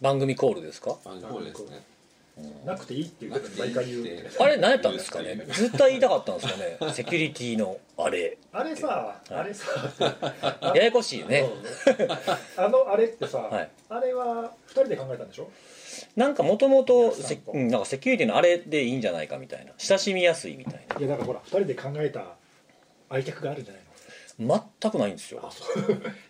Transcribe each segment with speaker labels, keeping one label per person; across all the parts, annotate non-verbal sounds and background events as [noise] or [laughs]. Speaker 1: 番組コールですか
Speaker 2: 番号ですね
Speaker 3: なくていいっていうことに毎回言う
Speaker 2: なくていいって
Speaker 1: あれ何やったんです
Speaker 3: [laughs]
Speaker 1: かねずっと言いたかったんですかねセキュリティのあれ
Speaker 3: あれさあれさ
Speaker 1: ややこしいね
Speaker 3: うん [laughs] あのあれってさ、
Speaker 1: はい
Speaker 3: あれは2人で考えたんでしょ
Speaker 1: なんかもともと
Speaker 3: 皆さんと
Speaker 1: セキュリティのあれでいいんじゃないかみたいな親しみやすいみたいない
Speaker 3: やだからほら2人で考えた愛着があるんじゃないの
Speaker 1: 全くないんですよ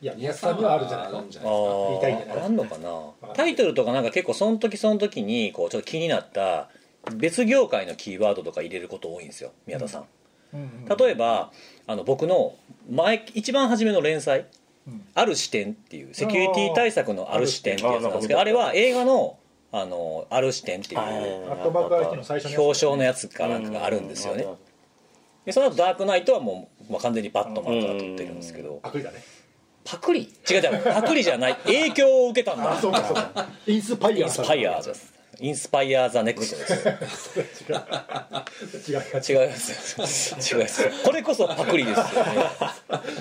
Speaker 3: いや
Speaker 2: 宮
Speaker 3: 宮
Speaker 2: さ
Speaker 3: さ
Speaker 2: ん
Speaker 3: ん
Speaker 2: に
Speaker 3: に
Speaker 2: は
Speaker 3: は
Speaker 2: あ
Speaker 3: あ
Speaker 2: る
Speaker 3: る
Speaker 2: ん
Speaker 3: ん
Speaker 2: じゃ
Speaker 3: じゃ
Speaker 2: な
Speaker 1: あ
Speaker 2: ですか
Speaker 3: ないいの言いたいんじゃない
Speaker 1: ーあんのかな
Speaker 3: ない
Speaker 1: タイトルとかなんか結構その時その時にこうちょっと気になった別業界のキーワードとか入れること多いんですよ宮田さん、例え
Speaker 3: ば、
Speaker 1: ばあの僕の前一番初めの連載
Speaker 3: うん
Speaker 1: 「ある視点」っていうセキュリティ対策の「ある視点」っていうやつなんですけど
Speaker 4: あ
Speaker 1: あれ
Speaker 4: ーなんか見た
Speaker 1: は映画の「あのある視点」っていう
Speaker 3: アットバック IT の最初のやつ
Speaker 1: 表彰のやつかなんかがあるんですよねでその後ダークナイト」はもう、まあ、完全にバットマンから撮ってるんですけど
Speaker 3: パクリだね
Speaker 1: パクリ違う違うパクリじゃ [laughs] ない影響を受けたんだ
Speaker 3: あそうかそうかインスパイ
Speaker 1: イ
Speaker 3: ア
Speaker 1: ンスパイアー
Speaker 3: じ
Speaker 1: で
Speaker 3: ゃ
Speaker 1: すインスパイアーザネクストです
Speaker 3: [laughs] 違う違う
Speaker 1: 違います違います [laughs] これこそパクリですよね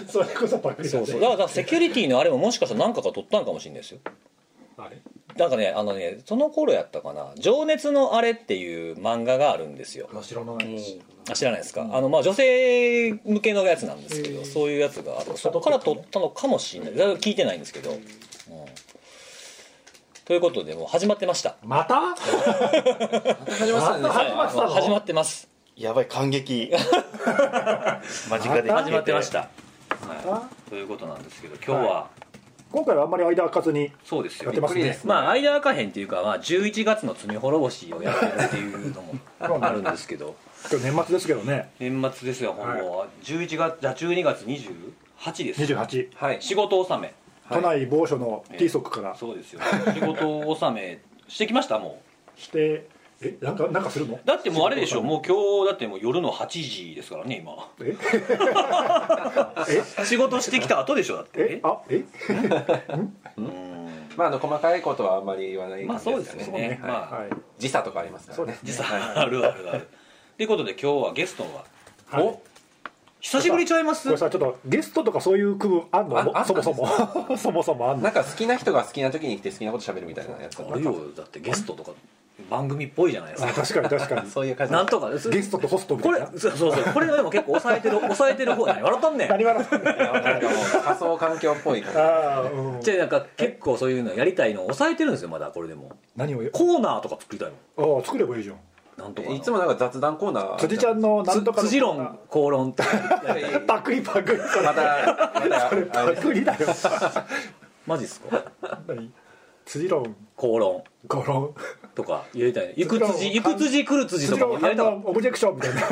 Speaker 3: それこそパクリだ
Speaker 1: そ
Speaker 3: ね
Speaker 1: うそうだからセキュリティのあれももしかしたら何かが取ったんかもしれないですよ
Speaker 3: あれ
Speaker 1: なんかねあのねその頃やったかな「情熱のあれ」っていう漫画があるんですよ
Speaker 3: あ知らないし
Speaker 1: あ知らないですかあのまあ女性向けのやつなんですけ
Speaker 3: へ
Speaker 1: ど
Speaker 3: ー
Speaker 1: そういうやつがあるそこから取ったのかもしれないだから聞いてないんですけど、うん、ということでもう始まってました
Speaker 3: またま
Speaker 2: また始まったんで
Speaker 3: た
Speaker 2: すね
Speaker 3: 始まってたの
Speaker 1: 始まってます
Speaker 4: やばい
Speaker 1: [laughs]
Speaker 4: 感激間近で
Speaker 3: また
Speaker 4: 聞け
Speaker 1: た
Speaker 3: あ
Speaker 1: ということなんですけど今
Speaker 3: 日は今回はあんまり間開かずに
Speaker 1: そうです
Speaker 3: やってます
Speaker 2: びっくり
Speaker 3: ね
Speaker 2: です
Speaker 1: まあ間開かへんっていうか、まあ、11月の罪滅ぼしをやってるっていうのもあるんですけど
Speaker 3: 今日年末ですけどね
Speaker 1: 年末ですよほ
Speaker 3: はい
Speaker 1: ぼ、11月じゃあ12月28です
Speaker 3: 28、
Speaker 1: はい仕事納め
Speaker 3: 都内某所の T ソックから
Speaker 1: そう [laughs] ですよ仕事納めしてきましたも
Speaker 3: してえなんかなんかするの
Speaker 1: うだってもうあれでしょもう今日だってもう夜の8時ですからね今
Speaker 3: え [laughs]
Speaker 1: 仕事してきた後でしょだっ
Speaker 3: え
Speaker 1: て
Speaker 3: あえ
Speaker 1: うん
Speaker 2: まああの細かいことはあんまり言わない
Speaker 1: まあそうです
Speaker 2: よ
Speaker 1: よねまあ、
Speaker 3: はい
Speaker 2: 時差とかありますから
Speaker 3: そうで
Speaker 2: ね
Speaker 3: すね
Speaker 1: 実はあるあるあるということで今日はゲストは、
Speaker 3: はい
Speaker 1: お久しぶりちゃいます
Speaker 3: これさちょっとゲストとかそういう区分あんの
Speaker 2: ああった
Speaker 3: そもそもそもそもあんの
Speaker 2: なんか好きな人が好きな時に来て好きなこと喋るみたいなやつ
Speaker 1: あるよだってゲストとか番組っぽいじゃないです
Speaker 3: あ
Speaker 1: か
Speaker 3: 確かに確かに
Speaker 2: そういう感じ
Speaker 1: なんとかです
Speaker 3: ゲストとホストみ
Speaker 1: こ
Speaker 3: たい
Speaker 1: れ
Speaker 3: な
Speaker 1: そうそうそうこれでも結構抑えてる抑えてる方何笑ったんねん
Speaker 3: 何笑ってんの
Speaker 2: なんかもう仮想環境っぽい
Speaker 3: あ
Speaker 2: 感
Speaker 3: あうん
Speaker 1: じゃあなんか結構そういうのやりたいのを抑えてるんですよまだこれでも
Speaker 3: 何を言う
Speaker 1: コーナーとか作りたいも
Speaker 3: ああ作ればいいじゃん
Speaker 1: んなんとか
Speaker 2: じ
Speaker 1: の
Speaker 2: いつもなんか雑談コーナー
Speaker 3: 辻 [laughs] ちゃんのなんと
Speaker 1: つ
Speaker 3: かの
Speaker 1: 辻論公論 [laughs] とか
Speaker 3: パクリパクリそれ
Speaker 2: またまた
Speaker 3: それ
Speaker 2: あ
Speaker 3: パ
Speaker 2: れ
Speaker 3: クリだよ
Speaker 1: マジっすか
Speaker 3: 何辻論
Speaker 1: 公論
Speaker 3: ゴロン
Speaker 1: とかやりたいね行く辻
Speaker 3: 辻
Speaker 1: 行
Speaker 3: 論
Speaker 1: く辻来る辻と
Speaker 3: 辻
Speaker 1: かも
Speaker 3: 論
Speaker 1: やりた
Speaker 3: 反
Speaker 1: かっ
Speaker 3: 論オブジェクションみたいな
Speaker 1: た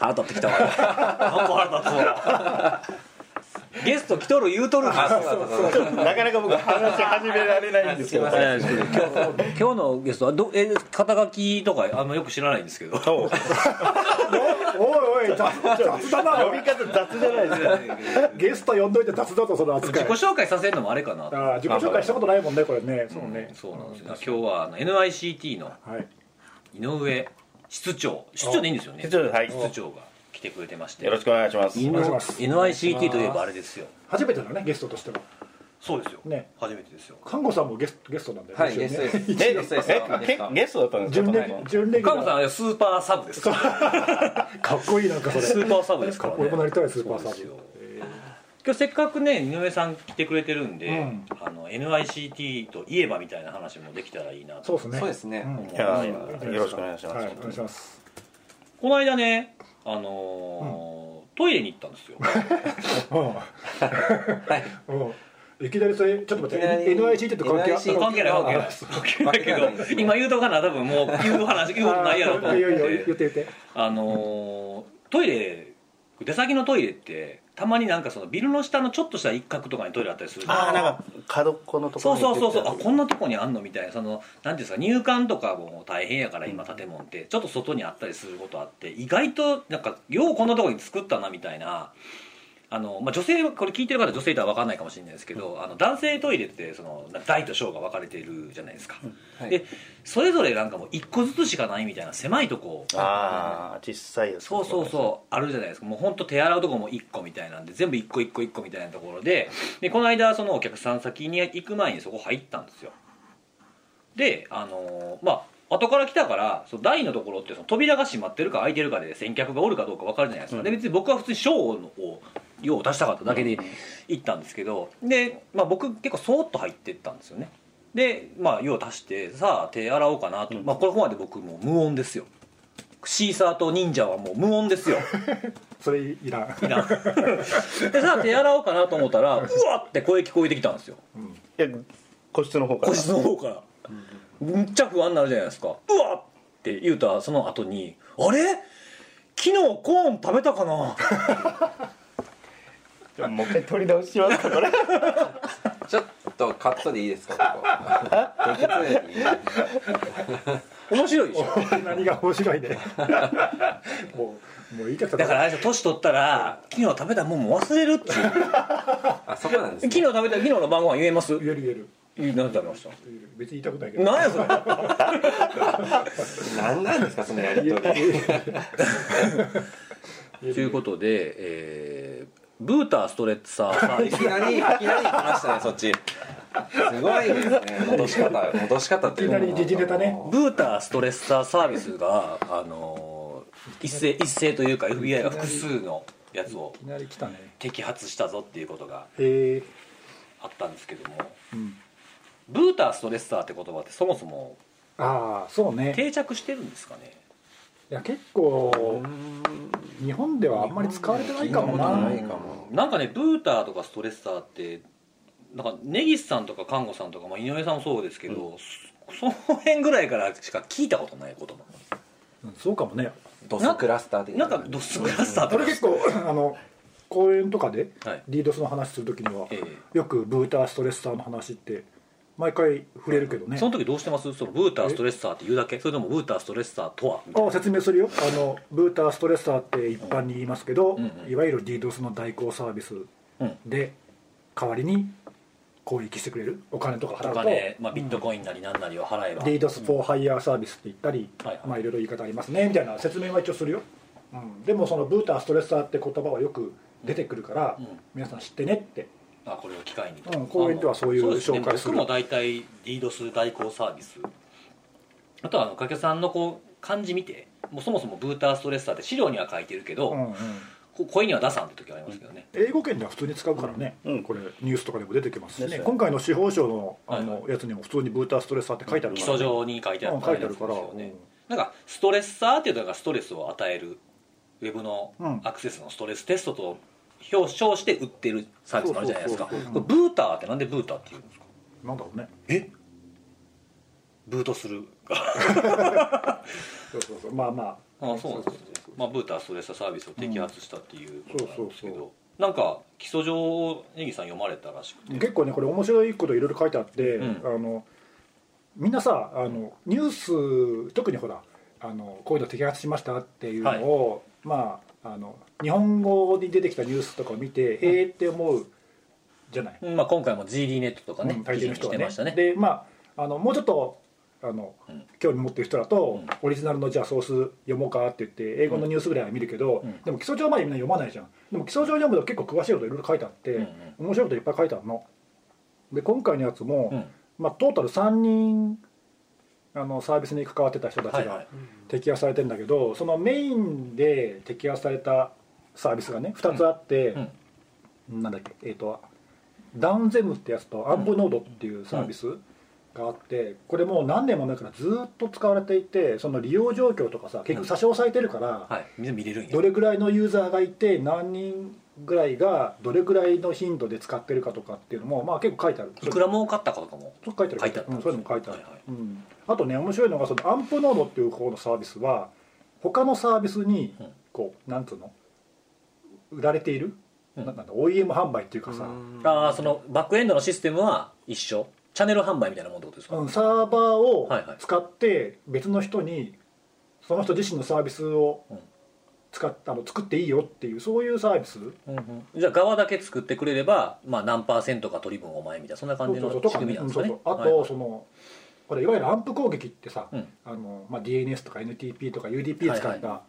Speaker 1: 腹立ってきたわなんか腹立つわゲスト来とる言うとるんです
Speaker 2: あそうだそうだそうだ
Speaker 4: なかなか僕話し始められないんですけど
Speaker 2: すいま
Speaker 1: ええ今日今日のゲストはどえ肩書きとかあんまよく知らないんですけど
Speaker 3: おいおい雑雑だなお
Speaker 4: 呼
Speaker 3: い
Speaker 4: び方雑じゃないですか
Speaker 3: ゲスト呼んどいて雑だとその扱
Speaker 1: 自
Speaker 3: い
Speaker 1: 己紹介させるのもあれかな
Speaker 3: ああ自己紹介したことないもんねこれねそうね
Speaker 1: そうなんですよ今日はあの NICT の
Speaker 3: はい
Speaker 1: 井上室長室長でいいんですよね
Speaker 4: 室長ですはい
Speaker 1: 室長が来てくれてまして
Speaker 4: よろしくお願いします
Speaker 1: 井上
Speaker 3: お願いします
Speaker 1: NICT といえばあれですよ
Speaker 3: 初めてだねゲストとしても
Speaker 1: そうですよ
Speaker 3: ね
Speaker 1: 初めてですよ
Speaker 3: 看護さんもゲスゲストなんだよね
Speaker 2: はいゲ
Speaker 3: 一緒にね
Speaker 2: スト
Speaker 4: え
Speaker 2: で
Speaker 4: え
Speaker 2: すゲ
Speaker 4: [laughs]
Speaker 2: ストですゲス
Speaker 4: け
Speaker 2: ト
Speaker 4: ゲストだったんです
Speaker 3: 準
Speaker 4: か
Speaker 3: レギュ準レギュ
Speaker 1: カムさん
Speaker 3: ラ
Speaker 1: はスーパーサブですから
Speaker 3: ーかっこいいなんかそれ
Speaker 1: スーパーサブですからね
Speaker 3: 俺もなりたいスーパーサ
Speaker 1: そうですよ
Speaker 3: ブ
Speaker 1: 今日せっかくね井上さん来てくれてるんで、
Speaker 3: うん
Speaker 1: あの NICT といえばみたいな話もできたらいいなと
Speaker 3: そうですね
Speaker 2: そうですね
Speaker 3: ん
Speaker 4: いやいや
Speaker 3: いいんじゃないですか
Speaker 4: よろしくお願いします
Speaker 3: はいお願いします
Speaker 1: この間ねあのートイレに行ったんです
Speaker 3: [laughs]
Speaker 1: よ
Speaker 3: うんうんいきなりそれちょっと待って
Speaker 2: いきなり
Speaker 3: NIC って関係あった
Speaker 2: NIC
Speaker 1: 関係ない関係ない関係ないけど今言うとかな多分もう言う話言うことないやろと思っ
Speaker 3: いやいや言って
Speaker 1: て
Speaker 3: 言って
Speaker 1: あのートイレ出先のトイレってたまになんかそのビルの下のちょっとした一角とかにトイレあったりするじゃない
Speaker 4: ああなんか角っこのとこ
Speaker 1: そ
Speaker 4: ろ
Speaker 1: う
Speaker 4: に行
Speaker 1: そ
Speaker 4: っ
Speaker 1: うそ
Speaker 4: て
Speaker 1: うそ
Speaker 4: た
Speaker 1: うあこんなとこにあんのみたいなそのなんていうんですか入管とかも大変やから今建物ってちょっと外にあったりすることあって意外となんかようこんなとこに作ったなみたいなあのまあ、女性はこれ聞いてる方女性とは分かんないかもしれないですけど、あの男性トイレってその大と小が分かれてるじゃないですか、
Speaker 2: はい
Speaker 1: でそれぞれなんかもう一個ずつしかないみたいな狭いとこ
Speaker 4: ああ実際や
Speaker 1: そうそうそうあるじゃないですかもう本当手洗うとこも1個みたいなんで全部1個1個1個みたいなところででこの間そのお客さん先に行く前にそこ入ったんですよであのーまあ後から来たからその台のところってその扉が閉まってるか開いてるかで先客がおるかどうか分かるじゃないですか、で別に僕は普通に賞を用を出したかっただけで行ったんですけどで、まあ、僕結構そーっと入ってったんですよねで、まあ、用を足してさあ手洗おうかなと、まあ、これここまで僕もう無音ですよシーサーと忍者はもう無音ですよ [laughs]
Speaker 3: それいらん
Speaker 1: いなでさあ手洗おうかなと思ったらうわって声聞こえてきたんですよ
Speaker 4: いや個室の方から
Speaker 1: 個室の方からむっちゃ不安になるじゃないですかうわっって言うたその後にあれ昨日コーン食べたかな
Speaker 4: でももう一回取り直しますかこ [laughs] れ
Speaker 2: ちょっとカットでいいですかこここれカットでいい
Speaker 1: 面白いでしょ
Speaker 3: [laughs] 何が面白いね [laughs] もうもう言いたくて
Speaker 1: だからあれですよ年取ったら昨日食べたもんも忘れるっていう
Speaker 2: あそこなんです
Speaker 1: [laughs] 昨日
Speaker 2: ね
Speaker 1: 食べた昨日の晩ご飯言えます
Speaker 3: 言える言える
Speaker 1: 何食べました
Speaker 3: 言える別に言いたくないけど
Speaker 1: 何やそれ
Speaker 2: 何なんですかそのやりとり
Speaker 1: ということで、えーブーターストレッサーサービ
Speaker 2: い
Speaker 1: ス
Speaker 2: きなりいきなり来ましたねそっちすごいですね戻し方戻し方っていうの
Speaker 3: いきなり時事ネタね
Speaker 1: ブーターストレッサーサービスが、あのー一斉一斉というか FBI が複数のやつを
Speaker 3: いきなり来たね
Speaker 1: 摘発したぞっていうことが
Speaker 3: へえ
Speaker 1: あったんですけども
Speaker 3: うん
Speaker 1: ブーターストレッサーって言葉ってそもそも
Speaker 3: ああそうね
Speaker 1: 定着してるんですかね
Speaker 3: いや結構日本ではあんまり使われてないかも
Speaker 2: 聞いたこと
Speaker 3: な
Speaker 2: ないかも
Speaker 1: なんかねブーターとかストレッサーってなんか根岸さんとか看護さんとか、まあ、井上さんもそうですけど、そその辺ぐらいからしか聞いたことない言葉
Speaker 3: うんそうかもね
Speaker 2: ドスクラスター的
Speaker 1: なんかドスクラスター
Speaker 3: そ
Speaker 1: と
Speaker 3: れ
Speaker 1: か
Speaker 3: 結構あの公演とかで
Speaker 1: はい
Speaker 3: リードスの話するときには、
Speaker 1: え
Speaker 3: よくブーターストレッサーの話って毎回触れるけどね
Speaker 1: その時どうしてますそのブーターストレッサーって言うだけそれともブーターストレッサーとはみたいな
Speaker 3: あ説明するよあのブーターストレッサーって一般に言いますけど、
Speaker 1: うんうん
Speaker 3: いわゆる DDoS の代行サービスで代わりに攻撃してくれるお金とか払
Speaker 1: お
Speaker 3: うと
Speaker 1: 金、まあ、ビットコインなりなんなりを払えば、
Speaker 3: DDoS for hire サービスって言ったり、
Speaker 1: はいはい
Speaker 3: まあいろいろ言い方ありますねみたいな説明は一応するよ、うん、でもそのブーターストレッサーって言葉はよく出てくるから、
Speaker 1: うん
Speaker 3: 皆さん知ってねって
Speaker 1: あこれを機会に、
Speaker 3: うん公園ではそういう
Speaker 1: あの
Speaker 3: 紹介する
Speaker 1: そうですね僕も大体 DDoS 代行サービスあとはあの掛さんのこう漢字見てもうそもそもブーターストレッサーって資料には書いてるけど、
Speaker 3: うんうん
Speaker 1: こ声には出さんって時はありますけどね、
Speaker 3: 英語圏では普通に使うからね、
Speaker 4: うん
Speaker 3: これニュースとかでも出てきますし
Speaker 4: です
Speaker 3: ね
Speaker 4: よね
Speaker 3: 今回の司法省のあ
Speaker 1: はい
Speaker 3: のやつにも普通にブーターストレッサーって書いてある
Speaker 1: 基
Speaker 3: から、
Speaker 1: 礎上に書いてある
Speaker 3: うん書いてあるか
Speaker 1: あ
Speaker 3: ら
Speaker 1: ですよね、なんかストレッサーっていうのがストレスを与えるウェブの
Speaker 3: うん
Speaker 1: アクセスのストレステストと表彰して売ってるサービスもあるじゃないですかこ
Speaker 3: そう
Speaker 1: れ
Speaker 3: そうそうそう
Speaker 1: ブーターってなんでブーターっていうんですか
Speaker 3: なんだろうね
Speaker 1: ブートする
Speaker 3: そうそうそうまあまあ
Speaker 1: あそうなんですね、まあ、ブーターストレッサーサービスを摘発したっていうことなんですけど、
Speaker 3: うんそうそう
Speaker 1: なんか基礎上をネギさん読まれたらしくて、
Speaker 3: 結構ねこれ面白いこといろいろ書いてあって、
Speaker 1: うん
Speaker 3: あのみんなさあのニュース特にほらあのこういうの摘発しましたっていうのを、まああの日本語に出てきたニュースとかを見て、えーって思うじゃない、
Speaker 1: まあ、今回も GD ネットとかね、
Speaker 3: うん
Speaker 1: 記
Speaker 3: 大
Speaker 1: 事
Speaker 3: 抵の
Speaker 1: に
Speaker 3: 人
Speaker 1: し
Speaker 3: は
Speaker 1: て
Speaker 3: ね
Speaker 1: ましたね
Speaker 3: でまああのもうちょっとあの、
Speaker 1: うん
Speaker 3: 興味持ってる人だと、
Speaker 1: うん
Speaker 3: オリジナルのじゃあソース読もうかって言って英語のニュースぐらいは見るけど、
Speaker 1: うん
Speaker 3: でも基礎上までみんな読まないじゃんでも基礎上読むと結構詳しいこといろいろ書いてあって、
Speaker 1: うん
Speaker 3: 面白いこといっぱい書いてあるので今回のやつも、
Speaker 1: うんうん
Speaker 3: まあ、トータル3人あのサービスに関わってた人た
Speaker 1: はい
Speaker 3: ち
Speaker 1: はい
Speaker 3: が摘発されてんだけど、そのメインで摘発されたサービスがね2つあって、
Speaker 1: うん
Speaker 3: なんだっけえっ、とダウンゼムってやつとアンボノードっていうサービスがあって、これもう何年も前からずっと使われていてその利用状況とかさ結局差し押さえてるから、
Speaker 1: はい見見れるんや
Speaker 3: どれぐらいのユーザーがいて何人ぐらいがどれぐらいの頻度で使ってるかとかっていうのも、まあ、結構書いてある
Speaker 1: いくら儲かったかとかも
Speaker 3: そう書いてある
Speaker 1: 書いてあった
Speaker 3: うんそういうのも書いてある、
Speaker 1: はいはい
Speaker 3: うん、あとね面白いのがそのアンプノードっていう方のサービスは他のサービスに
Speaker 1: うん
Speaker 3: こう、なんつうの売られている、
Speaker 1: うん
Speaker 3: ななんだ OEM 販売っていうかさ、
Speaker 1: ああそのバックエンドのシステムは一緒チャンネル販売みたいなもんってことですか、
Speaker 3: うんサーバーを
Speaker 1: はいはい
Speaker 3: 使って別の人にその人自身のサービスを
Speaker 1: うん
Speaker 3: 使使っあの作っていいよっていうそういうサービス
Speaker 1: じゃあ側だけ作ってくれれば、まあ、何パーセントか取り分お前みたいなそんな
Speaker 3: そ
Speaker 1: 感
Speaker 3: う
Speaker 1: じ
Speaker 3: そ
Speaker 1: の
Speaker 3: うそうと
Speaker 1: 仕
Speaker 3: か、
Speaker 1: 組み
Speaker 3: ね
Speaker 1: な
Speaker 3: うんん
Speaker 1: ですか
Speaker 3: そう
Speaker 1: ね
Speaker 3: そうあ
Speaker 1: はい
Speaker 3: とそのこれいわゆるアンプ攻撃ってさ、
Speaker 1: うん
Speaker 3: あのまあ、DNS とか NTP とか UDP
Speaker 1: はい
Speaker 3: 使っ
Speaker 1: は
Speaker 3: た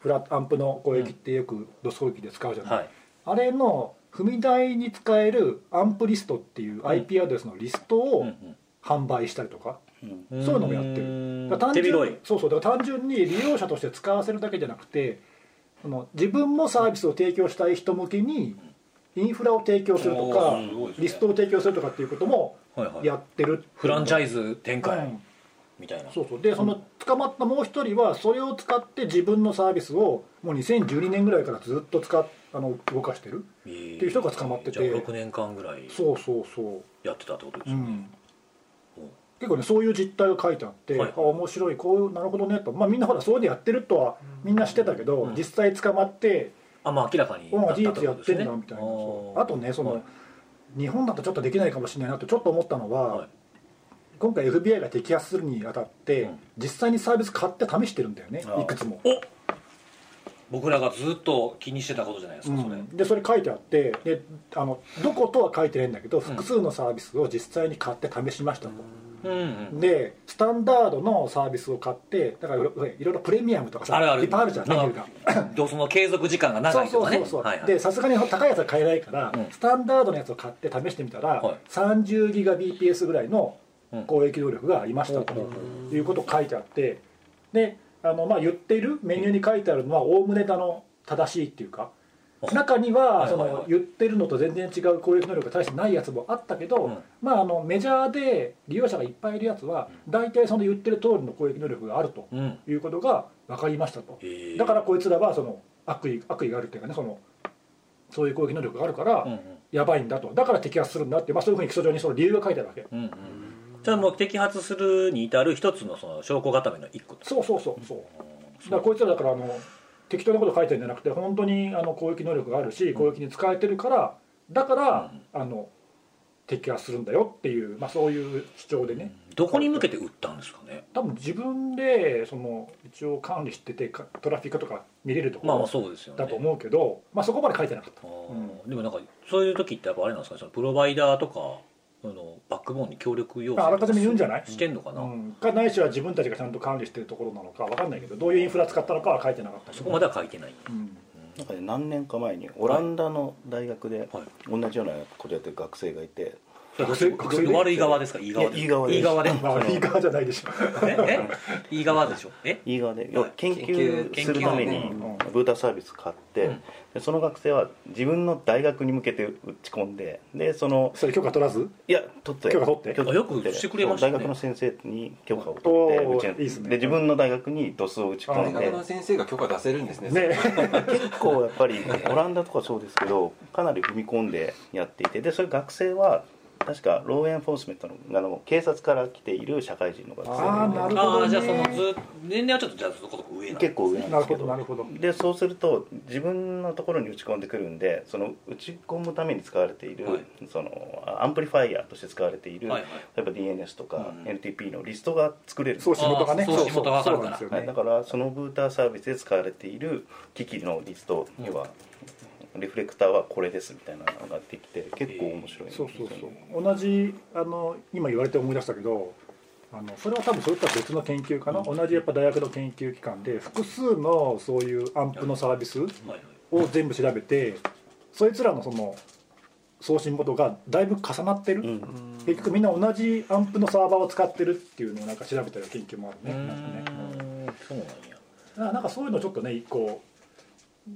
Speaker 3: フラットアンプの攻撃ってよくドス攻撃で使うじゃない、
Speaker 1: はい
Speaker 3: あれの踏み台に使えるアンプリストっていう IP アドレスのリスト
Speaker 1: う
Speaker 3: を
Speaker 1: ん
Speaker 3: 販売したりとか、
Speaker 4: うん
Speaker 1: うん
Speaker 3: そういうのもやってる
Speaker 1: る
Speaker 3: だから
Speaker 1: 手
Speaker 3: 単
Speaker 1: 広い
Speaker 3: 純そうそうだから単純に利用者として使わせるだけじゃなくてその自分もサービスを提供したい人向けにインフラを提供するとか
Speaker 1: おーすごいですね
Speaker 3: リストを提供するとかっていうことも
Speaker 1: はいはい
Speaker 3: やってる
Speaker 1: フランチ
Speaker 3: イ
Speaker 1: ャイズ展開みたいな、
Speaker 3: そうそうでその捕まったもう一人はそれを使って自分のサービスをもう2012年ぐらいからずっと使っあの動かしてる
Speaker 1: えー
Speaker 3: っていう人が捕まってて
Speaker 1: じゃあ6年間ぐらい
Speaker 3: そうそうそ
Speaker 1: やってたってことで
Speaker 3: う、
Speaker 1: すよ
Speaker 3: う
Speaker 1: ね、
Speaker 3: ん、結構ねそういう実態が書いてあって、
Speaker 1: はい
Speaker 3: あ面白いこういうなるほどねと、まあ、みんなほらそういうのやってるとはみんなしてたけど、
Speaker 1: うん
Speaker 3: 実際捕まって
Speaker 1: あまあ明らかに
Speaker 3: 「うん
Speaker 1: な
Speaker 3: 事
Speaker 1: た
Speaker 3: 実やってんだ」
Speaker 1: こ
Speaker 3: みたい
Speaker 1: とです
Speaker 3: なそ
Speaker 1: ね
Speaker 3: うあとねその、
Speaker 1: はい
Speaker 3: 日本だとちょっとできないかもしれないなってちょっと思ったのは、
Speaker 1: はい
Speaker 3: 今回 FBI が摘発するにあたって、
Speaker 1: うん
Speaker 3: 実際にサービス買って試してるんだよね
Speaker 1: あー
Speaker 3: いくつも。
Speaker 1: お僕らがずっと気にしてたことじゃないです
Speaker 3: う
Speaker 1: か、
Speaker 3: ん
Speaker 1: それ
Speaker 3: でそれ書いてあってであのどことは書いてないんだけど複数のサービスを実際に買って試しましたと、
Speaker 1: うんうん
Speaker 3: でスタンダードのサービスを買ってだからいろいろプレミアムとかさ
Speaker 1: あるある
Speaker 3: いっぱいあるじゃんメニューが
Speaker 1: どうその継続時間が
Speaker 3: そ
Speaker 1: 長
Speaker 3: う
Speaker 1: い
Speaker 3: そ
Speaker 1: と
Speaker 3: う
Speaker 1: か
Speaker 3: そ
Speaker 1: ね
Speaker 3: うそう、
Speaker 1: はいはい
Speaker 3: でさすがに高いやつは買えないから、
Speaker 1: うん
Speaker 3: スタンダードのやつを買って試してみたら、
Speaker 1: はい
Speaker 3: 30ギガ BPS ぐらいの
Speaker 1: うん
Speaker 3: 攻撃能力がありましたということを書いてあってであの、まあ、言っているメニューに書いてあるのはおおむねだの正しいっていうか
Speaker 1: あ
Speaker 3: 中に
Speaker 1: は
Speaker 3: はいそ
Speaker 1: はいはい
Speaker 3: の言ってるのと全然違う攻撃能力が大してないやつもあったけど、
Speaker 1: うん
Speaker 3: まあ、あのメジャーで利用者がいっぱいいるやつは大体その言ってる通りの攻撃能力があると
Speaker 1: うん
Speaker 3: いうことが分かりましたと。
Speaker 1: えー
Speaker 3: だからこいつらはその悪意悪意があるっていうかねそのそういう攻撃能力があるから、
Speaker 1: うんうん
Speaker 3: やばいんだとだから摘発するんだって、まあ、そういうふうに基礎上にその理由が書いてあるわけ
Speaker 1: うんうんじゃあもう摘発するに至る一つのその証拠固めの一個と
Speaker 3: そうそうそうそうだからこいつらだからあの適当なこと書いてるんじゃなくて本当にあの攻撃能力があるし攻撃に使えてるからだから、あの摘発するんだよっていう、まあ、そういう主張でね
Speaker 1: どこに向けて売ったんですかね
Speaker 3: 多分自分でその一応管理しててかトラフィックとか見れるとこ
Speaker 1: まあまあ
Speaker 3: ろ
Speaker 1: そうですよね
Speaker 3: だと思うけど、まあ、そこまで書いてなかった
Speaker 1: あ
Speaker 3: うん
Speaker 1: ーでもなんかそういう時ってやっぱあれなんですかねそのプロバイダーとかあのバックボーンに協力要
Speaker 3: まああらかじめ言うんじゃ
Speaker 1: な
Speaker 3: ない
Speaker 1: してんのかな、
Speaker 3: うん、かないしは自分たちがちゃんと管理してるところなのかわかんないけどどういうインフラ使ったのかは書いてなかったけど
Speaker 1: そこまでは書いてない、
Speaker 3: うん
Speaker 1: うん
Speaker 4: なんかね何年か前にオランダの大学で
Speaker 1: はい
Speaker 4: 同じようなことやってる学生がいて、
Speaker 1: 学生
Speaker 3: 学生で
Speaker 1: 悪い側ですかいい側
Speaker 4: いやいい側です
Speaker 1: いい側で
Speaker 3: まあいい側じゃないでしょ
Speaker 1: ええいい側でしょえ
Speaker 4: いい側で要は研
Speaker 1: 研究
Speaker 4: 究するために
Speaker 1: 研
Speaker 3: 究をね
Speaker 4: ブータサービス買って、
Speaker 1: うん
Speaker 4: でその学生は自分の大学に向けて打ち込んででその
Speaker 3: それ許可取らず
Speaker 4: いや取って
Speaker 3: 許可取って
Speaker 1: あよくしてくれましたね
Speaker 4: 大学の先生に許可を取って
Speaker 3: おー
Speaker 4: うちの
Speaker 3: いいっすね
Speaker 4: で自分の大学にドスを打ち込
Speaker 2: 大
Speaker 4: ん
Speaker 2: 学
Speaker 4: で
Speaker 2: の先生が許可出せるんです
Speaker 1: [laughs]
Speaker 2: ね
Speaker 3: ね
Speaker 4: 結構やっぱりオランダとかそうですけどかなり踏み込んでやっていてでそれ学生は確かローエンフォースメントのあの警察から来ている社会人の学
Speaker 3: ああ
Speaker 4: 生
Speaker 3: なるほ
Speaker 1: あ
Speaker 3: ど、ね、
Speaker 1: あじゃあそのず年齢はちょっとじゃあそこそこ上な
Speaker 4: で
Speaker 1: の
Speaker 4: 結構上なん
Speaker 3: な
Speaker 4: で
Speaker 3: る
Speaker 4: すけ
Speaker 3: ほど
Speaker 4: ど
Speaker 3: なるほど
Speaker 4: でそうすると自分のところに打ち込んでくるんでその打ち込むために使われている、
Speaker 1: はい
Speaker 4: そのアンプリファイヤーとして使われている、
Speaker 1: はいはい
Speaker 4: 例えば DNS とか
Speaker 1: うん
Speaker 4: NTP のリストが作れるんです
Speaker 3: そう仕事がね
Speaker 1: あーそう仕事がわか
Speaker 3: そ
Speaker 1: る
Speaker 3: う
Speaker 1: か
Speaker 3: なん
Speaker 1: ら
Speaker 3: ですよ
Speaker 4: はい、だ
Speaker 3: ね
Speaker 4: からそのブーターサービスで使われている機器のリスト
Speaker 1: うん
Speaker 4: 要はリフレクターはこれですみたいなのができて結構面白いんです
Speaker 3: そ
Speaker 4: よ
Speaker 3: う
Speaker 4: ね
Speaker 3: そうそう同じあの今言われて思い出したけどあのそれは多分それとは別の研究かな、同じやっぱ大学の研究機関で複数のそういうアンプのサービス
Speaker 1: はいはい
Speaker 3: を全部調べてそいつらのその送信元がだいぶ重なってる、
Speaker 4: うん
Speaker 3: 結局みんな同じアンプのサーバーを使ってるっていうのをなんか調べたり研究もあるねなんかねだ
Speaker 1: うーんそうなんや
Speaker 3: からなんかそういうのちょっとね一個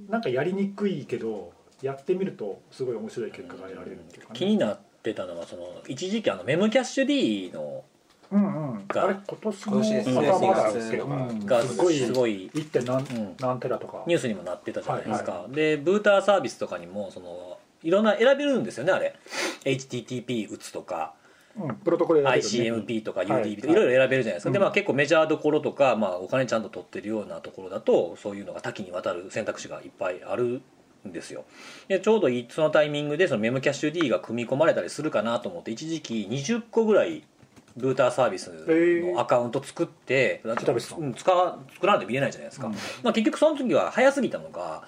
Speaker 3: なんかやりにくいけどやってみるとすごい面白い結果が得られるっていうか、ね、
Speaker 1: 気になってたのはその一時期あのメムキャッシュ D の
Speaker 3: うんうんあれ今年
Speaker 2: 今年です
Speaker 3: の
Speaker 2: ね
Speaker 3: 頭なんですけど、
Speaker 2: うん
Speaker 3: うん
Speaker 1: が
Speaker 3: すごい
Speaker 1: すごい
Speaker 3: 1. 点何,、
Speaker 1: ん
Speaker 3: 何テラとか
Speaker 1: ニュースにもなってたじゃないですか、でブーターサービスとかにもそのいろんな選べるんですよねあれ HTTP 打つとか
Speaker 3: うん、プロトコル選べるね
Speaker 1: ICMP とか
Speaker 3: はい
Speaker 1: UDP とかいろいろ選べるじゃないですか、
Speaker 3: うん
Speaker 1: でまあ結構メジャーどころとか、まあ、お金ちゃんと取ってるようなところだとそういうのが多岐にわたる選択肢がいっぱいあるんですよでちょうどいそのタイミングでそのメムキャッシュ D が組み込まれたりするかなと思って一時期20個ぐらいルーターサービスのアカウント作って、なんていうの
Speaker 3: 北口さん
Speaker 1: うん使わ作らないと見れないじゃないですか、
Speaker 3: うん
Speaker 1: まあ、結局その時は早すぎたのが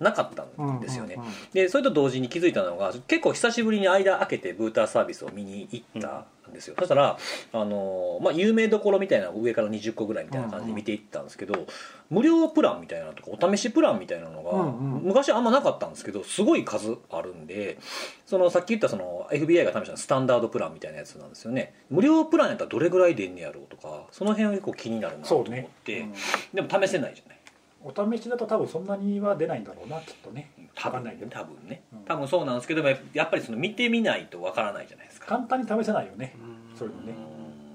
Speaker 1: なかったんですよね、
Speaker 3: うんうんうん
Speaker 1: でそれと同時に気づいたのが結構久しぶりに間空けてブーターサービスを見に行ったんですよ、だからあのー、まあ、有名どころみたいなのを上から20個ぐらいみたいな感じで見ていったんですけど、無料プランみたいなのとかお試しプランみたいなのが、
Speaker 3: うんうん
Speaker 1: 昔あんまなかったんですけどすごい数あるんでそのさっき言ったその FBI が試したのスタンダードプランみたいなやつなんですよね無料プランやったらどれぐらい出んねやろうとかその辺は結構気になるなと
Speaker 3: そ
Speaker 1: 思
Speaker 3: う
Speaker 1: っ
Speaker 3: ね、
Speaker 1: て、でも試せないじゃない
Speaker 3: うんお試しだと多分そんなには出ないんだろうなきっとね
Speaker 1: 多
Speaker 3: わか
Speaker 1: 分
Speaker 3: んないけど
Speaker 1: 多分ね
Speaker 3: うん
Speaker 1: 多分そうなんですけどやっぱりその見てみないとわからないじゃないですか
Speaker 3: 簡単に試せないよねそういうのね
Speaker 1: う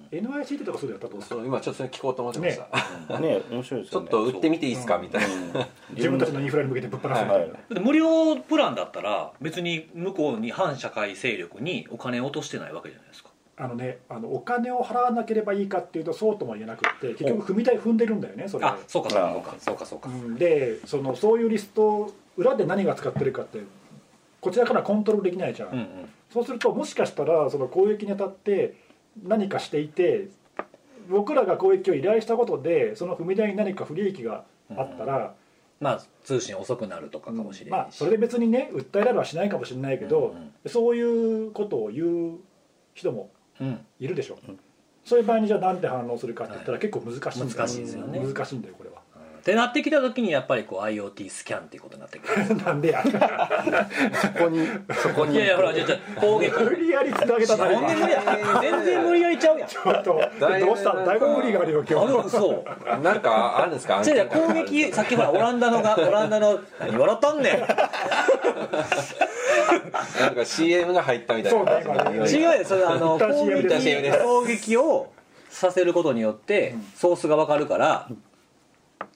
Speaker 3: NICT とかそうだったと
Speaker 2: そう今ちょっとそれ聞こうと思ってました、
Speaker 1: ん
Speaker 4: ね面白いです
Speaker 2: ちょ
Speaker 4: よ
Speaker 2: っ
Speaker 4: ね
Speaker 2: と売ってみていいですか
Speaker 3: うん
Speaker 2: みたいな、
Speaker 4: うん
Speaker 3: 自分たちのインフラに向けてぶっ放すみた
Speaker 4: はい
Speaker 3: いな
Speaker 1: だって無料プランだったら別に向こうに反社会勢力にお金を落としてないわけじゃないですか
Speaker 3: あのねあのお金を払わなければいいかっていうとそうとも言えなくって結局踏み台踏んでるんだよねそれ
Speaker 1: あそうかそう
Speaker 4: あ
Speaker 1: かそうかそうかそうか
Speaker 3: うんでそのそういうリスト裏で何が使ってるかってこちらからコントロールできないじゃん、
Speaker 1: うんうん
Speaker 3: そうするともしかしたらその攻撃にあたって何かしていて僕らが攻撃を依頼したことでその踏み台に何か不利益があったら、
Speaker 1: まあ通信遅くなるとかかもしれ
Speaker 3: ま
Speaker 1: な
Speaker 3: あ
Speaker 1: いし
Speaker 3: それで別にね訴えられはしないかもしれないけど、
Speaker 1: うん
Speaker 3: そういうことを言う人も
Speaker 1: うん
Speaker 3: いるでしょ、
Speaker 4: うん
Speaker 3: そういう場合にじゃあ何て反応するかって言ったら結構難しいんだよ、
Speaker 1: 難しいですよね
Speaker 3: 難しいんだよこれは [laughs]
Speaker 1: ってなってきた時にやっぱりこう IoT スキャンっていうことになってく
Speaker 3: [laughs]
Speaker 1: る
Speaker 3: なんでや
Speaker 2: そこにそこに
Speaker 1: いやいやほらじゃあじゃあ攻
Speaker 3: [laughs]
Speaker 1: 撃
Speaker 3: 無理やりつなげたな
Speaker 1: 全
Speaker 3: 今
Speaker 1: 然無理や全然無理やりちゃうや
Speaker 3: [laughs]
Speaker 1: ん
Speaker 3: ちょっと
Speaker 2: だいぶ
Speaker 3: どうした
Speaker 2: なんか
Speaker 3: だいぶ無理があるよ
Speaker 1: あ
Speaker 3: 今日
Speaker 1: でもそう
Speaker 2: なんかあるんですか
Speaker 1: じゃあ攻撃さっきほらオランダのがオランダの何笑ったんねん
Speaker 2: なんか CM が入ったみたいな
Speaker 3: そうね今ね
Speaker 1: 違うよそれあの
Speaker 3: [laughs] 一旦
Speaker 1: 攻撃
Speaker 3: CM です
Speaker 1: 攻撃をさせることによって
Speaker 3: うん
Speaker 1: ソースが分かるから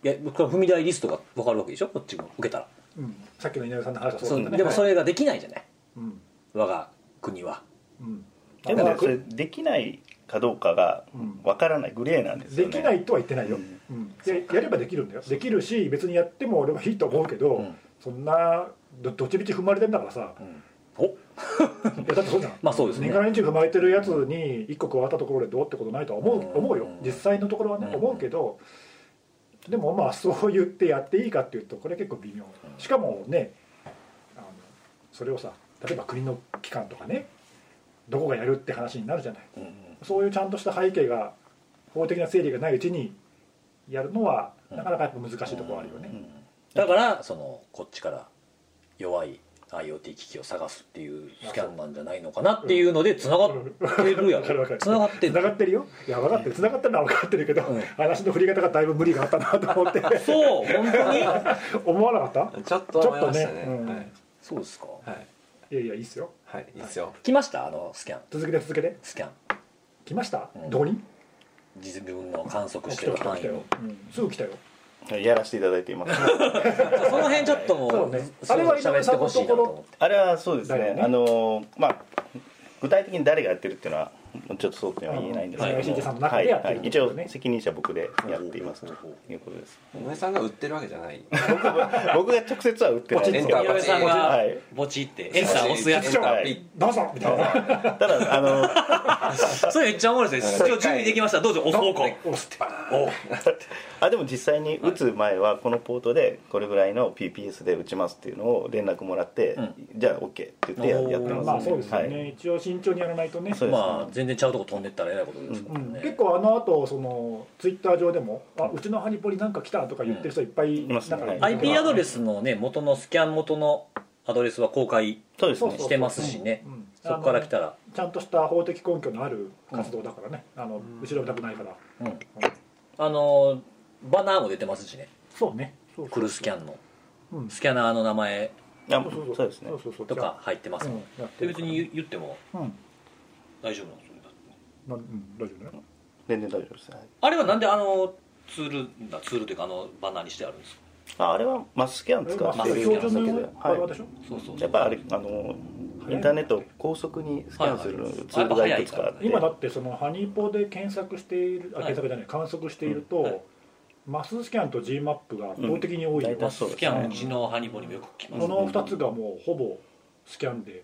Speaker 1: いやこれ踏み台リストが分かるわけでしょこっちも受けたら
Speaker 3: うんさっきの稲上さんの話は
Speaker 1: そ
Speaker 3: そうだ
Speaker 1: う
Speaker 3: ったね
Speaker 1: でもそれができないじゃない
Speaker 3: うん
Speaker 1: 我が国は
Speaker 3: うん
Speaker 4: でもねそれできないかどうかがわからないグレーなんですよ
Speaker 3: で
Speaker 4: ね
Speaker 3: きないとは言ってないよ、うんでやればできるんだよできるし別にやっても俺はいいと思うけど、
Speaker 1: うん
Speaker 3: そんなどどっちみち踏まれてんだからさ、
Speaker 1: うんお
Speaker 3: いやだってそうじゃん、
Speaker 1: まあそうですね
Speaker 3: 年がら年中踏まれてるやつに一個加わったところでどうってことないとは思う,、
Speaker 1: うん
Speaker 3: 思うよ実際のところはね、
Speaker 1: うん
Speaker 3: 思うけどでもまあそう言ってやっていいかっていうとこれ結構微妙しかもねあのそれをさ例えば国の機関とかねどこがやるって話になるじゃない
Speaker 1: うんうん
Speaker 3: そういうちゃんとした背景が法的な整理がないうちにやるのはなかなかやっぱ難しいところあるよね、
Speaker 4: うん
Speaker 1: だからそのこっちから弱い IoT 機器を探すっていうスキャンなんじゃないのかなっていうので繋がってるや
Speaker 3: わかるわか
Speaker 1: ろ
Speaker 3: る
Speaker 1: 繋がって
Speaker 3: 繋
Speaker 1: る
Speaker 3: がってるよいや分かってる繋がってるのは分かってるけど、
Speaker 1: うん
Speaker 3: 話の振り方がだいぶ無理があったなと思って
Speaker 1: そう本当に
Speaker 3: [laughs] 思わなかっ
Speaker 2: ちょっと思いましたね
Speaker 3: ちょっとね
Speaker 1: そうですか
Speaker 2: はいはい、
Speaker 3: たいやいやいいっすよ
Speaker 2: はい、いいっすよ
Speaker 1: 来ましたあのスキャン
Speaker 3: 続けて続けて
Speaker 1: スキャン
Speaker 3: 来ました、
Speaker 1: うん
Speaker 3: どこに
Speaker 1: 自分の観測
Speaker 3: 来
Speaker 1: して
Speaker 3: た
Speaker 1: る
Speaker 3: 来た
Speaker 1: 範
Speaker 3: 来
Speaker 1: 囲
Speaker 3: た
Speaker 1: を
Speaker 3: よ、うんすぐ来たよ
Speaker 4: やらせていただいています
Speaker 1: その辺ちょっと
Speaker 3: そ
Speaker 1: も
Speaker 3: う
Speaker 1: う
Speaker 3: ね
Speaker 1: そ
Speaker 3: あれ
Speaker 1: ろ
Speaker 3: は
Speaker 1: そろ喋ってほしいなと思って
Speaker 4: あれはそうです
Speaker 3: だ
Speaker 4: ね
Speaker 3: よね
Speaker 4: あのーまあ具体的に誰がやってるっていうのはちょっとそうとは言えないんですけ
Speaker 1: はい
Speaker 4: ど
Speaker 1: 信
Speaker 4: も
Speaker 3: 者さんの中でやってる
Speaker 4: はいはい
Speaker 3: って
Speaker 4: 一
Speaker 3: ことね
Speaker 4: 応責任者僕でやっていますということです
Speaker 2: お前さんが売ってるわけじゃない
Speaker 4: [laughs] 僕が僕が直接は売ってない
Speaker 2: ポ
Speaker 4: で
Speaker 2: チッ
Speaker 4: すけ
Speaker 2: と
Speaker 4: ど
Speaker 1: 井上さんが
Speaker 4: はい
Speaker 1: ボチってエンター押すや
Speaker 2: エン
Speaker 1: つ
Speaker 2: ターピッ
Speaker 3: どうぞみたいな
Speaker 4: ただあの
Speaker 1: それめっちゃおもろいですね
Speaker 2: はい
Speaker 1: 今日準備できましたどうぞ押そうか
Speaker 3: 押して
Speaker 1: お
Speaker 4: あでも実際に打つ前はこのポートでこれぐらいの PPS で打ちますっていうのを連絡もらって、
Speaker 1: うん
Speaker 4: じゃあ OK って言ってや
Speaker 1: おー
Speaker 4: やってます
Speaker 3: まあそうですよね、
Speaker 4: はい
Speaker 3: 一応慎重にやらないとね
Speaker 4: そうです
Speaker 1: まあ全然ちゃうとこ飛んでったらえらいことですも
Speaker 3: うんん
Speaker 1: ね
Speaker 3: 結構あの後そのツイッター上でも「あうちのハニポリなんか来た」とか言ってる人いっぱい
Speaker 4: んいますね
Speaker 3: なんか
Speaker 4: はい
Speaker 1: IP アドレスのね元のスキャン元のアドレスは公開
Speaker 4: そうです
Speaker 3: そう
Speaker 4: ね
Speaker 3: そう
Speaker 1: してますしね
Speaker 3: うん
Speaker 1: そこから来たら
Speaker 3: ちゃんとした法的根拠のある活動だからね、あの後ろめたくないから、
Speaker 1: うんあのバナーも出てますしね
Speaker 3: そうねそう
Speaker 1: クルスキャンの
Speaker 3: うん
Speaker 1: スキャナーの名前
Speaker 4: あ
Speaker 3: そうそう
Speaker 4: そうですね
Speaker 3: そうそうそう
Speaker 1: とか入ってますもん
Speaker 3: うんやって
Speaker 1: で
Speaker 3: るか
Speaker 1: 別
Speaker 3: ら
Speaker 1: に言言っても
Speaker 3: うん
Speaker 1: 大丈夫なんですよね
Speaker 3: なうん大丈夫だよ
Speaker 4: 全然大丈夫です、はい
Speaker 1: あれはなんであのツールだツールというかあのバナーにしてあるんですか
Speaker 4: ああれはマススキャン使って
Speaker 1: マススキャン
Speaker 4: や
Speaker 3: 標準の
Speaker 4: で
Speaker 3: バラでしょ、
Speaker 1: そうそう
Speaker 4: やっぱあれあのインターネットを高速にスキャンする
Speaker 1: はいはい
Speaker 4: ツールがいくつかあって
Speaker 3: 今だってそのハニーポで検索しているあ
Speaker 1: はい
Speaker 3: 検索じゃない観測していると、
Speaker 1: うんはい
Speaker 3: マススキャンと G マップが圧倒的に多いよ、
Speaker 4: うん大体そう
Speaker 1: スキャンうちのハニボにもよく来ま
Speaker 3: こ
Speaker 1: す
Speaker 3: の2つがもうほぼスキャンで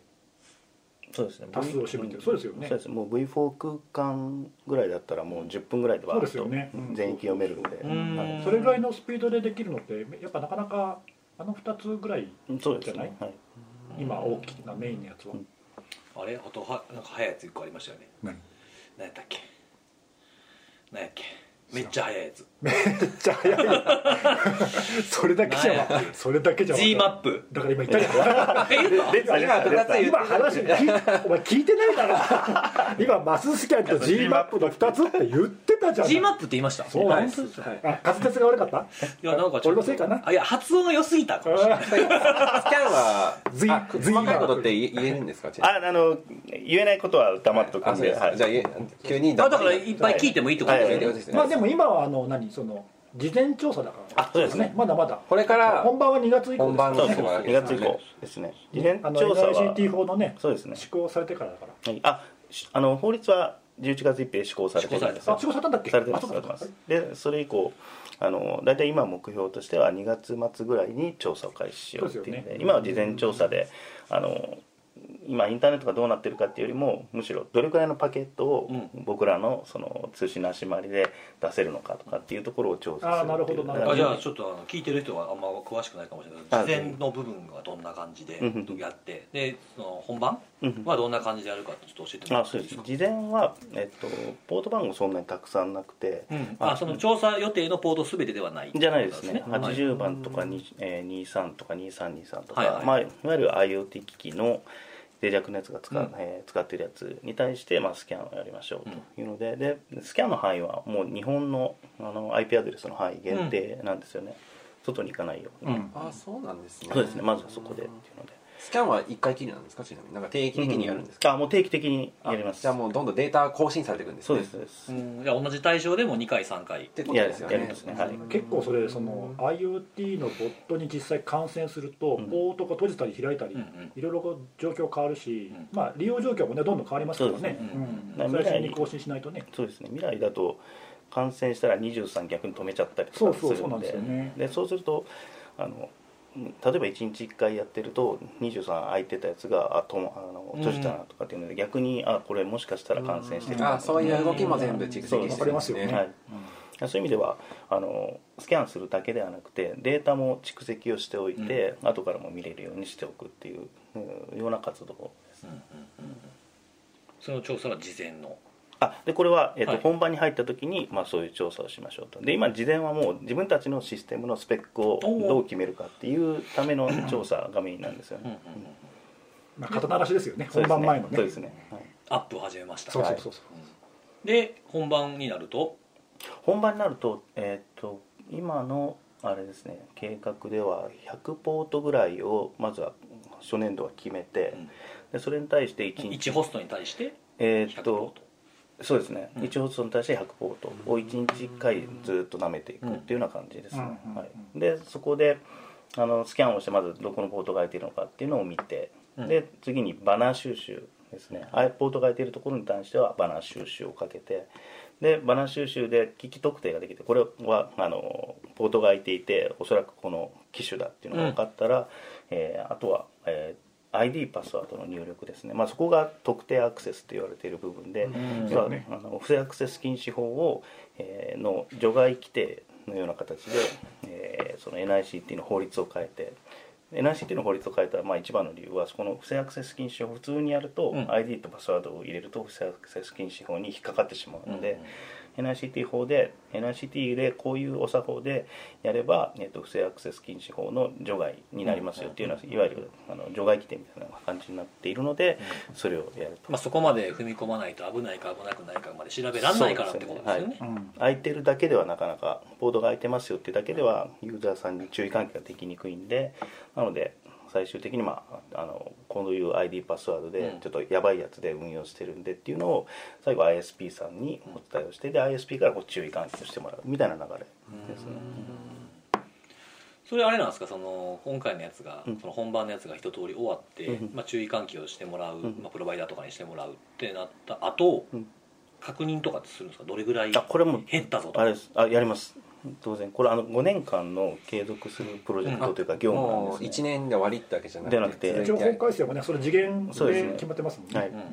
Speaker 4: そうですね
Speaker 3: 多数を占めてるそうですよね
Speaker 4: そうですもう V4 空間ぐらいだったらもう10分ぐらいでわーっ
Speaker 3: そうですよねうん
Speaker 4: と全域読めるんで
Speaker 1: うん
Speaker 4: はい
Speaker 3: それぐらいのスピードでできるのってやっぱなかなかあの2つぐらい
Speaker 4: そうです
Speaker 3: じゃない
Speaker 4: ねはい
Speaker 3: 今大きなメインのやつは、
Speaker 4: うん
Speaker 1: あれあとはなんか早いやつ一個ありましたよね
Speaker 3: 何 [laughs]
Speaker 1: 何やったっけ何やっけめっちゃ早いやつ
Speaker 3: めっちゃ早い [laughs] それだけじゃわ
Speaker 1: なんや
Speaker 3: それだけじゃわ
Speaker 1: G マップ
Speaker 3: だから今言ったじゃん
Speaker 4: [laughs] で
Speaker 2: 今二つ言
Speaker 3: 今話聞いお前聞いてないだ
Speaker 4: [laughs]
Speaker 3: ろ今マススキャンと G マップの2つって言ってたじゃん
Speaker 1: G マップって言いました
Speaker 3: そうなんです
Speaker 1: 本当か
Speaker 3: あ滑舌が悪かった
Speaker 1: いやなんかちょっと
Speaker 3: 俺のせいかな
Speaker 1: あいや発音が良すぎたかもしれない
Speaker 3: あ
Speaker 2: スキャンは
Speaker 3: 随
Speaker 2: あ
Speaker 3: 随
Speaker 2: 細かいことって言え言えるんですかちなみに
Speaker 4: ああの言えないことは黙っとく
Speaker 2: あ
Speaker 4: ん
Speaker 2: そう
Speaker 4: で
Speaker 2: ですか
Speaker 4: はい
Speaker 2: じゃあ言え急に
Speaker 1: あだからいっぱい聞いてもいいってことですよね、
Speaker 2: はい
Speaker 3: ーまあでも今はあの何その事前調査だから
Speaker 4: あそうですね
Speaker 3: まだまだ
Speaker 2: これから
Speaker 3: 本番は2月以降
Speaker 2: 本番
Speaker 3: で
Speaker 2: の
Speaker 4: そうですね
Speaker 2: そうです
Speaker 4: 2月以降ですね事前
Speaker 3: あの
Speaker 4: 調査は
Speaker 3: NICT 法のね
Speaker 4: そうですね
Speaker 3: 施行されてからだから
Speaker 4: はいあしあの法律は11月1日施行されてるんです
Speaker 1: そ
Speaker 3: あ
Speaker 1: う
Speaker 3: 施行されたんだっけ
Speaker 4: されてま
Speaker 3: あそ
Speaker 4: す
Speaker 3: う
Speaker 4: さ
Speaker 3: か
Speaker 4: れ
Speaker 3: そ
Speaker 4: て
Speaker 3: うか
Speaker 4: ますでそれ以降あの大体今目標としては2月末ぐらいに調査を開始しようっていうの
Speaker 3: そうです
Speaker 4: で今は事前調査であの今インターネットがどうなってるかっていうよりもむしろどれくらいのパケットを
Speaker 1: う
Speaker 4: 僕らのその通信の足回りで出せるのかとかっていうところを調査するっていう
Speaker 3: あーなるほどなるほど
Speaker 1: あじゃあちょっとあの聞いてる人はあんま詳しくないかもしれないけど
Speaker 4: あ
Speaker 1: 事前の部分がどんな感じで
Speaker 4: うんうん
Speaker 1: やってでその本番
Speaker 4: うん
Speaker 1: はどんな感じでやるかちょっと教えてもら
Speaker 4: あ
Speaker 1: って
Speaker 4: そ
Speaker 1: いういです
Speaker 4: です
Speaker 1: か
Speaker 4: 事前は、えっと、ポート番号そんなにたくさんなくて、
Speaker 1: うん、あその調査予定のポートすべてではない
Speaker 4: じゃないですね、
Speaker 1: はい
Speaker 4: 80番とかに、えー、23とか2323とか、
Speaker 1: はいはい
Speaker 4: まあ、いわゆる IoT 機器の脆弱なやつが使,、
Speaker 1: うん
Speaker 4: えー使ってるやつに対して、まあ、スキャンをやりましょうというので,、でスキャンの範囲はもう日本のあの IP アドレスの範囲限定なんですよね、外に行かないように、
Speaker 1: うん
Speaker 2: あそうなんですね
Speaker 4: そうですねまずはそこでっていうので
Speaker 2: スキャンは一回きりなんですかちなみになんか定期的にやるんですか、
Speaker 4: か、あもう定期的にやります
Speaker 2: じゃあもうどんどんデータ更新されていくんです、ね、
Speaker 4: そうですそうです、
Speaker 1: うん、いや同じ対象でも2回3回
Speaker 2: ってことですよね
Speaker 4: やりますねはい
Speaker 3: 結構それその IoT のボットに実際感染すると
Speaker 4: うん
Speaker 3: ポートが閉じたり開いたり
Speaker 1: うんうん
Speaker 3: いろいろこう状況変わるし
Speaker 1: うん
Speaker 3: まあ利用状況もねどんどん変わりますから
Speaker 4: そうで
Speaker 3: ね
Speaker 4: す
Speaker 1: ね
Speaker 3: う
Speaker 4: うんん
Speaker 3: 最新に更新しないとね
Speaker 4: そうですね未来だと感染したら23逆に止めちゃったりとかす
Speaker 3: そうそう
Speaker 4: る
Speaker 3: そうなん
Speaker 4: ん
Speaker 3: です
Speaker 4: で
Speaker 3: よね
Speaker 4: でそうするとあの例えば1日1回やってると23空いてたやつがあともあの閉じたなとかっていうので、逆にあこれもしかしたら感染してる
Speaker 2: あ
Speaker 4: か
Speaker 2: そういう動きも全部蓄積してるんで
Speaker 3: わかりますよ
Speaker 4: は
Speaker 3: ね
Speaker 4: いそういう意味ではあのスキャンするだけではなくてデータも蓄積をしておいて、後からも見れるようにしておくっていう、うんような活動を
Speaker 1: その調査は事前の
Speaker 4: あでこれは、えっと
Speaker 1: はい
Speaker 4: 本番に入った時に、まあ、そういう調査をしましょうとで今事前はもう自分たちのシステムのスペックを
Speaker 1: おー
Speaker 4: どう決めるかっていうための調査がメインなんですよ
Speaker 1: うんう
Speaker 4: ね、
Speaker 1: んうん
Speaker 3: まあ肩慣らしですよね
Speaker 4: そう
Speaker 3: 本番
Speaker 4: ですね
Speaker 3: 前の
Speaker 4: そう
Speaker 3: ね
Speaker 4: ですね、はい
Speaker 1: アップを始めました
Speaker 3: そうそうそうそう
Speaker 1: うんで本番になると
Speaker 4: 本番になると,、えっと今のあれですね計画では100ポートぐらいをまずは初年度は決めて、
Speaker 1: うん
Speaker 4: でそれに対して1日
Speaker 1: 1ホストに対して
Speaker 4: え
Speaker 1: 100ポ
Speaker 4: っ
Speaker 1: ー
Speaker 4: と
Speaker 1: ト
Speaker 4: そうですね、
Speaker 1: うん
Speaker 4: 一応その対して100ポートを1日1回ずっと舐めていくっていうような感じですね、
Speaker 3: うん
Speaker 4: はい、でそこであのスキャンをしてまずどこのポートが空いてるのかっていうのを見て、
Speaker 1: うん
Speaker 4: で次にバナー収集ですねあポートが空いてるところに対してはバナー収集をかけてでバナー収集で機器特定ができてこれはあのポートが空いていておそらくこの機種だっていうのが分かったら、えーあとは、えー ID パスワードの入力ですね、まあ、そこが特定アクセスと言われている部分で、
Speaker 1: ん
Speaker 4: 実は
Speaker 3: ね
Speaker 4: あの不正アクセス禁止法を、えーの除外規定のような形で、えーその NICT の法律を変えて NICT の法律を変えた、まあ、一番の理由はこの不正アクセス禁止法を普通にやると、
Speaker 1: うん
Speaker 4: ID とパスワードを入れると不正アクセス禁止法に引っかかってしまうので、
Speaker 1: うん
Speaker 4: NICT 法で NICT でこういうお作法でやれば、えっと不正アクセス禁止法の除外になりますよっていうのは、いわゆるあの除外規定みたいな感じになっているので、それをやると、
Speaker 1: まあ、そこまで踏み込まないと危ないか危なくないかまで調べられないからってことですよね
Speaker 4: そうですねはい
Speaker 3: うん
Speaker 4: 空いてるだけではなかなかボードが空いてますよってだけではユーザーさんに注意喚起ができにくいんでなので最終的に、まあ、あのこういう ID パスワード
Speaker 1: う
Speaker 4: で
Speaker 1: ん
Speaker 4: ちょっとやばいやつで運用してるんでっていうのを最後 ISP さんにお伝えをしてで ISP からこう注意喚起をしてもらうみたいな流れですね。
Speaker 1: それあれなんですかその今回のやつが、
Speaker 4: うん
Speaker 1: その本番のやつが一通り終わって、
Speaker 4: うん
Speaker 1: まあ、注意喚起をしてもらう、
Speaker 4: ん
Speaker 1: まあ、プロバイダーとかにしてもらうってなった後、
Speaker 4: うん
Speaker 1: 確認とかってするんですかどれぐらい
Speaker 4: あこれも
Speaker 1: 減ったぞとか
Speaker 4: あれですあやります当然これあの5年間の継続するプロジェクトというか業務なん
Speaker 2: も
Speaker 4: で
Speaker 2: う
Speaker 4: す
Speaker 2: 1
Speaker 4: ね
Speaker 2: 年で終わりってわけじゃなく
Speaker 4: でなくて
Speaker 2: 続い
Speaker 3: 情報改正もねそれ次元
Speaker 4: そうです
Speaker 3: で
Speaker 4: ね
Speaker 3: 決まってますもん
Speaker 4: は
Speaker 3: ね
Speaker 4: い
Speaker 1: うんうんうん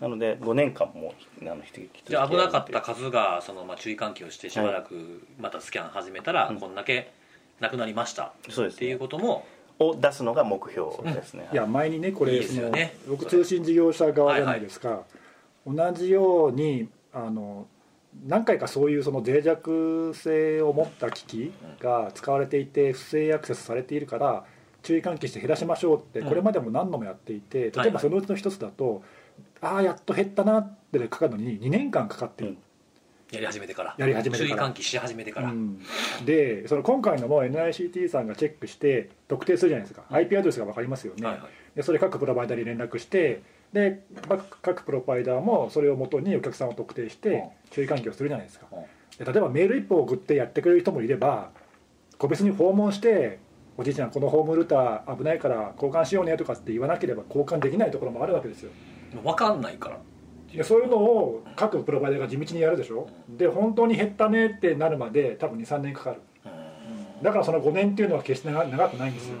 Speaker 4: なので5年間もあの引き続き
Speaker 1: じゃあ危なかった数がその、まあ、注意喚起をしてしばらくまたスキャン始めたら、
Speaker 4: うん
Speaker 1: こんだけなくなりました
Speaker 4: そうで
Speaker 1: っ
Speaker 4: す
Speaker 1: ていう
Speaker 4: ね
Speaker 1: ことも、
Speaker 4: を出すのが目標ですね
Speaker 3: いや前にねこれ
Speaker 1: いいですよね
Speaker 3: その僕通信事業者側じゃないですか、同じようにあの何回かそういうその脆弱性を持った機器が使われていて不正アクセスされているから注意喚起して減らしましょうって
Speaker 1: うん
Speaker 3: これまでも何度もやっていて
Speaker 1: はい
Speaker 3: 例えばそのうちの一つだと、ああやっと減ったなってかかるのに2年間かかってる、
Speaker 1: やり始めてから
Speaker 3: やり始めてから
Speaker 1: 注意喚起し始めてから、
Speaker 3: うんでその今回のも NICT さんがチェックして特定するじゃないですか、
Speaker 1: うん
Speaker 3: IP アドレスが分かりますよね、
Speaker 1: はいはい
Speaker 3: でそれ各プロバイダーに連絡してで各各プロバイダーもそれを元にお客さんを特定し
Speaker 1: うん
Speaker 3: て注意喚起をするじゃないですか
Speaker 1: うん
Speaker 3: で例えばメール一本送ってやってくれる人もいれば個別に訪問しておじいちゃんこのホームルーター危ないから交換しようねとかって言わなければ交換できないところもあるわけですよ
Speaker 1: もう分かんないから
Speaker 3: でそういうのを各プロバイダーが地道にやるでしょで本当に減ったねってなるまで多分23年かかるだからその5年っていうのは決して長長くないんですよ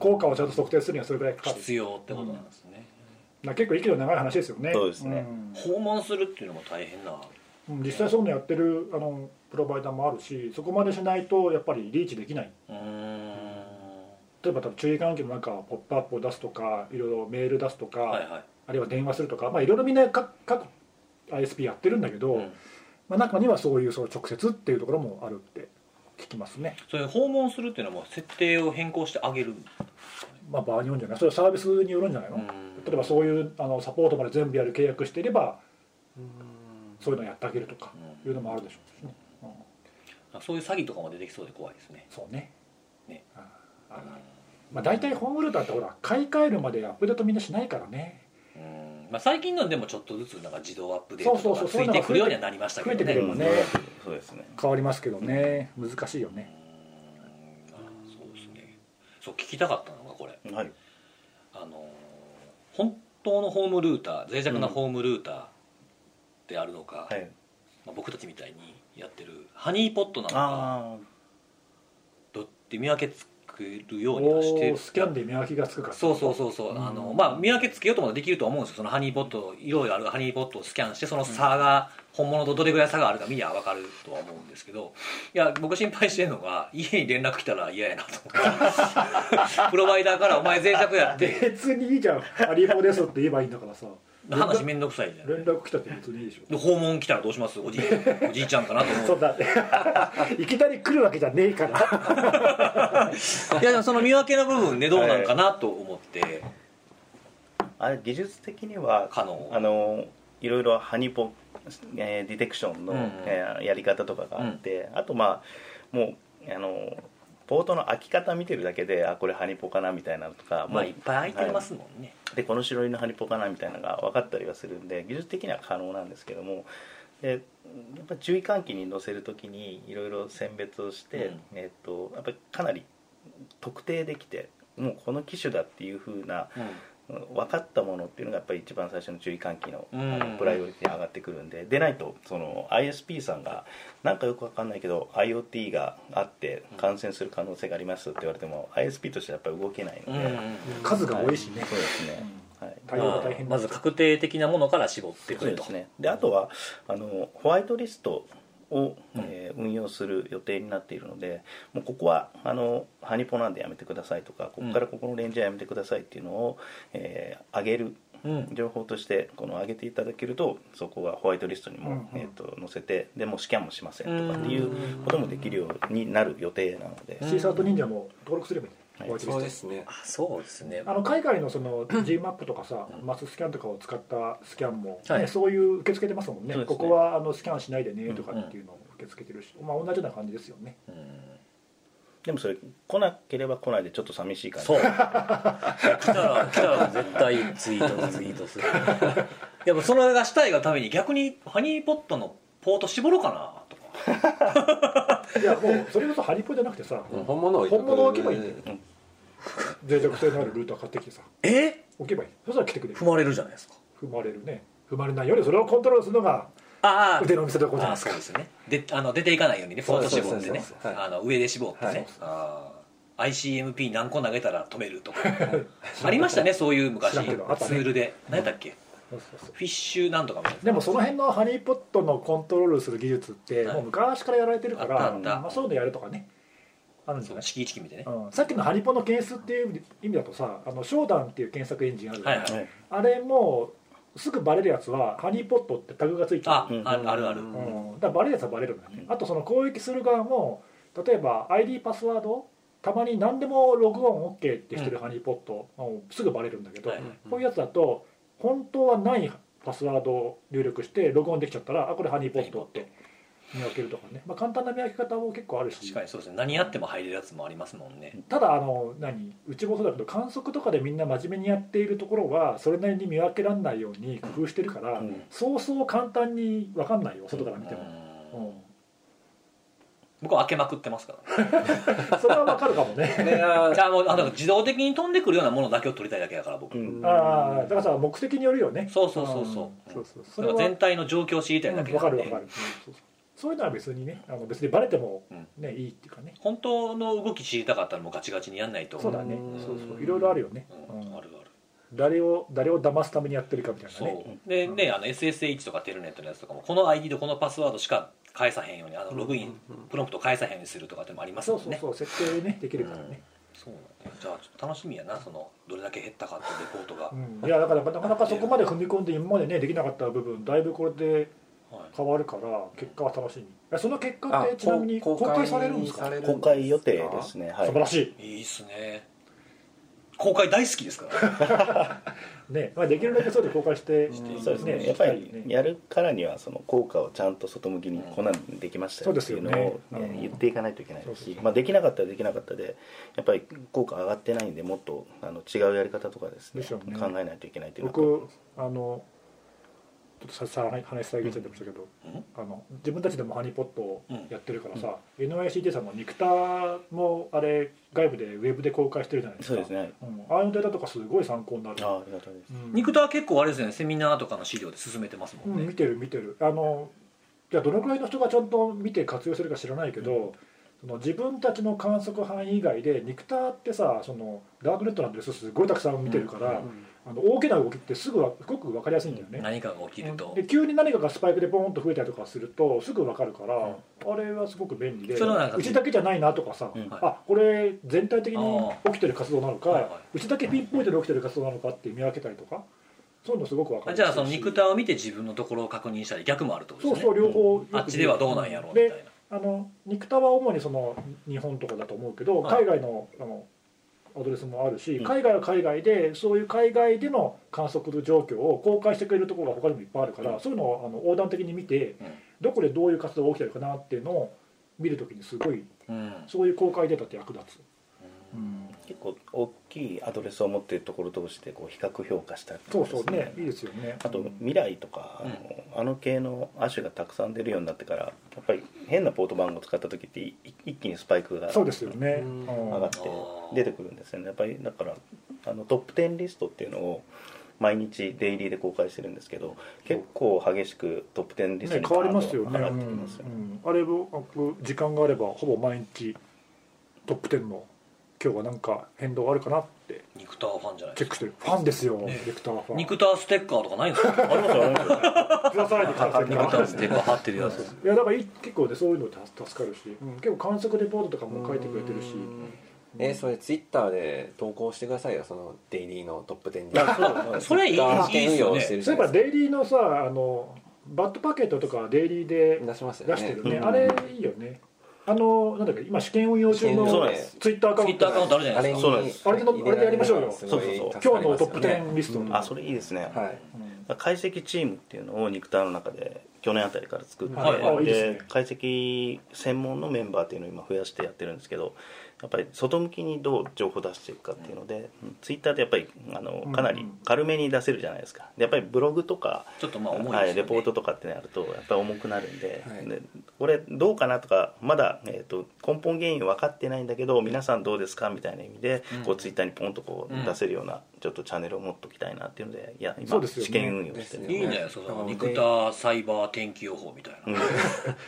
Speaker 3: 効果をちゃんと測定するにはそれぐらいかかる
Speaker 1: 必要ってことなんですね、
Speaker 3: だから結構息の長い話ですよね
Speaker 4: そうですね
Speaker 3: ん
Speaker 1: 訪問するっていうのも大変な
Speaker 3: うん実際そういうのやってるあのプロバイダーもあるしそこまでしないとやっぱりリーチできないう
Speaker 1: ーん
Speaker 3: 例えば多分注意喚起の中ポップアップを出すとかいろいろメール出すとか、
Speaker 1: はいはい
Speaker 3: あるいは電話するとか、まあ、いろいろみんな各各 ISP やってるんだけど、
Speaker 1: うん
Speaker 3: まあ、中にはそういうその直接っていうところもあるって聞きますね、
Speaker 1: それ訪問するっていうのはもう設定を変更してあげる
Speaker 3: まあ、場合によるんじゃないそれはサービスによるんじゃないの、
Speaker 1: うん
Speaker 3: 例えばそういうあのサポートまで全部やる契約していればそういうのやってあげるとかいうのもあるでしょうしね、うん
Speaker 1: そういう詐欺とかも出てきそうで怖いですね
Speaker 3: そうね
Speaker 1: ね
Speaker 3: ああるあるまあ大体ホームルーターってほら買い替えるまでアップデートみんなしないからね
Speaker 1: うんまあ、最近のでもちょっとずつなんか自動アップデート
Speaker 3: そ
Speaker 1: と
Speaker 3: うそ
Speaker 1: か
Speaker 3: う
Speaker 1: つ
Speaker 3: そう
Speaker 1: いてくるようにはなりましたけど
Speaker 3: 増え
Speaker 1: ね
Speaker 3: てく
Speaker 1: うん
Speaker 3: るも
Speaker 1: あ
Speaker 3: んね
Speaker 4: そうですね
Speaker 3: 変わりますけどね難しいよね
Speaker 1: そうですねそう聞きたかったのがこれ
Speaker 4: はい
Speaker 1: あのー本当のホームルーター脆弱なホームルーターであるのか、
Speaker 4: はい
Speaker 1: まあ、僕たちみたいにやってるハニーポットなのか
Speaker 4: あ
Speaker 1: どって見分けつけるようにはして
Speaker 3: お
Speaker 1: る
Speaker 3: おスキャンで見分けがつくか
Speaker 1: そうそうそうそう、
Speaker 3: うん
Speaker 1: あのまあ見分けつけようともできるとは思うんですよそのハニーポットいろいろあるハニーポットをスキャンしてその差が、本物とどれぐらい差があるか見りゃ分かるとは思うんですけどいや僕心配してるのが家に連絡来たら嫌やなと思ってプロバイダーから「お前脆弱や」
Speaker 3: [laughs]
Speaker 1: って
Speaker 3: 別にいいじゃん「アリーボです」って言えばいいんだからさ連
Speaker 1: 話
Speaker 3: 絡
Speaker 1: めんどくさいじゃない
Speaker 3: 連絡来たって別にいいでしょ
Speaker 1: で訪問来たらどうしますおじいおじいちゃんかなと思う
Speaker 3: そんな [laughs] いきなり来るわけじゃねえから
Speaker 1: いやでもその見分けの部分ねどうなんかなと思って
Speaker 4: ーあれ技術的には
Speaker 1: 可能
Speaker 4: あのいろいろハニポ、えーディテクションの、
Speaker 1: うんうん
Speaker 4: えーやり方とかがあって、あとまあもうあのポートの開き方見てるだけであこれハニポかなみたいなのとか
Speaker 1: まあ
Speaker 4: もう
Speaker 1: いっぱい空いてますもんね、
Speaker 4: でこの白いのハニポかなみたいなのが分かったりはするんで技術的には可能なんですけどもでやっぱ注意喚起に載せるときにいろいろ選別をして、
Speaker 1: うん
Speaker 4: えっとやっぱりかなり特定できてもうこの機種だっていう風な
Speaker 1: うん
Speaker 4: 分かったものっていうのがやっぱり一番最初の注意喚起のあ
Speaker 1: うん
Speaker 4: のプライオリティが上がってくるんででないとその ISP さんがなんかよく分かんないけど IoT があって感染する可能性がありますって言われても ISP としてはやっぱり動けないので、はい
Speaker 3: 数が多いしね
Speaker 4: そうですね、はい
Speaker 3: 対応が大変
Speaker 1: まあまず確定的なものから絞ってく
Speaker 4: そう
Speaker 1: れ
Speaker 4: で
Speaker 1: と
Speaker 4: すねであとはあのホワイトリストを、えー運用する予定になっているのでもうここはあのハニポなんでやめてくださいとかここからここのレンジはやめてくださいっていうのを、えー上げる
Speaker 1: うん
Speaker 4: 情報としてこの上げていただけるとそこはホワイトリストにも、
Speaker 3: うんうん
Speaker 4: えー、と載せてでもうスキャンもしませんとかっていうこともできるようになる予定なので、
Speaker 3: シーサート忍者も登録すればいい
Speaker 4: はい
Speaker 3: ホワイトリス
Speaker 2: そ
Speaker 3: ト
Speaker 2: うですね
Speaker 1: あそうですね
Speaker 3: あの海外のその G マップとかさ、マススキャンとかを使ったスキャンも、ね
Speaker 1: はい
Speaker 3: そういう受け付けてますもんね
Speaker 4: そうです
Speaker 3: こ
Speaker 4: ね
Speaker 3: こはあのスキャンしないでねとかっていうのを受け付けてるし、まあ、同じような感じですよね
Speaker 1: うん
Speaker 4: でもそれ来なければ来ないでちょっと寂しい感じ
Speaker 1: そう来たら来たら絶対ツイートツイートするいやもうそれがしたいがために逆にハニーポットのポート絞ろうかなとか
Speaker 3: いやもうそれこそハリポじゃなくてさ
Speaker 2: 本物を置いとく
Speaker 3: 本物を置けばいいんだよ
Speaker 4: うん
Speaker 3: 脆弱性のあるルーター買ってきてさ
Speaker 1: え
Speaker 3: 置けばいいそしたら来てくれる
Speaker 1: 踏まれるじゃないですか
Speaker 3: 踏まれるね踏まれないよりそれをコントロールするのが
Speaker 1: ああ
Speaker 3: 腕の見せ所じゃ
Speaker 1: あ
Speaker 3: ないで
Speaker 1: あ
Speaker 3: す
Speaker 1: そう
Speaker 3: か
Speaker 1: ですよねであの出ていかないようにねふわっと絞ってね
Speaker 2: そうですそうですはい
Speaker 1: あの上で絞ってね、
Speaker 2: はい
Speaker 1: ああ ICMP 何個投げたら止めるとかありましたねそういう昔
Speaker 3: 知
Speaker 1: ツ
Speaker 3: らんけどあったね
Speaker 1: ールで何やったっけ、
Speaker 3: そうそうそう
Speaker 1: フィッシュなんとかみたいな
Speaker 3: でもその辺のハニーポットのコントロールする技術って
Speaker 1: はい
Speaker 3: もう昔からやられてるから、
Speaker 1: あったあった
Speaker 3: まあ、そういうのやるとかねあるんじ
Speaker 1: そ
Speaker 3: ゃ
Speaker 1: う
Speaker 3: ない
Speaker 1: 式一機見てね、
Speaker 3: うん、さっきのハリポの検出っていう意味だとさあのショーダンっていう検索エンジンあるじゃ
Speaker 1: は
Speaker 3: ん
Speaker 1: いはい
Speaker 4: はい
Speaker 3: あれもすぐバレるやつはハニーポットってタグがついてる
Speaker 1: あ、
Speaker 4: うん
Speaker 1: ああるある、
Speaker 2: うん
Speaker 3: うん、だからバレるやつはバレるんだよね、
Speaker 4: うん
Speaker 3: あとその攻撃する側も例えば ID パスワードたまに何でもログオン OK ってしてるハニーポット、もうすぐバレるんだけど、
Speaker 1: はい
Speaker 3: こういうやつだと本当はないパスワードを入力してログオンできちゃったらあこれハニーポットって見分けるとかね、まあ、簡単な見分け方も結構あるし
Speaker 1: 確かにそうですね何やっても入れるやつもありますもんね、
Speaker 3: ただあの何うちもそうだけど観測とかでみんな真面目にやっているところはそれなりに見分けられないように工夫してるから、
Speaker 4: うん
Speaker 3: そうそう簡単に分かんないよ外から見
Speaker 1: う
Speaker 3: ても、
Speaker 1: ん
Speaker 3: うん
Speaker 1: 僕は開けまくってますから
Speaker 3: それはわかるかもね
Speaker 2: ねあ
Speaker 1: じゃあもうあの自動的に飛んでくるようなものだけを取りたいだけだから僕、
Speaker 4: うん
Speaker 3: ああだからさ目的によるよね
Speaker 1: そうそうそうそ
Speaker 3: ん
Speaker 1: う
Speaker 3: そうそうそ
Speaker 1: だ
Speaker 3: れ
Speaker 1: か
Speaker 3: は
Speaker 1: ら全体の状況を知りたいだ
Speaker 3: う
Speaker 1: け
Speaker 3: んわか
Speaker 1: なん
Speaker 3: る
Speaker 1: で
Speaker 3: わかるそうそうそういうのは別にねあの別にバレても
Speaker 1: うん
Speaker 3: ねいいっていうかね
Speaker 1: 本当の動き知りたかったらもうガチガチにやんないと
Speaker 3: そうだね
Speaker 2: うん
Speaker 3: そうそういろいろあるよね
Speaker 1: うん
Speaker 3: うん
Speaker 1: あるある
Speaker 3: 誰を誰を騙すためにやってるかみたいな
Speaker 1: そう、
Speaker 3: ね
Speaker 1: で
Speaker 3: うん
Speaker 1: ねあの SSH とかテルネットのやつとかもこの ID とこのパスワードしか返さへんようにあのログイン、プロンプト返さへんようにするとかでもあります
Speaker 3: そ
Speaker 1: も
Speaker 3: うんそう
Speaker 1: ね
Speaker 3: そう設定ねできるからね
Speaker 1: そうなんだじゃあちょっと楽しみやなそのどれだけ減ったかっていうレポートが、
Speaker 3: うんいやだからなかなかそこまで踏み込んで今までねできなかった部分だいぶこれで
Speaker 1: はい
Speaker 3: 変わるから結果は楽しみえその結果ってちなみに公
Speaker 2: こ
Speaker 3: 開されるんですか
Speaker 2: されるんです
Speaker 4: 公開予定ですねは
Speaker 3: 素晴ら
Speaker 4: い
Speaker 3: しい
Speaker 1: いいっすね公開大好きですから、
Speaker 3: ねまあできるだけそうで公開して
Speaker 1: うん
Speaker 4: そうですねやっぱりやるからにはその効果をちゃんと外向きにこんなのできましたよっていうのを、
Speaker 3: そうですよね
Speaker 4: ね言っていかないといけない
Speaker 3: そうそう
Speaker 4: し
Speaker 3: そ、う
Speaker 4: まあ、できなかったらできなかったでやっぱり効果上がってないんでもっとあの違うやり方とかですね
Speaker 3: でしょうね
Speaker 4: 考えないといけないというのと
Speaker 3: 僕あのちょっとささ話遮っちゃってましたけど、
Speaker 1: うん
Speaker 3: あの自分たちでもハニーポットを
Speaker 1: うん
Speaker 3: やってるからさ、NICT さんのニクタもあれ外部でウェブで公開してるじゃないですか
Speaker 4: そうですね
Speaker 3: うんああいうデータとかすごい参考になる
Speaker 4: ああありがたいです
Speaker 3: うん
Speaker 1: 肉田は結構あれですねセミナーとかの資料で進めてます
Speaker 3: う
Speaker 1: もんね、
Speaker 3: ん見てる見てるあのじゃあどのくらいの人がちゃんと見て活用するか知らないけど、その自分たちの観測範囲以外でニクタってさそのダークネットなんてすごいたくさん見てるから、あの大きな動きってすぐわすごく分かりやすいんだよね、
Speaker 1: 何かが起きると
Speaker 3: で急に何かがスパイクでポーンと増えたりとかするとすぐ分かるから、あれはすごく便利で
Speaker 1: それはなんか
Speaker 3: うちだけじゃないなとかさ、
Speaker 4: うん
Speaker 1: はい
Speaker 3: あこれ全体的
Speaker 1: あ
Speaker 3: に
Speaker 1: ー
Speaker 3: 起きてる活動なのか、
Speaker 1: はいはいう
Speaker 3: ちだけピンポイントで起きてる活動なのかって見分けたりとかそういうのすごく分か
Speaker 1: あ
Speaker 3: る
Speaker 1: じゃあその肉体を見て自分のところを確認したり逆もあるってこと
Speaker 3: そ
Speaker 1: で
Speaker 3: う
Speaker 1: すね
Speaker 3: そう両方よく見る、
Speaker 1: あっちではどうなんやろうみたい
Speaker 3: で
Speaker 1: な
Speaker 3: あの肉田は主にその日本とかだと思うけど、
Speaker 1: はい
Speaker 3: 海外のあのアドレスもあるし、
Speaker 4: うん
Speaker 3: 海外は海外でそういう海外での観測状況を公開してくれるところが他にもいっぱいあるから、
Speaker 4: う
Speaker 3: そういうのをあの横断的に見て、
Speaker 1: うん
Speaker 3: どこでどういう活動が起きてるかなっていうのを見るときにすごい
Speaker 1: うん
Speaker 3: そういう公開データって役立つ、
Speaker 4: 結構大きいアドレスを持っているところ同士でこう比較評価したり
Speaker 3: そ
Speaker 4: と
Speaker 3: う
Speaker 4: か
Speaker 3: そうねいいですよね
Speaker 4: あと未来とか、あのあの系の亜種がたくさん出るようになってからやっぱり変なポート番号を使った時っていい一気にスパイクが
Speaker 3: そうですよね、
Speaker 2: うん
Speaker 3: うん
Speaker 4: 上がって出てくるんですよねやっぱりだからあのトップ10リストっていうのを毎日デイリーで公開してるんですけど結構激しくトップ10リスト
Speaker 3: ね
Speaker 4: に、
Speaker 3: 変わりますよね
Speaker 4: バーッと上がってきますよ
Speaker 3: う
Speaker 4: ね
Speaker 3: んうんあれも僕時間があればほぼ毎日トップ10の今日はなんか変動あるかなって
Speaker 1: 肉体ファンじゃない
Speaker 3: チ
Speaker 1: で
Speaker 3: ェッ
Speaker 1: すか
Speaker 3: クしてるファンですよ、
Speaker 1: ね
Speaker 3: レクターファン
Speaker 1: 肉体ステッカーとかないんですか
Speaker 4: ありますよありますよ
Speaker 3: くださいねくださいね
Speaker 1: 肉体ステッカー貼ってるやつ
Speaker 3: いやだからい結構ねそういうのた助かるし、うん結構観測レポートとかも書いてくれてるし
Speaker 2: うんえそれツイッターで投稿してくださいよそのデイリーのトップ10に
Speaker 1: そうそれいい
Speaker 2: 試験運用してるじ
Speaker 3: そう
Speaker 2: ゃ
Speaker 3: いえ
Speaker 2: な
Speaker 3: ば
Speaker 2: いです
Speaker 3: デイリーのさあのバッドパケットとかデイリーで
Speaker 2: か出しますよ
Speaker 3: 出
Speaker 2: ね
Speaker 3: してるね
Speaker 4: うん
Speaker 3: あれいいよねあのなんだっけ今試験運用中の
Speaker 4: そうなんです
Speaker 3: ツイッターアカウ
Speaker 1: ツイ
Speaker 3: ン
Speaker 1: ッタ
Speaker 3: ト
Speaker 1: ーアカウントあるじゃな
Speaker 2: あ
Speaker 1: いで
Speaker 2: れ
Speaker 1: す
Speaker 2: に
Speaker 1: か
Speaker 4: そうなんです
Speaker 3: あれのあれでやりましょうよ
Speaker 2: すごい
Speaker 4: そうそ
Speaker 2: 助
Speaker 4: う
Speaker 2: かり
Speaker 3: 今日の
Speaker 2: ます
Speaker 3: ト
Speaker 2: よ
Speaker 3: ップ10リスト
Speaker 2: うん
Speaker 4: あそれいいですね、
Speaker 2: はい
Speaker 3: うん
Speaker 4: 解析チームっていうのを肉体の中で去年あたりから作って、
Speaker 3: はいあいいですね
Speaker 4: で解析専門のメンバーっていうのを今増やしてやってるんですけどやっぱり外向きにどう情報を出していくかっていうので、ツイッターでやっぱりあのかなり軽めに出せるじゃないですかでやっぱりブログとか、
Speaker 1: ちょっとまあ重いですよね
Speaker 4: はい、レポートとかってなるとやっぱり重くなるんで,、
Speaker 2: はい
Speaker 4: でこれどうかなとかまだ、えー、と根本原因分かってないんだけど皆さんどうですかみたいな意味で、こうツイッターにポンとこう出せるようなちょっとチャンネルを持っときたいなっていうのでいや
Speaker 3: そう
Speaker 4: 今、
Speaker 3: ですよね
Speaker 4: 試験運用して
Speaker 2: です
Speaker 1: い
Speaker 4: る
Speaker 1: いんじゃないですか肉田サイバー天気予報みたいな、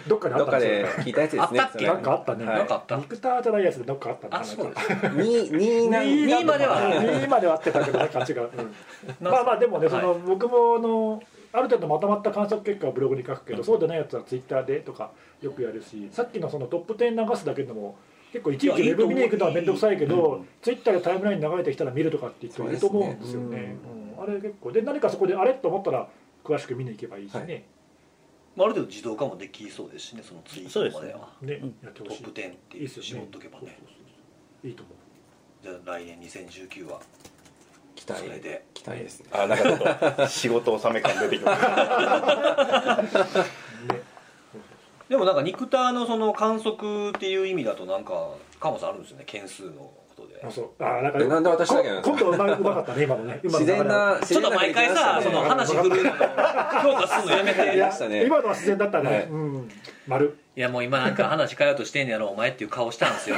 Speaker 3: どっかであ
Speaker 2: ど
Speaker 3: っ
Speaker 2: ったか
Speaker 3: んで
Speaker 2: です
Speaker 3: よ
Speaker 2: 聞いたやつですね
Speaker 1: あったっけ
Speaker 3: なんかあったね、
Speaker 2: はい
Speaker 1: なんかあった
Speaker 3: ミクターじゃないやつでどっかあったね
Speaker 1: あそうです
Speaker 2: 2二なん
Speaker 1: 二までは
Speaker 2: はい
Speaker 3: 2までは合ってたけどなん
Speaker 1: [laughs]
Speaker 3: か違う、うんまあまあでもねその、
Speaker 1: は
Speaker 3: 僕もあのある程度まとまった観測結果をブログに書くけど、そうでないやつはツイッターでとかよくやるしさっきのそのトップ10流すだけでも結構いちいちウ
Speaker 1: いやいい
Speaker 3: ェ
Speaker 1: と
Speaker 3: ブ
Speaker 1: 思う
Speaker 3: 見に行くのは面倒くさいけ
Speaker 4: う
Speaker 3: ど
Speaker 4: ん
Speaker 3: ツイッターでタイムラインに流れてきたら見るとかって言ってもいいと思うんですよ
Speaker 2: そ
Speaker 3: ね
Speaker 2: うですね
Speaker 3: うんあれ結構で何かそこであれと思ったら詳しく見に行けばいいしね,、
Speaker 1: まあ、ある程度自動化もできそうですしねそのツイートまでは
Speaker 3: ね
Speaker 4: うん
Speaker 3: やって
Speaker 1: ト
Speaker 3: ほし
Speaker 1: ップ
Speaker 3: い
Speaker 1: 10って
Speaker 3: いい
Speaker 1: い
Speaker 3: っ
Speaker 1: う
Speaker 3: すよね
Speaker 1: 絞っとけばね
Speaker 3: いいと思う
Speaker 1: じゃあ来年2019は
Speaker 2: 期
Speaker 1: それ
Speaker 2: 待
Speaker 1: で
Speaker 2: 期待ですね
Speaker 4: あなん [laughs] かちょっと仕事納め感出てきました
Speaker 1: でもなんか肉田のその観測っていう意味だとなんかカモさんあるんですよね件数のことで
Speaker 3: あそうあなんか
Speaker 2: えなんで私だけなんです
Speaker 3: 今
Speaker 2: か
Speaker 3: 度うまうまかったね今のね今の
Speaker 2: 自
Speaker 3: 流れ
Speaker 2: 然な
Speaker 1: ちょっと毎回さ、
Speaker 2: 自
Speaker 1: そ
Speaker 2: 然
Speaker 1: の
Speaker 2: な流れ
Speaker 1: 話振るの評価するのやめて
Speaker 3: い
Speaker 1: い
Speaker 2: や
Speaker 3: [laughs]
Speaker 1: や
Speaker 2: りましたね
Speaker 3: 今のは自然だったね、
Speaker 2: はい
Speaker 3: うん丸
Speaker 1: もう今なんか話変えようとしてんねやろお前っていう顔したんですよ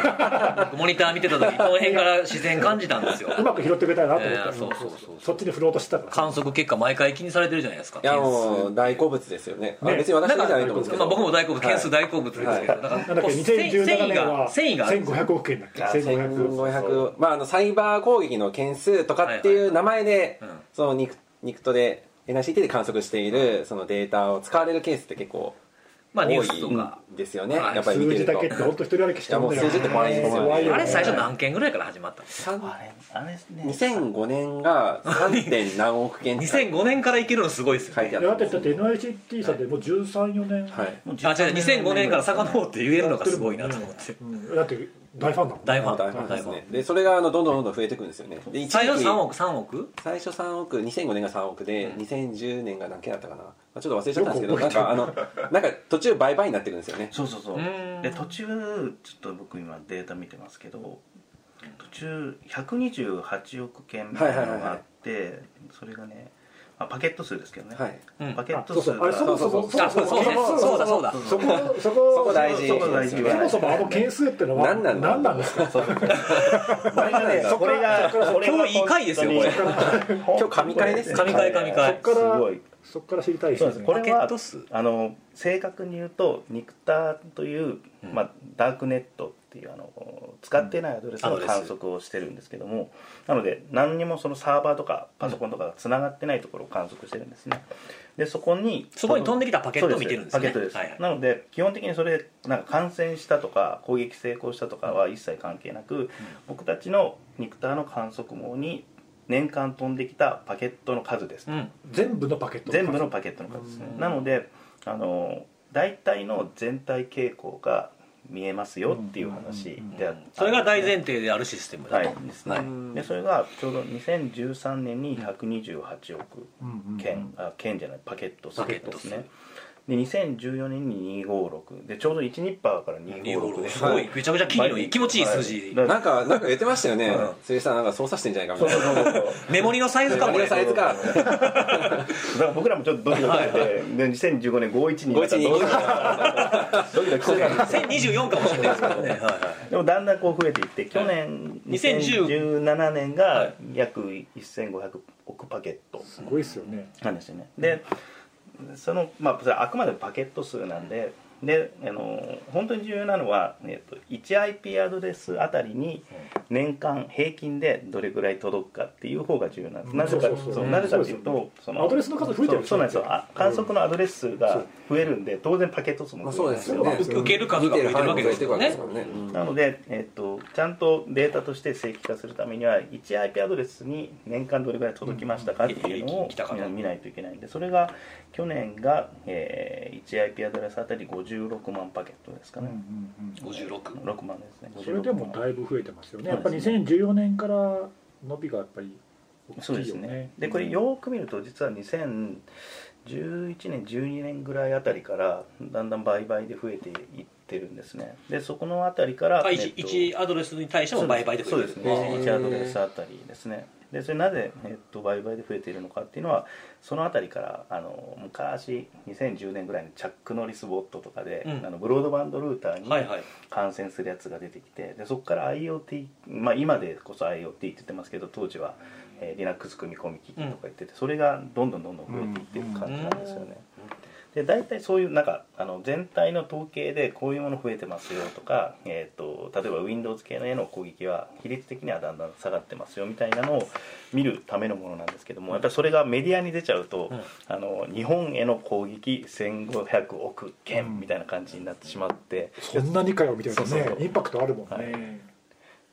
Speaker 1: 僕モニター見てた時この辺から自然感じたん
Speaker 3: [laughs]
Speaker 1: ですよ
Speaker 3: うまく拾ってくれたらなと思った、
Speaker 1: えーそうそうそう
Speaker 3: そっちに振ろうとしてたから
Speaker 1: 観測結果毎回気にされてるじゃないですか
Speaker 2: いや
Speaker 1: 件数
Speaker 2: もう大好物ですよねあ
Speaker 3: ね
Speaker 2: 別に私だけじゃないと思うんですけ
Speaker 1: まあ、
Speaker 2: ど
Speaker 1: 僕も大好物、件数大好物ですけど、
Speaker 2: はい
Speaker 1: だから
Speaker 3: なんだっ
Speaker 1: こう
Speaker 3: け
Speaker 1: 繊維繊
Speaker 3: 2017
Speaker 1: 維
Speaker 3: 年は
Speaker 1: が繊維があるんですよ
Speaker 3: 1500億円だっけ1500
Speaker 2: 1500まああのサイバー攻撃の件数とかっていう名前で
Speaker 1: はいはいうん
Speaker 2: そのニクニクトで NICT で観測しているそのデータを使われるケースって結構
Speaker 1: まあ、
Speaker 2: 多
Speaker 1: ニュ
Speaker 2: い
Speaker 1: ースとか、
Speaker 2: んですよね
Speaker 1: はい
Speaker 2: やっぱり見て
Speaker 3: 数字
Speaker 2: る
Speaker 3: だけって
Speaker 2: と
Speaker 3: 本当一人歩きしてんだよ
Speaker 2: いやもう数字って怖いですよ
Speaker 3: 怖よね
Speaker 1: あれ、最初何件ぐらいから始まったの
Speaker 4: あれあれね
Speaker 2: 2005年が 3. 点何
Speaker 1: [laughs]
Speaker 2: 億件って書いて
Speaker 1: 2005年からいけるのすごいですよ、
Speaker 2: ある
Speaker 1: ね、
Speaker 3: いやだってだって NICT さんでもう134年、
Speaker 2: はい
Speaker 4: もう
Speaker 1: あ違う2005年から遡って言えるのがすごいなと思って、
Speaker 3: うん、だって大ファンだもん
Speaker 1: 大ファン、
Speaker 2: 大ファンで
Speaker 1: 大
Speaker 2: す
Speaker 1: ファ
Speaker 2: ね
Speaker 1: ン。
Speaker 2: でそれがあのどんどんどんどん増えていくんですよねで一時期
Speaker 1: 最初3億、3億
Speaker 2: 最初3億2005年が3億で、
Speaker 1: うん
Speaker 2: 2010年が何件だったかな、まあちょっと忘れちゃったんですけど
Speaker 3: よく
Speaker 2: なんかあのなんか途中倍々になってくるんですよね
Speaker 4: そうそうそう
Speaker 1: うーん
Speaker 4: で途中ちょっと僕今データ見てますけど途中128億件みたいなのがあって、それがね、まあ、パケット数ですけどね、
Speaker 2: はい
Speaker 1: うん
Speaker 4: パケッ
Speaker 3: あ
Speaker 4: ト
Speaker 3: そうそう
Speaker 4: 数
Speaker 3: あ
Speaker 4: が
Speaker 3: れそもそも
Speaker 2: そう
Speaker 1: あそうそうですそうだそうだ
Speaker 3: そこそこ
Speaker 2: そこ大事
Speaker 4: そこ大事
Speaker 3: そもそもあの件数ってのは
Speaker 2: 何なんだろう
Speaker 3: 何なんですか
Speaker 4: これがね
Speaker 3: そっ
Speaker 4: こ
Speaker 3: から
Speaker 4: れが
Speaker 3: そっから
Speaker 4: これが
Speaker 1: 今日いい回ですよ
Speaker 4: 本当に
Speaker 1: こ
Speaker 2: 今日神回ですね
Speaker 1: 神回神回
Speaker 3: そっから
Speaker 4: すごい
Speaker 3: そっから知りたい
Speaker 4: そうですねこれ
Speaker 1: パケッ
Speaker 4: は
Speaker 1: ト数
Speaker 4: あの正確に言うとニクターという、
Speaker 1: うん
Speaker 4: まあ、ダークネットっていうあの使ってないアドレス
Speaker 1: ア
Speaker 4: の
Speaker 1: ドレス
Speaker 4: 観測をしてるんですけどもなので何にもそのサーバーとかパソコンとかがつながってないところを観測してるんですねでそこに
Speaker 1: そこに飛んできたパケットを見てるんですね
Speaker 4: パケットです、
Speaker 1: はいはい
Speaker 4: なので基本的にそれなんか感染したとか攻撃成功したとかは一切関係なく、僕たちのニクターの観測網に年間飛んできたパケットの数です、
Speaker 1: うん
Speaker 3: 全部のパケット
Speaker 4: 全部のパケットの数ですね
Speaker 1: うん
Speaker 4: なのであの大体の全体傾向が見えますよっていう話であったんですね
Speaker 1: それが大前提であるシステムだ
Speaker 4: は
Speaker 1: と、
Speaker 4: いですね、
Speaker 1: はい
Speaker 4: でそれがちょうど2013年に128億
Speaker 3: うん
Speaker 4: 件、あ件じゃないパケット数
Speaker 1: パケッ
Speaker 4: で
Speaker 1: ト
Speaker 4: す
Speaker 1: 数
Speaker 4: ねで2014年に256でちょうど1ニッパーから256
Speaker 1: 256
Speaker 4: です
Speaker 1: ごいめちゃくちゃ気にのいい気持ちいい数字、
Speaker 4: はい
Speaker 2: なんかなんか言ってましたよね、
Speaker 1: うん
Speaker 2: 鈴木さんなんか操作してんじゃないか
Speaker 4: そう
Speaker 2: みたい
Speaker 4: そ
Speaker 2: うな
Speaker 4: そうそう
Speaker 1: メモリのサイズか
Speaker 2: ご
Speaker 1: こ
Speaker 2: め
Speaker 1: れ
Speaker 2: んなさいいつか
Speaker 4: だから僕らもちょっとドキドキしててで2015年512になったらどうしようかなドキドキしてた
Speaker 1: [laughs]
Speaker 4: んですけど
Speaker 1: 1024かもしれないですけどね、はいはい
Speaker 4: でもだんだんこう増えていって去年
Speaker 1: 2010
Speaker 4: 2017年が約1500億パケット
Speaker 3: すごいですよね
Speaker 4: なんですよねでそのまあそれはあくまでもパケット数なんでであの本当に重要なのは、えっと、1IP アドレスあたりに年間平均でどれぐらい届くかっていう方が重要なんです、
Speaker 3: うん
Speaker 4: なぜか
Speaker 3: そうそう
Speaker 4: そうなぜかという
Speaker 3: そう
Speaker 4: とそ
Speaker 3: アドレスの数増えてるんですよ
Speaker 4: そうそうなんですよあ観測のアドレス数が増えるんで当然パケット数
Speaker 2: ま
Speaker 4: も
Speaker 2: あそう
Speaker 4: 増えるん
Speaker 2: ですよ
Speaker 3: そ
Speaker 2: ね
Speaker 3: うですよ
Speaker 1: 受ける数が増えてるわけですよね
Speaker 2: もんね、うん
Speaker 4: なので、えっとちゃんとデータとして正規化するためには 1IP アドレスに年間どれぐらい届きましたかっていう
Speaker 1: う
Speaker 4: の
Speaker 1: ん
Speaker 4: を
Speaker 1: 来たかな
Speaker 4: 見ないといけないんでそれが去年が、えー 1IP アドレスあたり56万パケットですか
Speaker 3: うんう
Speaker 4: ね、
Speaker 3: んうん
Speaker 1: 56
Speaker 4: 6万ですね56万
Speaker 3: それでもだいぶ増えてますよねやっぱ
Speaker 4: そう
Speaker 3: り
Speaker 4: ですね
Speaker 3: 2014年から伸びがやっぱり
Speaker 4: そう
Speaker 3: 大
Speaker 4: で
Speaker 3: きい
Speaker 4: す
Speaker 3: よ
Speaker 4: ね
Speaker 3: ね
Speaker 4: でこれよーく見ると実は2011年12年ぐらいあたりからだんだん倍々で増えていってるんですねでそこのあたりからえっと
Speaker 1: 1, アドレスに対しても倍々で増えてる
Speaker 4: そう
Speaker 1: ね
Speaker 4: です
Speaker 2: あー
Speaker 4: ね1アドレスあたりですねでそれなぜ、えっと、売買で増えているのかっていうのはそのあたりからあの昔2010年ぐらいにチャックノリスボットとかで、
Speaker 1: うん
Speaker 4: あのブロードバンドルーターに
Speaker 1: はいはい
Speaker 4: 感染するやつが出てきてでそこから IoT、まあ、今でこそ IoT って言ってますけど当時はえー Linux 組み込み機器とか言っててそれがどんどんどんどん増えていってる感じなんですよね。で大体そういうなんかあの全体の統計でこういうもの増えてますよとか、えー、と例えば Windows 系のへの攻撃は比率的にはだんだん下がってますよみたいなのを見るためのものなんですけどもやっぱりそれがメディアに出ちゃうと、
Speaker 1: うん
Speaker 4: あの日本への攻撃1500億件みたいな感じになってしまって、
Speaker 3: そんなにかよみたいな
Speaker 4: そうそう
Speaker 3: ね
Speaker 4: そう
Speaker 3: インパクトあるもんね、
Speaker 4: はい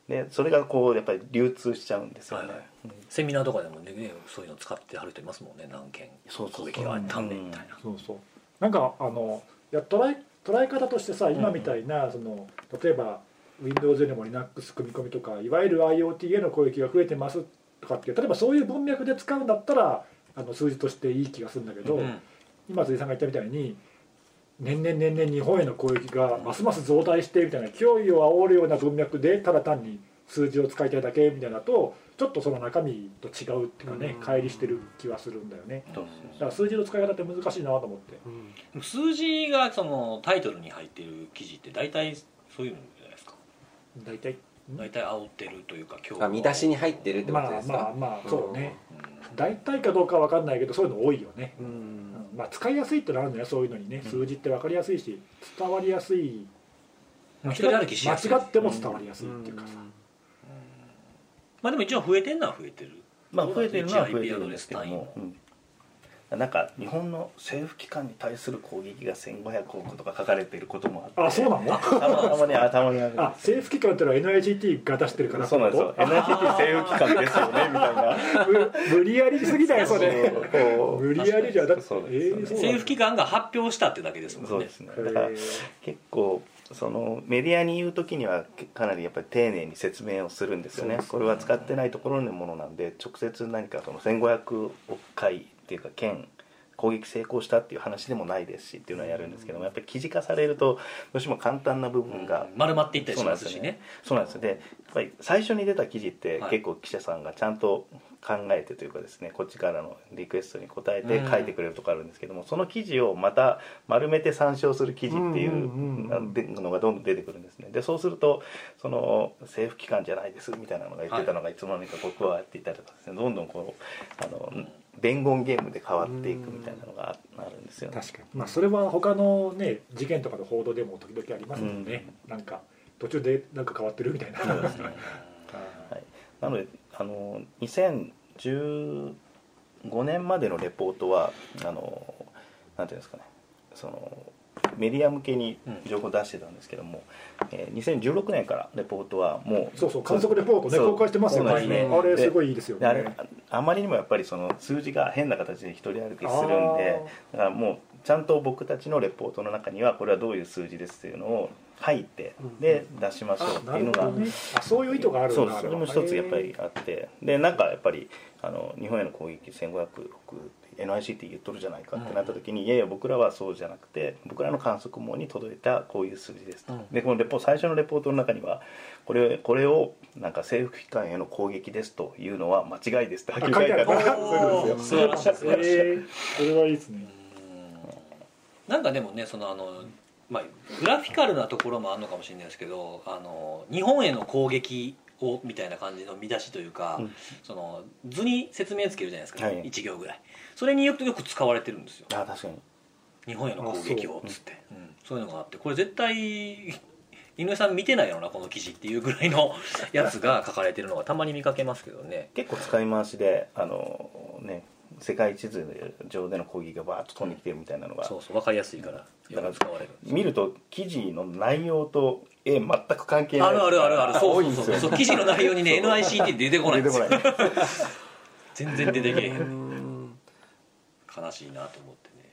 Speaker 4: でそれがこうやっぱり流通しちゃうんですよね。
Speaker 1: はいはい
Speaker 4: うん
Speaker 1: セミナーとかでもねそういうの使ってはる人いますもんね何件
Speaker 4: そうそうそう
Speaker 1: 攻撃があったんでみたいな、
Speaker 3: そうそうなんかあのいや捉え捉え方としてさ今みたいな、その例えば Windows よりも Linux 組み込みとかいわゆる IoT への攻撃が増えてますとかっていう例えばそういう文脈で使うんだったらあの数字としていい気がするんだけど、
Speaker 1: うん
Speaker 3: 今辻さんが言ったみたいに年々年々日本への攻撃がますます増大してみたいな脅威を煽るような文脈でただ単に数字を使いたいだけみたいなとちょっとその中身と違うっていうかね
Speaker 5: うん
Speaker 3: 乖離してる気はするんだよね
Speaker 4: そう
Speaker 3: だから数字の使い方って難しいなと思って
Speaker 5: うん
Speaker 1: 数字がそのタイトルに入ってる記事って大体そういうのじゃないですか
Speaker 3: 大体
Speaker 1: 大体煽ってるというか今日
Speaker 2: あ見出しに入ってるってこ
Speaker 3: ま
Speaker 2: とで
Speaker 3: あ
Speaker 2: すか、
Speaker 3: まあまあそうね
Speaker 1: う
Speaker 3: 大体かどうかわかんないけどそういうの多いよね
Speaker 5: う
Speaker 3: うん
Speaker 5: ん
Speaker 3: まあ使いやすいってのあるんだよそういうのにね
Speaker 1: うん
Speaker 3: 数字ってわかりやすいし伝わりやすい
Speaker 1: ん
Speaker 3: 間違
Speaker 1: 一人歩きしやすい
Speaker 3: っても伝わりやすいっていうかさ
Speaker 1: まあでも一応増えてるのは増えてる
Speaker 4: まあ、増えてるのは増えてるんですけども、うんなんか日本の政府機関に対する攻撃が1500億とか書かれていることもあって
Speaker 3: あそうなの
Speaker 4: たまたまね頭にあるん
Speaker 3: あ
Speaker 4: です
Speaker 3: 政府機関ってのは NIGT が出してるから
Speaker 4: [laughs] そうなんですよ NHK 政府機関ですよねみたいな [laughs]
Speaker 3: 無無理やりすぎだよそれ
Speaker 4: こう
Speaker 3: 無理やりじゃだって
Speaker 4: そうですよ
Speaker 3: え
Speaker 4: ね
Speaker 3: ーそう
Speaker 1: 政府機関が発表したってだけですも
Speaker 4: そ
Speaker 1: ん
Speaker 4: う
Speaker 1: ね
Speaker 4: ですね
Speaker 3: へ
Speaker 4: だから結構そのメディアに言う時にはかなりやっぱり丁寧に説明をするんですよねこれは使ってないところのものなんで直接何かその1500億回っていうか件攻撃成功したっていう話でもないですしっていうのはやるんですけどもやっぱり記事化されるとどうしても簡単な部分が
Speaker 1: うん丸まっていったりしますしね
Speaker 4: そうなんですよでやっぱり最初に出た記事って
Speaker 1: はい
Speaker 4: 結構記者さんがちゃんと考えてというかですねこっちからのリクエストに応えて書いてくれるとかあるんですけども、その記事をまた丸めて参照する記事っていう
Speaker 3: うんうんうんうん
Speaker 4: でのがどんどん出てくるんですねでそうするとその政府機関じゃないですみたいなのが言ってたのがいつの間にか僕はやっていたりとかですねどんどんこうあの伝言ゲームで変わっていくみたいなのがああるんですよね。
Speaker 3: 確かにまあそれは他のね事件とかの報道でも時々ありますもんね、なんか途中でなんか変わってるみたいな
Speaker 4: そうですね
Speaker 3: あ
Speaker 4: はい、なのであの2015年までのレポートはあのなんていうんですかねそのメディア向けに情報を出してたんですけども、えー2016年からレポートはもう
Speaker 3: そうそう観測レポートね
Speaker 4: そう
Speaker 3: 公開してますよ
Speaker 4: そう
Speaker 3: ね
Speaker 4: です
Speaker 5: ね
Speaker 3: あれすごいいいですよ
Speaker 4: で
Speaker 3: ね
Speaker 4: あれああまりにもやっぱりその数字が変な形で一人歩きするんでだからもうちゃんと僕たちのレポートの中にはこれはどういう数字ですっていうのを書いて
Speaker 5: うん
Speaker 4: で出しましょうって
Speaker 3: な
Speaker 4: いう
Speaker 3: る
Speaker 4: の
Speaker 3: ほ
Speaker 4: が
Speaker 3: どねあそういう意図があるんだ
Speaker 4: そうです
Speaker 3: あ
Speaker 4: そ
Speaker 3: は
Speaker 4: れも一つやっぱりあってでなんかやっぱりあの日本への攻撃1500億 NICT 言っとるじゃないかってなった時に、いやいや僕らはそうじゃなくて僕らの観測網に届いたこういう数字ですと、
Speaker 1: うん
Speaker 4: でこのレポ最初のレポートの中にはこれこれをなんか政府機関への攻撃ですというのは間違いですってはっきり書いてあった
Speaker 3: あ書いてある
Speaker 1: おー素晴らしい素晴らしい
Speaker 3: へーそれはいいですね
Speaker 1: なんかでもねそのあの、まあ、グラフィカルなところもあるのかもしれないですけどあの日本への攻撃をみたいな感じの見出しというか、
Speaker 4: うん
Speaker 1: その図に説明つけるじゃないですか、
Speaker 4: はい
Speaker 1: 一1行ぐらいそれによくよく使われてるんですよ
Speaker 4: あ確かに
Speaker 1: 日本への攻撃をっつってそう,、ん、そういうのがあってこれ絶対井上さん見てないよなこの記事っていうぐらい
Speaker 4: [laughs]
Speaker 1: のやつが書かれてるのがたまに見かけますけどね
Speaker 4: 結構使い回しであのね世界地図上での攻撃がバーッと飛んできてるみたいなのが
Speaker 1: そうそう分かりやすいからよく使われる
Speaker 4: 見ると記事の内容と絵全く関係ない
Speaker 1: あるあるあるあるそ
Speaker 4: 多
Speaker 1: う
Speaker 4: いん
Speaker 1: そ
Speaker 4: で
Speaker 1: う
Speaker 4: す
Speaker 1: そう
Speaker 4: よ
Speaker 1: そう記事の内容にね NICT って出てこないんですよ
Speaker 4: 出てこない
Speaker 1: 全然出てけえへん
Speaker 5: うん
Speaker 1: 悲しいなと思ってね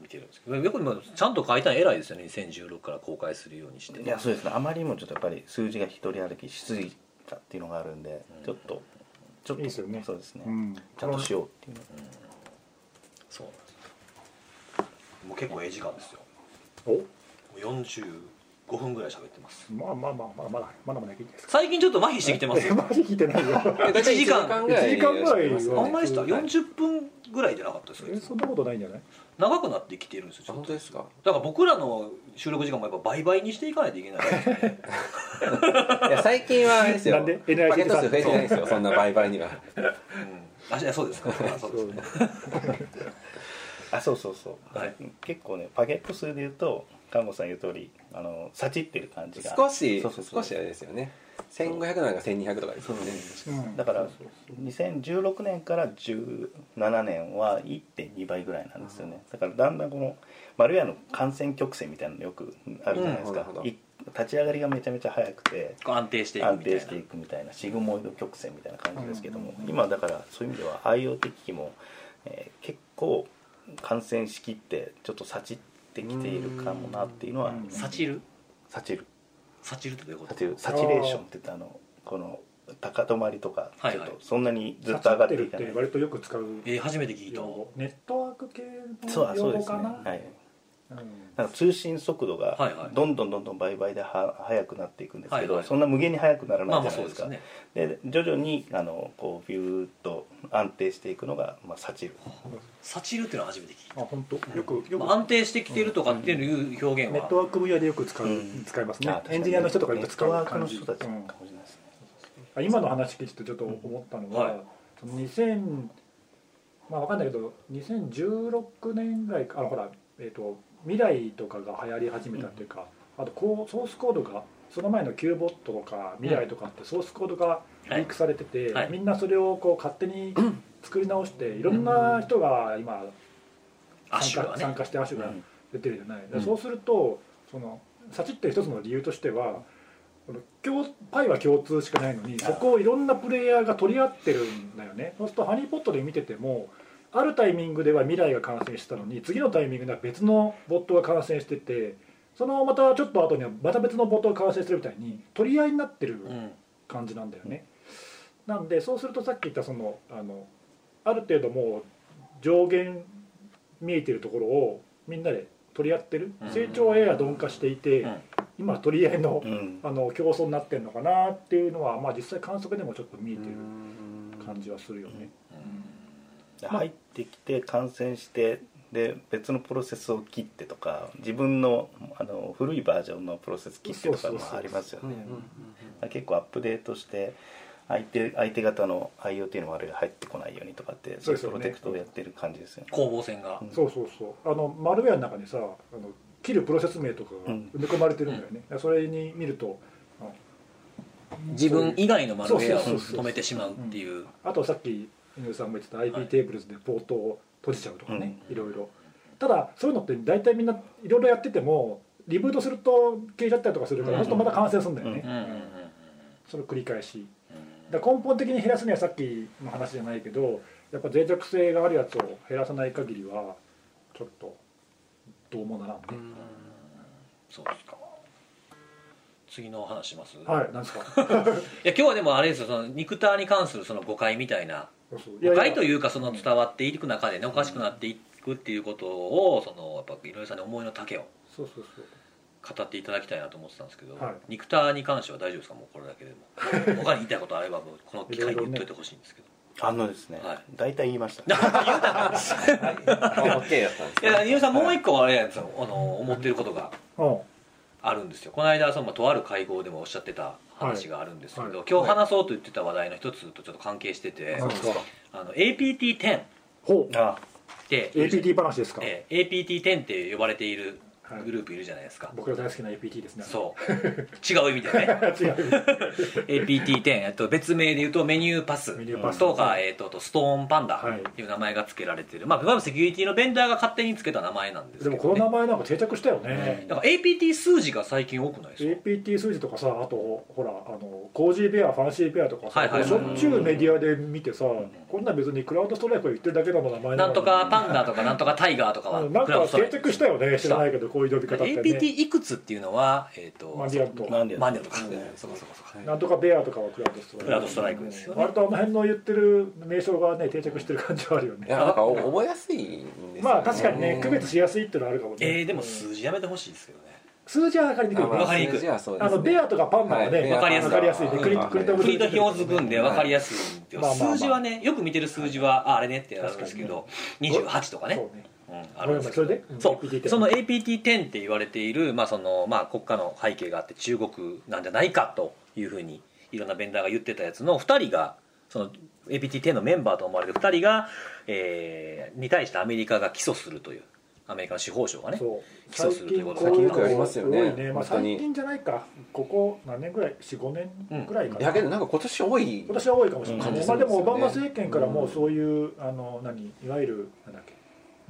Speaker 1: 見てるんですけどよく今ちゃんと書いたの偉いですよね2016から公開するようにして
Speaker 4: いやそうですねあまりにもちょっとやっぱり数字が一人歩きしすぎたっていうのがあるんで、ちょっとちょっ
Speaker 3: い
Speaker 4: と
Speaker 3: いですよね
Speaker 4: そうですね、
Speaker 3: うん
Speaker 4: ちゃんとしようっていうの
Speaker 1: そうなんですもう結構ええ時間ですよ
Speaker 3: お
Speaker 1: もう45分ぐらい喋ってます
Speaker 3: まあまあまあまあまだまだまだいいんじゃないですか
Speaker 1: 最近ちょっと麻痺してきてます
Speaker 3: え
Speaker 1: よ
Speaker 3: マジ聞いてないよ
Speaker 2: 大体
Speaker 1: 1時間
Speaker 2: 1時間ぐらい
Speaker 3: 1時間ぐらいは
Speaker 1: あんまりした
Speaker 3: はい
Speaker 1: 40分ぐらいじゃなかったです
Speaker 3: え
Speaker 1: か
Speaker 3: そんなことないんじゃない
Speaker 1: 長くなってきてるんですよちょ
Speaker 2: 本
Speaker 1: っ
Speaker 2: 当
Speaker 1: と
Speaker 2: ですか
Speaker 1: だから僕らの収録時間もやっぱ倍々にしていかないといけないですね
Speaker 2: いや最近はあれですよ
Speaker 3: [laughs] なんで
Speaker 2: パケット数増えてないですよそんな倍々
Speaker 3: [laughs]
Speaker 2: には
Speaker 1: うんあいやそうですかあそうですね
Speaker 4: あそうそうそう、
Speaker 1: はい
Speaker 4: 結構ねパケット数で言うと看護さん言う通りあのさちってる感じが
Speaker 2: 少し
Speaker 4: そうそうそう
Speaker 2: 少しあれですよね1500なんか1200とかですよね
Speaker 3: うん
Speaker 4: だから2016年から17年は1.2倍ぐらいなんですよねだからだんだんこの丸屋の感染曲線みたいなのよくあるじゃないです
Speaker 2: うんな
Speaker 4: か
Speaker 2: るほ、ど
Speaker 4: い立ち上がりがめちゃめちゃ早くて
Speaker 1: こう安定していく
Speaker 4: 安
Speaker 1: みたい
Speaker 4: 定
Speaker 1: な
Speaker 4: していくみたいなシグモイド曲線みたいな感じですけども、今だからそういう意味では IoT 機器も、えー結構感染しきってちょっとさちってきているかもなっていうのは
Speaker 2: うん
Speaker 1: サチル
Speaker 4: さちる
Speaker 1: サチルってどういうこ
Speaker 4: サ
Speaker 1: と
Speaker 4: チルサチュレーションって言ってあのこの高止まりとか
Speaker 1: はい
Speaker 4: ちょ
Speaker 1: は
Speaker 4: っ
Speaker 1: い
Speaker 4: とそんなにずっと上がっていかない
Speaker 3: 立ちるって割とよく使う
Speaker 1: えー初めて聞いた
Speaker 3: 用語ネットワーク系
Speaker 4: そう
Speaker 3: の
Speaker 4: あそ
Speaker 3: 用
Speaker 4: うで
Speaker 3: 語
Speaker 4: すね
Speaker 3: かな
Speaker 4: はい
Speaker 3: うん
Speaker 4: なんか通信速度が
Speaker 1: はいはい
Speaker 4: どんどんどんどん倍々では速くなっていくんですけ
Speaker 1: は
Speaker 4: ど、
Speaker 1: いはい
Speaker 4: そんな無限に速くなら
Speaker 1: ま
Speaker 4: な
Speaker 1: あ
Speaker 4: いじ
Speaker 1: ま
Speaker 4: ゃ
Speaker 1: あそう
Speaker 4: ないで
Speaker 1: ですす
Speaker 4: か、
Speaker 1: よね
Speaker 4: で徐々にあのこうビューッと安定していくのが、まあ、サチル
Speaker 1: サチルっていうのは初めて聞い
Speaker 3: あ本当よくよ
Speaker 1: た、
Speaker 3: く
Speaker 1: まあ、安定してきてるとかっていう表現
Speaker 3: ネ
Speaker 1: は
Speaker 3: ットワーク分野でよく使う、
Speaker 4: うん
Speaker 3: 使います
Speaker 4: あ
Speaker 3: ね
Speaker 4: 確かに
Speaker 3: エンジニアの人とかよく使う
Speaker 4: ネットワーク
Speaker 3: 感
Speaker 4: の
Speaker 3: じ
Speaker 4: 人たちか
Speaker 3: うん
Speaker 4: もしれないですね、
Speaker 3: あ今の話聞いてちょっと思ったの
Speaker 1: は
Speaker 3: が、
Speaker 1: い
Speaker 3: その2000まあわかんないけど2016年ぐらいかあのほら、えー、と未来とかが流行り始めたっていうか、あとこうソースコードがその前の q ボットとか未来とかってソースコードがリークされてて、
Speaker 1: はい
Speaker 3: みんなそれをこう勝手に作り直して、いろんな人が今
Speaker 1: アッシ
Speaker 3: 参
Speaker 1: ュ
Speaker 3: 加,、
Speaker 1: はね
Speaker 3: 参加してアシュが
Speaker 4: うん
Speaker 3: 出てるじゃない、で
Speaker 4: うん
Speaker 3: そうするとそのサチって一つの理由としてはこの共パイは共通しかないのにそこをいろんなプレイヤーが取り合ってるんだよねそうするとハニーポットで見ててもあるタイミングでは未来が感染してたのに次のタイミングでは別のボットが感染しててそのまたちょっと後にはまた別のボットが感染してるみたいに取り合いになってる
Speaker 1: うん
Speaker 3: 感じなんだよね、なんでそうするとさっき言ったそのあのある程度もう上限見えてるところをみんなで取り合ってる
Speaker 1: うん
Speaker 3: 成長はやや鈍化していて、
Speaker 1: うん
Speaker 3: 今取り合いの,、
Speaker 4: うん
Speaker 3: あの競争になってるのかなっていうのは、まあ、実際観測でもちょっと見えてる感じはするよね、
Speaker 4: で入ってきて感染してで別のプロセスを切ってとか自分のあの古いバージョンのプロセス切ってとか
Speaker 3: そうそう
Speaker 4: も
Speaker 3: そう
Speaker 4: ありますよ
Speaker 2: うんうん
Speaker 4: ね
Speaker 2: うん
Speaker 4: 結構アップデートして相手相手方の IoT の悪い入ってこないようにとかって
Speaker 3: そうです
Speaker 4: プ
Speaker 3: よね
Speaker 4: ロテクトをやってる感じですよね
Speaker 1: 攻防戦が、
Speaker 4: うん
Speaker 3: そうそうそうあのマルウェアの中にさあの切るプロセス名とかが埋め込まれてるんだよね、それに見るとあの
Speaker 1: 自分以外のマルウェアを
Speaker 3: そうそうそうそう
Speaker 1: 止めてしまうっていう
Speaker 3: あとはさっき犬さんも言ってた
Speaker 1: はい
Speaker 3: IP テーブルズでポートを閉じちゃうとかね、いろいろただそういうのって大体みんないろいろやっててもリブートすると消えちゃったりとかするから、
Speaker 4: うん
Speaker 3: そうするとまた感染するんだよね、
Speaker 1: うんうんうんうん
Speaker 3: その繰り返しだから根本的に減らすにはさっきの話じゃないけどやっぱ脆弱性があるやつを減らさない限りはちょっとどうもならんね、
Speaker 1: そうですか次のお話します、
Speaker 3: はいなんですか
Speaker 1: [laughs]
Speaker 3: そ
Speaker 1: いや
Speaker 3: う
Speaker 1: 今日はでもあれですよその肉体に関するその誤解みたいな
Speaker 3: そうい
Speaker 1: 誤解と
Speaker 3: う
Speaker 1: いうかその伝わっていく中でねおかしくなっていくっていうことをそのやっぱ井上さんに思いの丈を
Speaker 3: そうそうそう
Speaker 1: 語っていただきたいなと思ってたんですけど、
Speaker 3: はい
Speaker 1: 肉体に関しては大丈夫ですかもうこれだけで
Speaker 3: [laughs]
Speaker 1: も他に言いたいことあればもうこの機会に言っといてほしいんですけど
Speaker 4: あのですね、
Speaker 1: はい
Speaker 4: 大体言いました [laughs]
Speaker 2: あ OK だったんです
Speaker 1: いやだから井上さんもう一個あれなんですよあの思ってることが
Speaker 3: うん
Speaker 1: あるんですよこの間そのとある会合でもおっしゃってた話があるんですけど、
Speaker 3: はいはい
Speaker 1: 今日話そうと言ってた話題の一つとちょっと関係してて、
Speaker 3: なんですか
Speaker 1: あの APT10 っ
Speaker 3: ほう
Speaker 4: あ
Speaker 1: て
Speaker 3: APT 話ですか、
Speaker 1: えー APT10 って呼ばれている
Speaker 3: はい
Speaker 1: グループいるじゃないですか、
Speaker 3: 僕ら大好きな APT ですね
Speaker 1: そう違う意味でね
Speaker 3: [laughs] 違う
Speaker 1: APT10 えっと別名で言うとメニューパス
Speaker 3: メニューパス
Speaker 1: とか、
Speaker 3: は
Speaker 1: えっとあとストーンパンダ
Speaker 3: はい
Speaker 1: っていう名前が付けられてる、まあ、いわゆるセキュリティのベンダーが勝手に付けた名前なんですけ
Speaker 3: で
Speaker 1: ど、
Speaker 3: も
Speaker 1: ね、
Speaker 3: この名前なんか定着したよね、
Speaker 1: だから APT 数字が最近多くないですか
Speaker 3: APT 数字とかさあとほらあのコージーベアファンシーベアとかさ、
Speaker 1: はいはいはい
Speaker 3: しょっちゅうメディアで見てさ、こんなん別にクラウドストライクを言ってるだけなの名前
Speaker 1: なん
Speaker 3: のに
Speaker 1: とかパンダとかなんとかタイガーとかは
Speaker 3: うんなん
Speaker 1: クラ
Speaker 3: か
Speaker 1: ブストラ
Speaker 3: 定
Speaker 1: イク
Speaker 3: 着したよね知らないけどこういう呼び方ってね
Speaker 1: APT いくつっていうのは、えー、と
Speaker 3: マディアンと
Speaker 4: なんで
Speaker 1: マニアとか、
Speaker 2: ね
Speaker 1: そうかそうかそうか
Speaker 3: なんとかベアとかはクラウドストライク
Speaker 1: クラウドストライクですよね
Speaker 3: 割とあの辺の言ってる名称がね定着してる感じはあるよね
Speaker 2: いやなんかお覚えやすいんですよね
Speaker 3: まあ確かにね区別しやすいっていうのはあるかもね、
Speaker 1: えー、でも数字やめてほしいですけどね
Speaker 3: 数字は分かりにくい
Speaker 2: あまあ
Speaker 1: わかりにくい
Speaker 2: 数字はそうです
Speaker 3: あ
Speaker 2: ね
Speaker 3: のベアとかパンダはね、
Speaker 2: はい
Speaker 1: わかりやすい
Speaker 3: わかりやすいね
Speaker 2: うん
Speaker 3: クリクリト
Speaker 2: うん
Speaker 3: ブ
Speaker 1: 国とひもづくんで分かりやすいんですよ
Speaker 3: まあまあまあ
Speaker 1: 数字はねよく見てる数字はああれねってなるんですけど28とかね
Speaker 3: そうね
Speaker 1: うんあ
Speaker 3: ご
Speaker 1: る
Speaker 3: めん
Speaker 1: ん
Speaker 3: な
Speaker 1: です
Speaker 3: さい
Speaker 1: け
Speaker 3: そ
Speaker 1: ど
Speaker 3: れで
Speaker 1: そう
Speaker 3: 聞いて
Speaker 1: その APT10 って言われている、まあそのまあ、国家の背景があって中国なんじゃないかというふうにいろんなベンダーが言ってたやつの2人がその APT10 のメンバーと思われる2人が、えーに対してアメリカが起訴するというアメリカの司法省がね
Speaker 3: そう
Speaker 1: 起訴するということ
Speaker 3: 最近
Speaker 2: 最近よくありますよね
Speaker 3: 多いまあ、
Speaker 2: 本当に
Speaker 3: 最近じゃないかここ何年ぐらい45年ぐらい
Speaker 2: い
Speaker 3: かな、
Speaker 2: やけどなんか今年多い
Speaker 3: 今年は多いかもしれない、
Speaker 2: うん
Speaker 3: まあ、でもオバマ
Speaker 2: そうですよね
Speaker 3: 政権からもうそういう、あの何いわゆるなんだっけ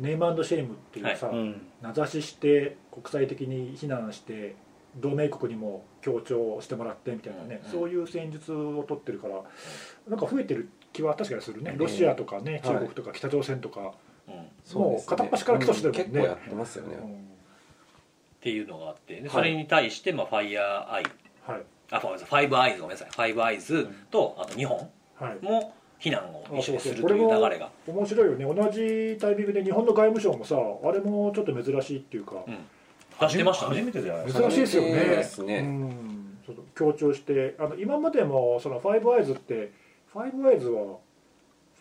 Speaker 3: ネームアンドシェイムっていうさ、
Speaker 4: うん
Speaker 3: 名指しして国際的に非難して同盟国にも協調してもらってみたいなね、
Speaker 1: うん
Speaker 3: そういう戦術を取ってるからなんか増えてる気は確かにするねロシアとかね、
Speaker 2: うん
Speaker 3: 中国とか北朝鮮とか、
Speaker 1: うんっ
Speaker 2: そうですね
Speaker 3: もう片っ端から起訴してるもんね
Speaker 2: うん結構やってますよね
Speaker 3: うん
Speaker 1: ていうのがあってで
Speaker 2: い
Speaker 1: それに対して、まあ、ファイヤーアイ
Speaker 3: はい
Speaker 1: あファイブアイズごめんなさいファイブアイズとあと日本
Speaker 3: はい
Speaker 1: も非難を一緒にする
Speaker 3: ことれ
Speaker 1: いう
Speaker 3: も
Speaker 1: 流れが。
Speaker 3: 面白いよね同じタイミングで日本の外務省もさあれもちょっと珍しいっていうか、
Speaker 1: うん出してました
Speaker 5: 初
Speaker 1: ね
Speaker 5: めてじゃないですか
Speaker 3: 珍しいですよね
Speaker 2: 初めてですね
Speaker 3: うんちょっと強調してあの今までもそのファイブアイズってファイブアイズは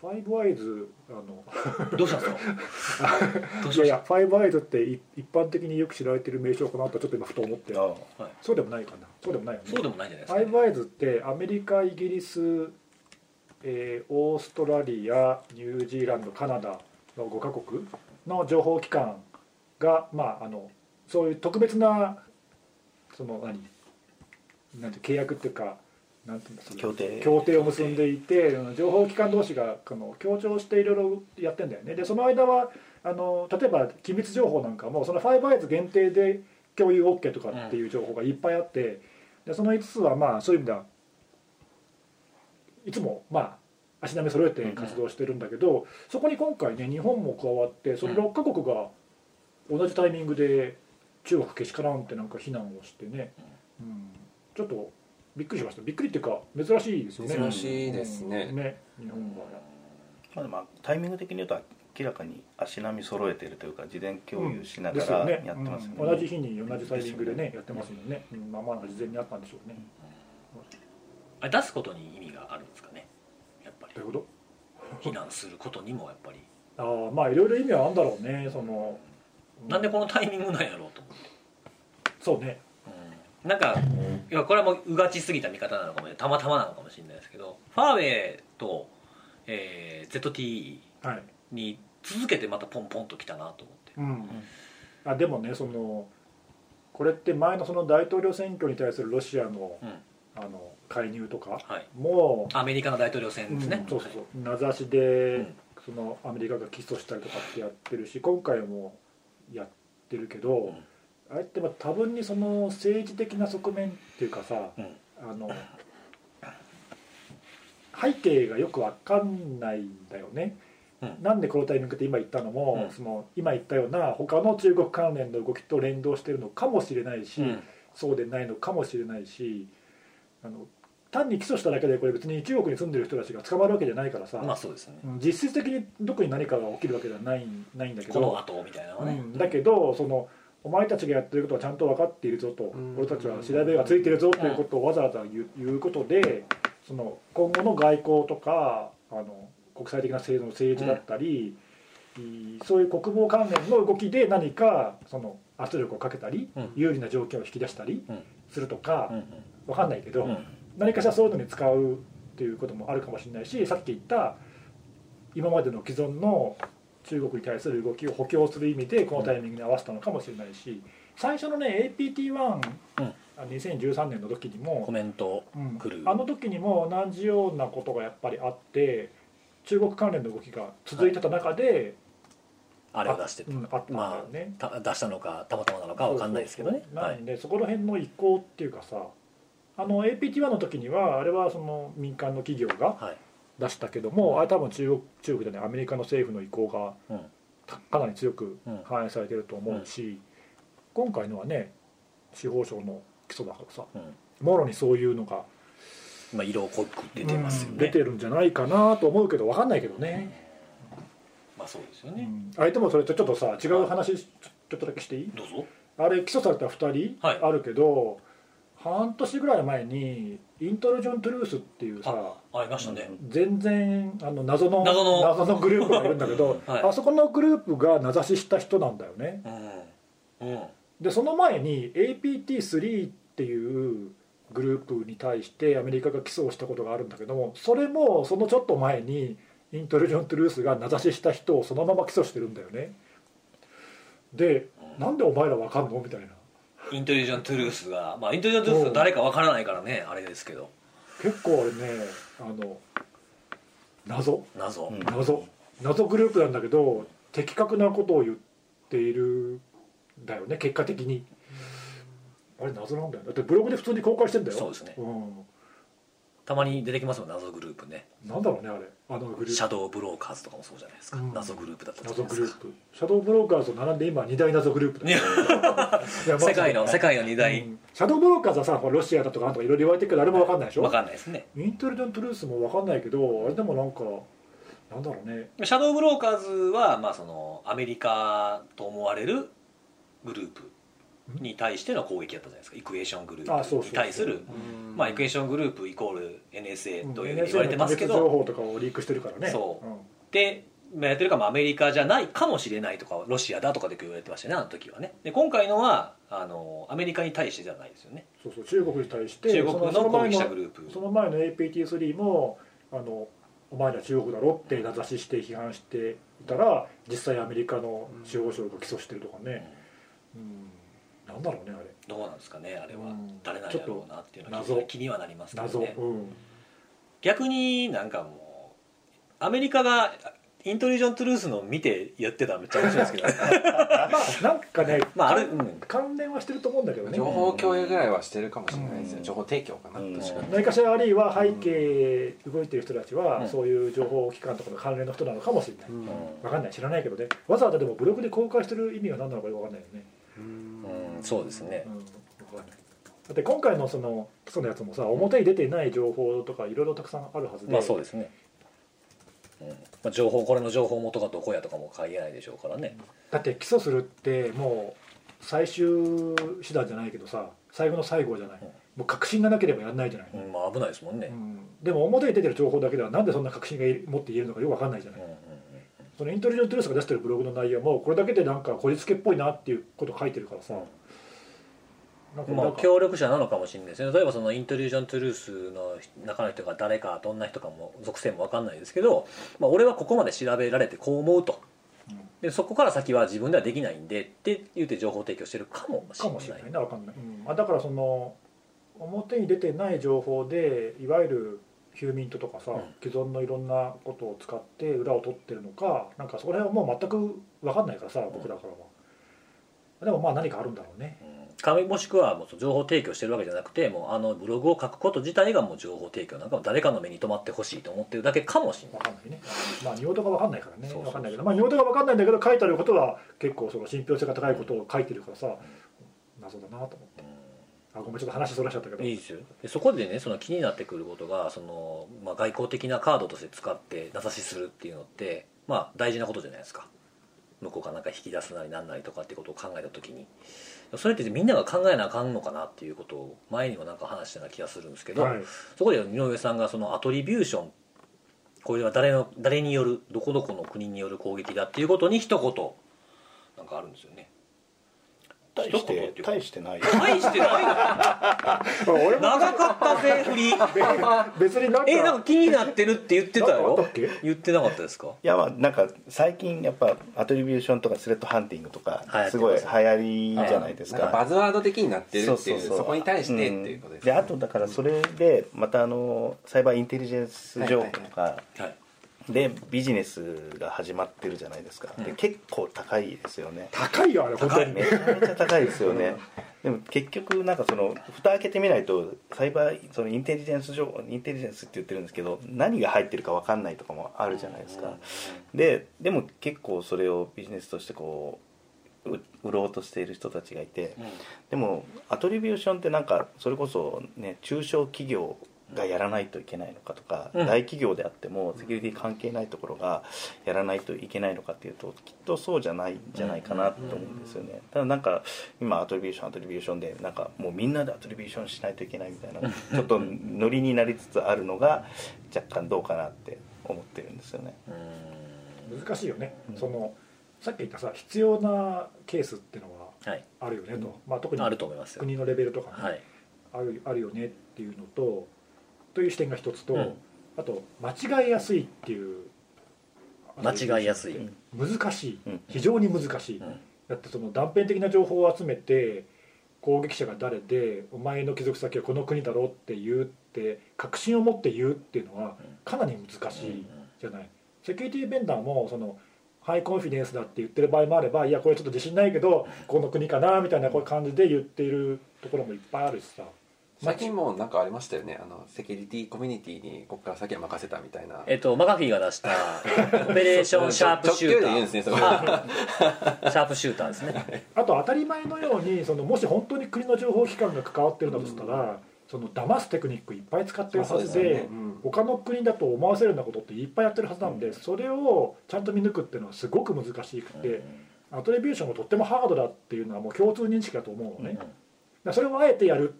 Speaker 3: ファイブアイズあの [laughs]
Speaker 1: [laughs] どうしたんですかどうしま
Speaker 3: いやい
Speaker 1: した
Speaker 3: やファイブアイズってい一般的によく知られてる名称かなとちょっと今ふと思って
Speaker 4: あ
Speaker 3: そうでもないかなそうでもないよね
Speaker 1: そうでもないんじゃないです
Speaker 3: フ
Speaker 1: か
Speaker 3: ァイブアイズってアメリカイギリス、えーオーストラリアニュージーランドカナダの5カ国の情報機関が、まあ、あのそういう特別なその何なんて契約っていうかなんていうんですか
Speaker 4: 協定
Speaker 3: 協定を結んでいてうん情報機関同士がこの協調していろいろやってんだよねでその間はあの例えば機密情報なんかもそのファイブアイズ限定で共有 OK とかっていう情報がいっぱいあって、でその5つはまあそういう意味ではいつもまあ足並み揃えて活動してるんだけど、そこに今回ね日本も加わってその6カ国が同じタイミングで中国けしからんってなんか非難をしてね、うん、ちょっとびっくりしましたびっくりっていうか珍しいですよね
Speaker 2: 珍しいですね
Speaker 3: うんね日本は
Speaker 4: まあでもタイミング的に言うと明らかに足並み揃えてるというか事前共有しなが
Speaker 3: です
Speaker 4: ら
Speaker 3: よね
Speaker 4: やってますよね
Speaker 3: うん同じ日に同じタイミングでねやってますもんね、うん、まあまあなんか事前にあったんでしょうね、
Speaker 1: あれ出すことに意味があるんですかねやっぱり
Speaker 3: ということ
Speaker 1: 避難することにもやっぱり
Speaker 3: ああまあいろいろ意味はあるんだろうねその、う
Speaker 1: なんでこのタイミングなんやろうと思って
Speaker 3: そうね
Speaker 1: うんなんかいやこれはもううがちすぎた見方なのかもねたまたまなのかもしれないですけどファーウェイと、えー ZTE
Speaker 3: はい、
Speaker 1: に続けてまたポンポンと来たなと思って
Speaker 3: うん、あでもねそのこれって前のその大統領選挙に対するロシアの
Speaker 1: うん
Speaker 3: あの介入とか
Speaker 1: はい
Speaker 3: も
Speaker 1: アメリカの大統領選
Speaker 3: う、
Speaker 1: ですね
Speaker 3: うんそうそう
Speaker 1: はい
Speaker 3: そう名指しで、
Speaker 1: うん
Speaker 3: そのアメリカが起訴したりとかってやってるし今回もやってるけど、
Speaker 1: ん
Speaker 3: あれってまあ多分にその政治的な側面っていうかさ、
Speaker 1: うん
Speaker 3: あの背景がよくわかんないんだよね、
Speaker 1: うん
Speaker 3: なんでこのタイミングで今言ったのも、
Speaker 1: うん
Speaker 3: その今言ったような他の中国関連の動きと連動してるのかもしれないし、
Speaker 1: うん
Speaker 3: そうでないのかもしれないしあの単に起訴しただけでこれ別に中国に住んでる人たちが捕まるわけじゃないからさ、
Speaker 1: まあそうですね
Speaker 3: うん実質的に特に何かが起きるわけではないないんだけ
Speaker 1: こ
Speaker 3: ど
Speaker 1: の後みたいなのはね
Speaker 3: うんだけどそのお前たちがやってることはちゃんと分かっているぞと、
Speaker 2: うん
Speaker 3: 俺たちは調べがついてるぞということをわざわざ言う,、言うことでその今後の外交とかあの国際的な制度の政治だったり、いそういう国防関連の動きで何かその圧力をかけたり、
Speaker 1: うん
Speaker 3: 有利な条件を引き出したり
Speaker 1: うん
Speaker 3: するとか、
Speaker 1: うん
Speaker 3: 分かんないけど、
Speaker 1: うんうん
Speaker 3: 何かしらそういうのに使うっていうこともあるかもしれないしさっき言った今までの既存の中国に対する動きを補強する意味でこのタイミングに合わせたのかもしれないし最初のね APT1、
Speaker 1: うん
Speaker 3: あ2013年の時に
Speaker 1: コ
Speaker 3: も、
Speaker 1: メント
Speaker 3: うん
Speaker 1: 来る
Speaker 3: あの時にも同じようなことがやっぱりあって中国関連の動きが続いてた中で、
Speaker 1: あれを出して
Speaker 3: うんあったんだよ
Speaker 1: ま
Speaker 3: ね、
Speaker 1: あた出したのかたまたまなのかわかんないですけどね
Speaker 3: そうそうそう
Speaker 1: は
Speaker 3: ないんでそこら辺の移行っていうかさあの APT1 の時にはあれはその民間の企業が
Speaker 1: はい
Speaker 3: 出したけどもあれ多分中国中国じゃないアメリカの政府の意向が
Speaker 1: うん
Speaker 3: たかなり強く
Speaker 1: うん
Speaker 3: 反映されてると思うし、今回のはね司法省の基礎だからさ
Speaker 1: うん
Speaker 3: もろにそういうのが
Speaker 1: まあ色濃く出てますよ
Speaker 3: う
Speaker 1: ね
Speaker 3: ん出てるんじゃないかなと思うけど分かんないけどね、
Speaker 1: まあそうですよ
Speaker 3: う
Speaker 1: ね
Speaker 3: んあれでもそれとちょっとさ違う話ちょちょっとだけしていい
Speaker 1: どうぞ
Speaker 3: あれ起訴された2人
Speaker 1: はい
Speaker 3: あるけど、半年ぐらい前にイントロジョン・トゥルースっていうさ
Speaker 1: ありましたね、
Speaker 3: 全然あの謎の
Speaker 1: 謎の
Speaker 3: グループがいるんだけど、
Speaker 1: [laughs] はい
Speaker 3: あそこのグループが名指しした人なんだよね
Speaker 1: うんうん
Speaker 3: でその前に APT3 っていうグループに対してアメリカが起訴をしたことがあるんだけどもそれもそのちょっと前にイントルジョン・トゥルースが名指しした人をそのまま起訴してるんだよねでなんでお前らわかんのみたいな
Speaker 1: イントリジョン・トゥルースが、まあ、イントリジョン・トゥルースが誰かわからないからねあれですけど
Speaker 3: 結構あれねあの謎
Speaker 1: 謎、
Speaker 4: うん
Speaker 3: 謎謎グループなんだけど的確なことを言っているんだよね結果的にあれ謎なんだよねだってブログで普通に公開してんだよ
Speaker 1: そうですね
Speaker 3: う
Speaker 1: たまに出てきますもん謎グループね
Speaker 3: ん、なんだろうねあれあのグル
Speaker 1: シ
Speaker 3: ー
Speaker 1: ャ
Speaker 3: プ
Speaker 1: ドーブローカーズとかもそうじゃないですか、
Speaker 3: うん
Speaker 1: 謎グループだったじゃな
Speaker 3: 謎
Speaker 1: いで
Speaker 3: グ
Speaker 1: す
Speaker 3: ル
Speaker 1: か
Speaker 3: ープシャドーブローカーズと並んで今2大謎グループだよ [laughs] いやマジで
Speaker 1: 世界の世界の二大、
Speaker 3: うんシャドーブローカーズはさほらロシアだとかなんとかいろいろ言われてるけどあれも分かんないでしょ
Speaker 1: わかんないですね
Speaker 3: インテリジェントルースも分かんないけどあれでもなんかなんだろうね
Speaker 1: シャドーブローカーズは、まあ、そのアメリカと思われるグループに対しての攻撃だったじゃないですかイクエーショングル
Speaker 3: あ
Speaker 1: ー
Speaker 3: そうそ
Speaker 1: プ
Speaker 3: うそう
Speaker 1: に対する
Speaker 2: うん
Speaker 1: まあ、イクエーショングループイコール NSA というふうに
Speaker 3: NSA
Speaker 1: 言われてますけ
Speaker 3: の機密
Speaker 1: ど
Speaker 3: 情報とかをリークしてるからね
Speaker 1: そうんでまあやってるかもアメリカじゃないかもしれないとかロシアだとかで言われてましたねあの時はねで今回のはあのアメリカに対してじゃないですよね
Speaker 3: そうそう中国に対して
Speaker 1: 中国の攻撃
Speaker 3: そ
Speaker 1: 者
Speaker 3: の
Speaker 1: グ
Speaker 3: 前
Speaker 1: ループ
Speaker 3: のその前の APT3 もあのお前ら中国だろって名指しして批判していたら実際アメリカの司法省が起訴してるとかね、うん、なんだろうねあれ
Speaker 1: どうなんですかねあれ
Speaker 3: う
Speaker 1: は
Speaker 3: ん
Speaker 1: 誰なんやろうなっていうのは
Speaker 3: ちょっと謎
Speaker 1: 気にはなりますけ
Speaker 3: 謎、
Speaker 1: どね
Speaker 3: うん、
Speaker 1: 逆になんかもうアメリカがイントリジョン・トゥルースのを見てやってたらめっちゃ面白いですけど
Speaker 3: [laughs] まあなんかね
Speaker 1: [laughs] まああれうん
Speaker 3: 関連はしてると思うんだけどね
Speaker 2: 情報共有ぐらいはしてるかもしれないですね、
Speaker 4: うん
Speaker 2: 情報提供かな、
Speaker 4: うん
Speaker 2: 確かに
Speaker 3: 何かしらあるいは背景動いてる人たちは、
Speaker 1: うん
Speaker 3: そういう情報機関とかの関連の人なのかもしれない、
Speaker 2: うん
Speaker 3: わかんない知らないけどねわざわざでもブログで公開してる意味が何なのかよくわかんないよね
Speaker 1: うんそうですね
Speaker 3: うん、だって今回のその基礎のやつもさ表に出てない情報とかいろいろたくさんあるはずで,、
Speaker 1: まあそうですね、うんまあ、情報これの情報元がどこやとかも限らないでしょうからね
Speaker 3: だって起訴するってもう最終手段じゃないけどさ最後の最後じゃない、
Speaker 1: うん
Speaker 3: もう確信がなければやんないじゃない、
Speaker 1: うんまあ危ないですもんね
Speaker 3: う、んでも表に出てる情報だけではなんでそんな確信が持って言えるのかよくわかんないじゃな
Speaker 1: う
Speaker 3: い、
Speaker 1: んうんうん
Speaker 3: そのイントリジョン・トゥルースが出してるブログの内容もこれだけでなんかこじつけっぽいなっていうこと書いてるからさ、なんか
Speaker 1: ま
Speaker 3: な
Speaker 1: あ、
Speaker 3: んか
Speaker 1: 協力者なのかもしれないですね例えばそのイントリュージョン・トゥルースの中の人が誰かどんな人かも属性も分かんないですけど、まあ、俺はここまで調べられてこう思うと
Speaker 3: うん
Speaker 1: でそこから先は自分ではできないんでって言って情報提供してるかもし
Speaker 3: か
Speaker 1: れ
Speaker 3: も
Speaker 1: ない
Speaker 3: しれないな分かんない、うんあだからその表に出てない情報でいわゆるヒューミントとかさ、
Speaker 1: うん
Speaker 3: 既存のいろんなことを使って裏を取ってるのかなんかそこら辺はもう全く分かんないからさ僕らからは、でもまあ何かあるんだろうね
Speaker 1: うん紙もしくはもうその情報提供してるわけじゃなくてもうあのブログを書くこと自体がもう情報提供なんかも誰かの目に留まってほしいと思ってるだけかもしれな
Speaker 3: 分
Speaker 1: い
Speaker 3: かんないねまあ尿道が分かんないから
Speaker 1: そ
Speaker 3: ね
Speaker 1: うそうそう
Speaker 3: 分かんないけどまあ尿道が分かんないんだけど書いてあることは結構その信憑性が高いことを書いてるからさ謎だなと思ってあごめんちょっと話そらしちゃったけど
Speaker 1: いいですよでそこでねその気になってくることがその、まあ、外交的なカードとして使って名指しするっていうのって、まあ、大事なことじゃないですか向こうがなんか引き出すなりなんなりとかってことを考えた時にそれってみんなが考えなあかんのかなっていうことを前にもなんか話したような気がするんですけど、
Speaker 3: はい
Speaker 1: そこで井上さんがそのアトリビューションこれは誰の誰によるどこどこの国による攻撃だっていうことに一言なんかあるんですよね
Speaker 4: 大して大してないよ
Speaker 1: 大してないな
Speaker 3: 俺も
Speaker 1: 長かったぜ振り
Speaker 3: 別になんか
Speaker 1: えなんか気になってるって言ってた
Speaker 3: なんかあ
Speaker 1: よ
Speaker 3: ったっけ
Speaker 1: 言ってなかったですか
Speaker 4: いやまあなんか最近やっぱアトリビューションとかスレッドハンティングとか
Speaker 1: 流行ってます
Speaker 4: すごい流行りじゃないです
Speaker 2: な
Speaker 4: か
Speaker 2: んかバズワード的になってるっていうそうこに対してっていうことです、
Speaker 4: んであとだからそれでまたあのサイバーインテリジェンス情報とか
Speaker 1: はい
Speaker 4: でビジネスが始まってるじゃないですかで結構高いですよね
Speaker 3: 高いよあれ本当に
Speaker 4: めちゃめちゃ高いですよねでも結局なんかその蓋開けてみないとサイバーそのインテリジェンス情報インテリジェンスって言ってるんですけど何が入ってるか分かんないとかもあるじゃないですかででも結構それをビジネスとしてこうう売ろうとしている人たちがいて、
Speaker 1: うん
Speaker 4: でもアトリビューションってなんかそれこそね中小企業がやらないといけないのかとか、
Speaker 1: うん
Speaker 4: 大企業であってもセキュリティ関係ないところがやらないといけないのかっていうときっとそうじゃないんじゃないかなと思うんですよねただなんか今アトリビューションアトリビューションでなんかもうみんなでアトリビューションしないといけないみたいなちょっとノリになりつつあるのが若干どうかなって思ってるんですよね。
Speaker 3: 難しいよね、
Speaker 4: うん
Speaker 3: そのさっき言ったさ必要なケースってのは
Speaker 1: はい
Speaker 3: あるよねと、まあ、特に
Speaker 1: あると思いますよ
Speaker 3: 国のレベルとかね、
Speaker 1: はい
Speaker 3: あるあるよねっていうのとという視点が一つと、
Speaker 1: うん
Speaker 3: あと間違いやすいっていう
Speaker 1: 間違いやすい、
Speaker 4: うん
Speaker 3: 難しい
Speaker 4: うん
Speaker 3: 非常に難しい、
Speaker 1: うん
Speaker 3: だってその断片的な情報を集めて攻撃者が誰でお前の帰属先はこの国だろうって言うって確信を持って言うっていうのは
Speaker 1: うん
Speaker 3: かなり難し
Speaker 1: うん
Speaker 3: いじゃない、セキュリティベンダーもそのハイコンフィデンスだって言ってる場合もあればいやこれちょっと自信ないけどこの国かなみたいなこういう感じで言っているところもいっぱいあるしさ
Speaker 2: 最近もなんかありましたよねあのセキュリティコミュニティにここから先は任せたみたいな
Speaker 1: えっとマカフィーが出したオペレー
Speaker 2: [laughs]
Speaker 1: ションシャープシュータ
Speaker 2: 直球で言
Speaker 1: ー
Speaker 2: うんですねそこ
Speaker 1: あシャープシューターですね
Speaker 3: あと当たり前のようにそのもし本当に国の情報機関が関わってるんだとしたら、その騙すテクニックいっぱい使ってるはずで,、
Speaker 2: そうですよねうん
Speaker 3: 他の国だと思わせるようなことっていっぱいやってるはずなんで、それをちゃんと見抜くっていうのはすごく難しくて、アトリビューションもとってもハードだっていうのはもう共通認識だと思うのね、だからそれをあえてやる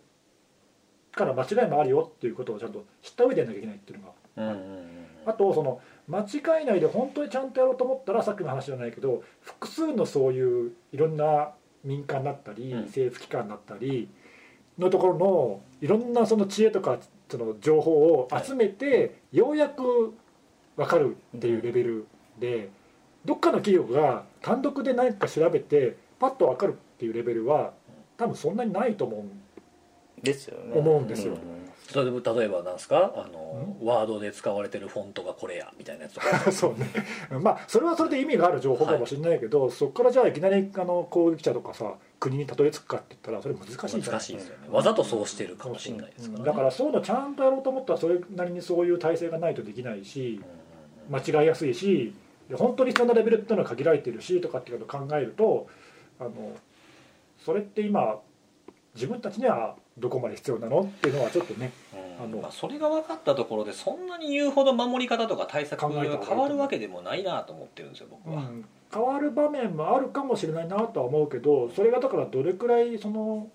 Speaker 3: から間違いもあるよっていうことをちゃんと知った上でやんなきゃいけないっていうのが
Speaker 1: うんうんうん
Speaker 3: あとその間違いないで本当にちゃんとやろうと思ったらさっきの話じゃないけど複数のそういういろんな民間だったり
Speaker 1: うん
Speaker 3: 政府機関だったりのところのいろんなその知恵とかその情報を集めてようやく分かるっていうレベルでどっかの企業が単独で何か調べてパッと分かるっていうレベルは多分そんなにないと思う
Speaker 4: ですよね。
Speaker 3: 思うんですよ
Speaker 1: それで例えばなんですかあのワードで使われてるフォントがこれやみたいなやつとか
Speaker 3: [laughs] そうねまあそれはそれで意味がある情報かもしれないけど、そこからじゃあいきなりあの攻撃者とかさ国にたどり着くかって言ったらそれ難しいじゃない
Speaker 1: 難しいですよねわざとそうしてるかもしれないですから、ね、
Speaker 3: だからそういうのちゃんとやろうと思ったらそれなりにそういう体制がないとできない
Speaker 1: う
Speaker 3: し
Speaker 1: んうんうん
Speaker 3: 間違いやすいし本当に必要なレベルっていうのは限られてるしとかっていうことを考えるとあのそれって今自分たちにはどこまで必要なのっていうのはちょっとね
Speaker 1: うん
Speaker 3: あの
Speaker 1: まあ、それが分かったところでそんなに言うほど守り方とか対策が
Speaker 3: 考えた方がいいと
Speaker 1: 変わるわけでもないなと思ってるんですよ僕
Speaker 3: う
Speaker 1: は、
Speaker 3: ん変わる場面もあるかもしれないなとは思うけどそれがだからどれくらいその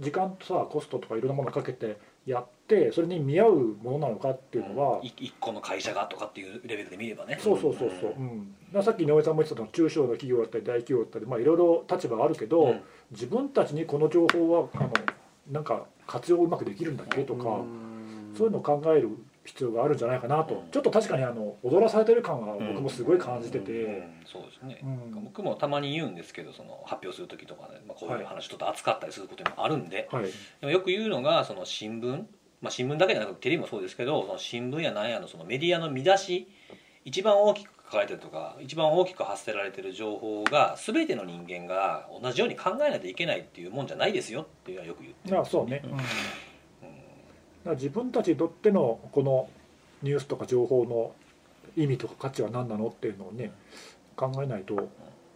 Speaker 3: 時間とさコストとかいろんなものかけてやってそれに見合うものなのかっていうのは、
Speaker 1: い一個の会社がとかっていうレベルで見ればね
Speaker 3: そうそうそうそう、うん、だからさっき井上さんも言ってたの中小の企業だったり大企業だったり、まあ、いろいろ立場はあるけど、
Speaker 1: うん
Speaker 3: 自分たちにこの情報はあのなんか活用うまくできるんだっけとか、そういうのを考える必要があるんじゃないかなと、
Speaker 1: うん
Speaker 3: ちょっと確かにあの踊らされてる感は僕もすごい感じてて。
Speaker 1: うんそうですね、
Speaker 3: うん
Speaker 1: 僕もたまに言うんですけどその発表する時とかね、まあ、こういう話ちょっと熱かったりすることもあるんで、
Speaker 3: はい
Speaker 1: でもよく言うのがその新聞、まあ、新聞だけじゃなくてテレビもそうですけどその新聞やなんやのそのメディアの見出し一番大きく書かれてるとか一番大きく発せられてる情報が全ての人間が同じように考えないといけないっていうもんじゃないですよっていうのはよく言ってる
Speaker 3: あそうね、だから自分たちにとってのこのニュースとか情報の意味とか価値は何なのっていうのをね考えないと、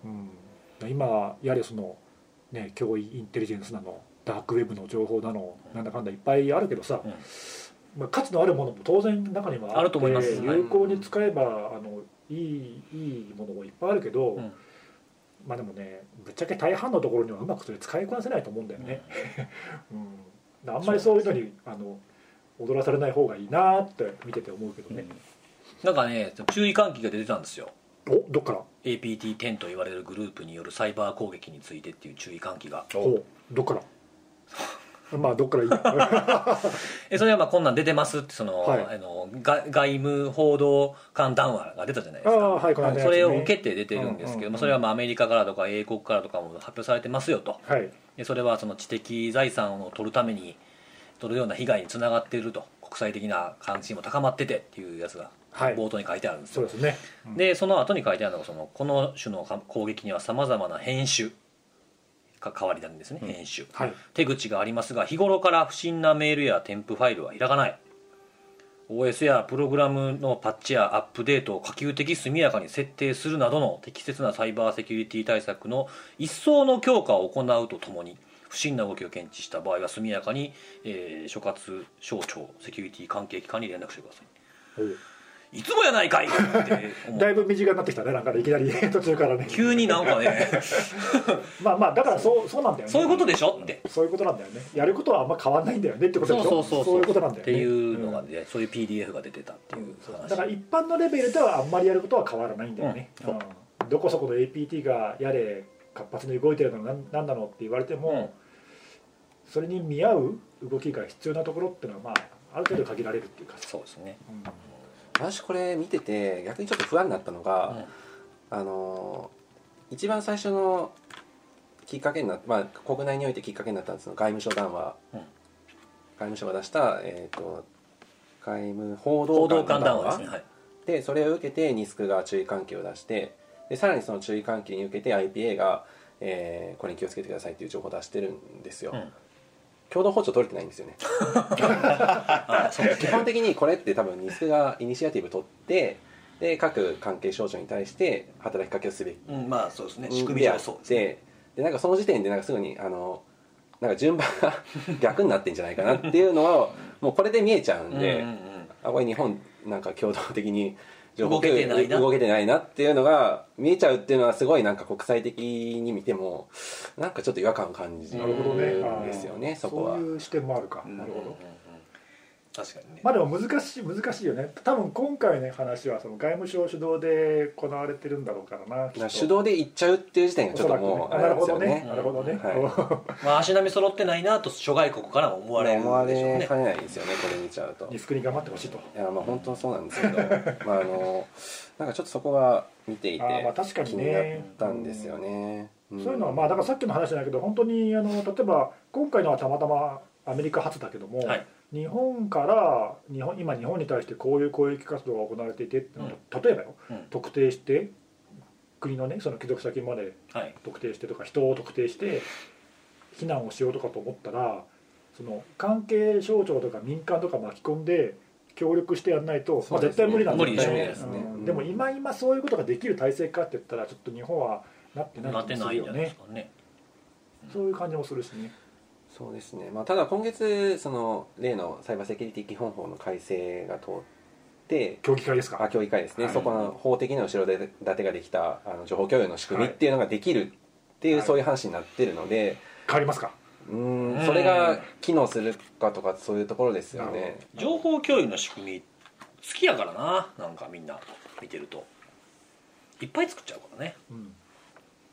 Speaker 3: うん、今やれそのね脅威インテリジェンスなのダークウェブの情報なのなんだかんだいっぱいあるけどさ、
Speaker 1: うん
Speaker 3: まあ、価値のあるものも当然中にはって
Speaker 1: あると思いますはい
Speaker 3: 有効に使えばあのいいいいものもいっぱいあるけど、
Speaker 1: うん
Speaker 3: まあでもねぶっちゃけ大半のところにはうまくそれ使いこなせないと思うんだよね、うん、あんまりそういうのにあの踊らされない方がいいなって見てて思うけどね、
Speaker 1: なんかね注意喚起が出てたんですよ
Speaker 3: おどっから
Speaker 1: APT10 と言われるグループによるサイバー攻撃についてっていう注意喚起が
Speaker 3: おどっから [laughs] まあどっからいいや
Speaker 1: えそれはまあこんなん出てますってその,、
Speaker 3: はい
Speaker 1: あのが外務報道官談話が出たじゃないで
Speaker 3: あ
Speaker 1: すか
Speaker 3: あはいこの間のやつ
Speaker 1: そ
Speaker 3: ね
Speaker 1: れを受けて出てるんですけど
Speaker 3: うんうんう
Speaker 1: も
Speaker 3: ん
Speaker 1: それはまあアメリカからとか英国からとかも発表されてますよと
Speaker 3: はい
Speaker 1: でそれはその知的財産を取るために取るような被害につながっていると国際的な関心も高まっててっていうやつが
Speaker 3: はい
Speaker 1: 冒頭に書いてあるんです
Speaker 3: そう
Speaker 1: よ
Speaker 3: ですね、うん
Speaker 1: でその後に書いてあるのがそのこの種の攻撃にはさまざまな編集が代わりなんですね
Speaker 4: うん
Speaker 1: 編集
Speaker 3: はい
Speaker 1: 手口がありますが日頃から不審なメールや添付ファイルは開かない OS やプログラムのパッチやアップデートを可及的速やかに設定するなどの適切なサイバーセキュリティ対策の一層の強化を行うとともに不不審な動きを検知した場合は速やかに、えー所轄省庁セキュリティ関係機関に連絡してくださいいつもやないかいって思う
Speaker 3: だいぶ短くなってきたねなんかねいきなり [laughs] 途中からね
Speaker 1: 急になんか [laughs] ね
Speaker 3: まあまあだからそうそうなんだよね
Speaker 1: そういうことでしょって
Speaker 3: そういうことなんだよねやることはあんま変わんないんだよねってことでしょ
Speaker 1: そうそうそう
Speaker 3: いうことなんだよ
Speaker 1: っ
Speaker 3: ね
Speaker 1: ていうのがね、そういう PDF が出てたっていう話
Speaker 3: だから一般のレベルではあんまりやることは変わらないんだよね、
Speaker 1: うんそう
Speaker 3: うんどこそこの APT がやれ活発に動いてるのなんなんなのって言われても、それに見合う動きが必要なところっていうのは、まあ、ある程度限られるっていうかさ、
Speaker 1: そうですね、
Speaker 3: うん
Speaker 2: 私これ見てて逆にちょっと不安になったのが、あのー一番最初のきっかけになっまあ、国内においてきっかけになったんですが外務省談話、
Speaker 1: うん
Speaker 2: 外務省が出した、えー、と外務報
Speaker 1: 報
Speaker 2: 道
Speaker 1: 道官
Speaker 2: 官の
Speaker 1: 談話
Speaker 2: 談
Speaker 1: で
Speaker 2: 話
Speaker 1: すねはい
Speaker 2: でそれを受けてニスクが注意喚起を出してでさらにその注意喚起に受けて IPA が、えーこれに気をつけてくださいっていう情報を出してるんですよ、
Speaker 1: うん
Speaker 2: 共同補助取れてないんで
Speaker 1: [laughs]
Speaker 2: すよね基本的にこれって多分ニスクがイニシアティブ取ってで各関係省庁に対して働きかけをすべき
Speaker 1: うん、まあそうですね仕組み
Speaker 2: で
Speaker 1: 上
Speaker 2: あ
Speaker 1: そう
Speaker 2: っ
Speaker 1: ですね
Speaker 2: てでなんかその時点でなんかすぐにあのなんか順番が [laughs] 逆になってんじゃないかなっていうのをもうこれで見えちゃうんで、
Speaker 1: うんうんうん
Speaker 2: あこれ日本なんか共同的に
Speaker 1: 動けてないな
Speaker 2: 動けてないなっていうのが見えちゃうっていうのはすごいなんか国際的に見てもなんかちょっと違和感を感じる
Speaker 1: なるほど
Speaker 2: ん
Speaker 1: ね
Speaker 2: ですよねそこは
Speaker 3: そういう視点もあるか、なるほ
Speaker 1: うんうんうん
Speaker 3: ど
Speaker 1: 確かにね、
Speaker 3: まあでも難しい難しいよね多分今回の話はその外務省主導で行われてるんだろうからなきっと
Speaker 2: 手動で行っちゃうっていう時点が
Speaker 3: お
Speaker 2: ちょ
Speaker 3: そ
Speaker 2: っと
Speaker 3: らくね
Speaker 2: もう
Speaker 3: あ
Speaker 2: あ
Speaker 3: な
Speaker 2: れな
Speaker 3: る
Speaker 2: んです
Speaker 3: ほど
Speaker 2: よ
Speaker 3: ね
Speaker 2: ね
Speaker 3: なるほどね、
Speaker 1: まあ、足並み揃ってないなと諸外国からも思われる
Speaker 2: 思わ
Speaker 1: んでしょう
Speaker 2: れ
Speaker 1: ね
Speaker 2: かねないですよねこれ見ちゃうと
Speaker 3: リスクに頑張ってほしいと
Speaker 2: いやまあ本当そうなんです
Speaker 3: [laughs]
Speaker 2: けどまああのなんかちょっとそこは見ていて
Speaker 3: あーまあ確かに
Speaker 2: 気
Speaker 3: ね
Speaker 2: になったんですよね、ん
Speaker 3: そういうのはまあだからさっきの話じゃないけど本当にあの例えば今回のはたまたまアメリカ発だけども、
Speaker 1: はい
Speaker 3: 日本から日本今日本に対してこういう攻撃活動が行われていてっていうのを、例えばよ
Speaker 1: うん
Speaker 3: 特定して国のねその帰属先まで
Speaker 1: はい
Speaker 3: 特定してとか人を特定して避難をしようとかと思ったらその関係省庁とか民間とか巻き込んで協力してやんないと、ま
Speaker 2: そう
Speaker 3: あ、
Speaker 2: で
Speaker 3: 絶
Speaker 2: すね
Speaker 3: 対無理なんだよ
Speaker 1: 無理
Speaker 3: ね
Speaker 2: ですね
Speaker 3: うん
Speaker 2: うん
Speaker 3: でも今今そういうことができる体制かって言ったらちょっと日本はなってない
Speaker 1: なっ
Speaker 3: 気
Speaker 1: て
Speaker 3: も
Speaker 1: な
Speaker 3: す
Speaker 1: い
Speaker 3: る
Speaker 1: んじ
Speaker 3: よ
Speaker 1: ゃないで
Speaker 3: ね
Speaker 1: すかね
Speaker 3: そういう感じもするしね
Speaker 2: そうですね、まあ、ただ今月その例のサイバーセキュリティ基本法の改正が通って
Speaker 3: 競技会ですか
Speaker 2: あ協議会ですね、
Speaker 3: はい
Speaker 2: そこの法的な後ろ盾ができたあの情報共有の仕組み
Speaker 3: は
Speaker 2: っ
Speaker 3: い
Speaker 2: ていうのができるっていう、
Speaker 3: はい
Speaker 2: そういう話になってるので
Speaker 3: 変わりますか
Speaker 2: うー
Speaker 1: うんん
Speaker 2: それが機能するかとかそういうところですよね
Speaker 1: 情報共有の仕組み好きやからななんかみんな見てるといっぱい作っちゃうからね
Speaker 3: うん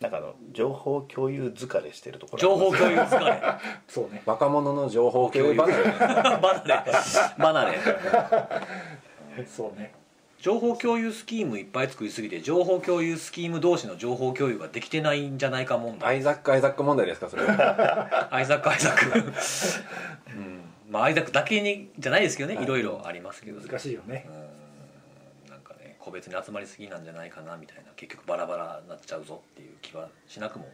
Speaker 4: なんかあの情報共有疲れしてるところ
Speaker 1: 情報共有疲れ
Speaker 3: そうね
Speaker 2: 若者の情報共有
Speaker 1: [laughs]
Speaker 2: 離れ
Speaker 1: 離れ離れ
Speaker 3: そうね
Speaker 1: 情報共有スキームいっぱい作りすぎて情報共有スキーム同士の情報共有ができてないんじゃないか問
Speaker 2: ア
Speaker 1: 題
Speaker 2: イザックアイザック問題ですかそれは
Speaker 1: アイザックアイザックうんまあアイザックだけにじゃないですけどね、
Speaker 2: はい
Speaker 1: いろいろありますけど
Speaker 3: 難しいよね
Speaker 1: うんなんかね個別に集まりすぎなんじゃないかなみたいな結局バラバラになっちゃうぞっていう気はしなくも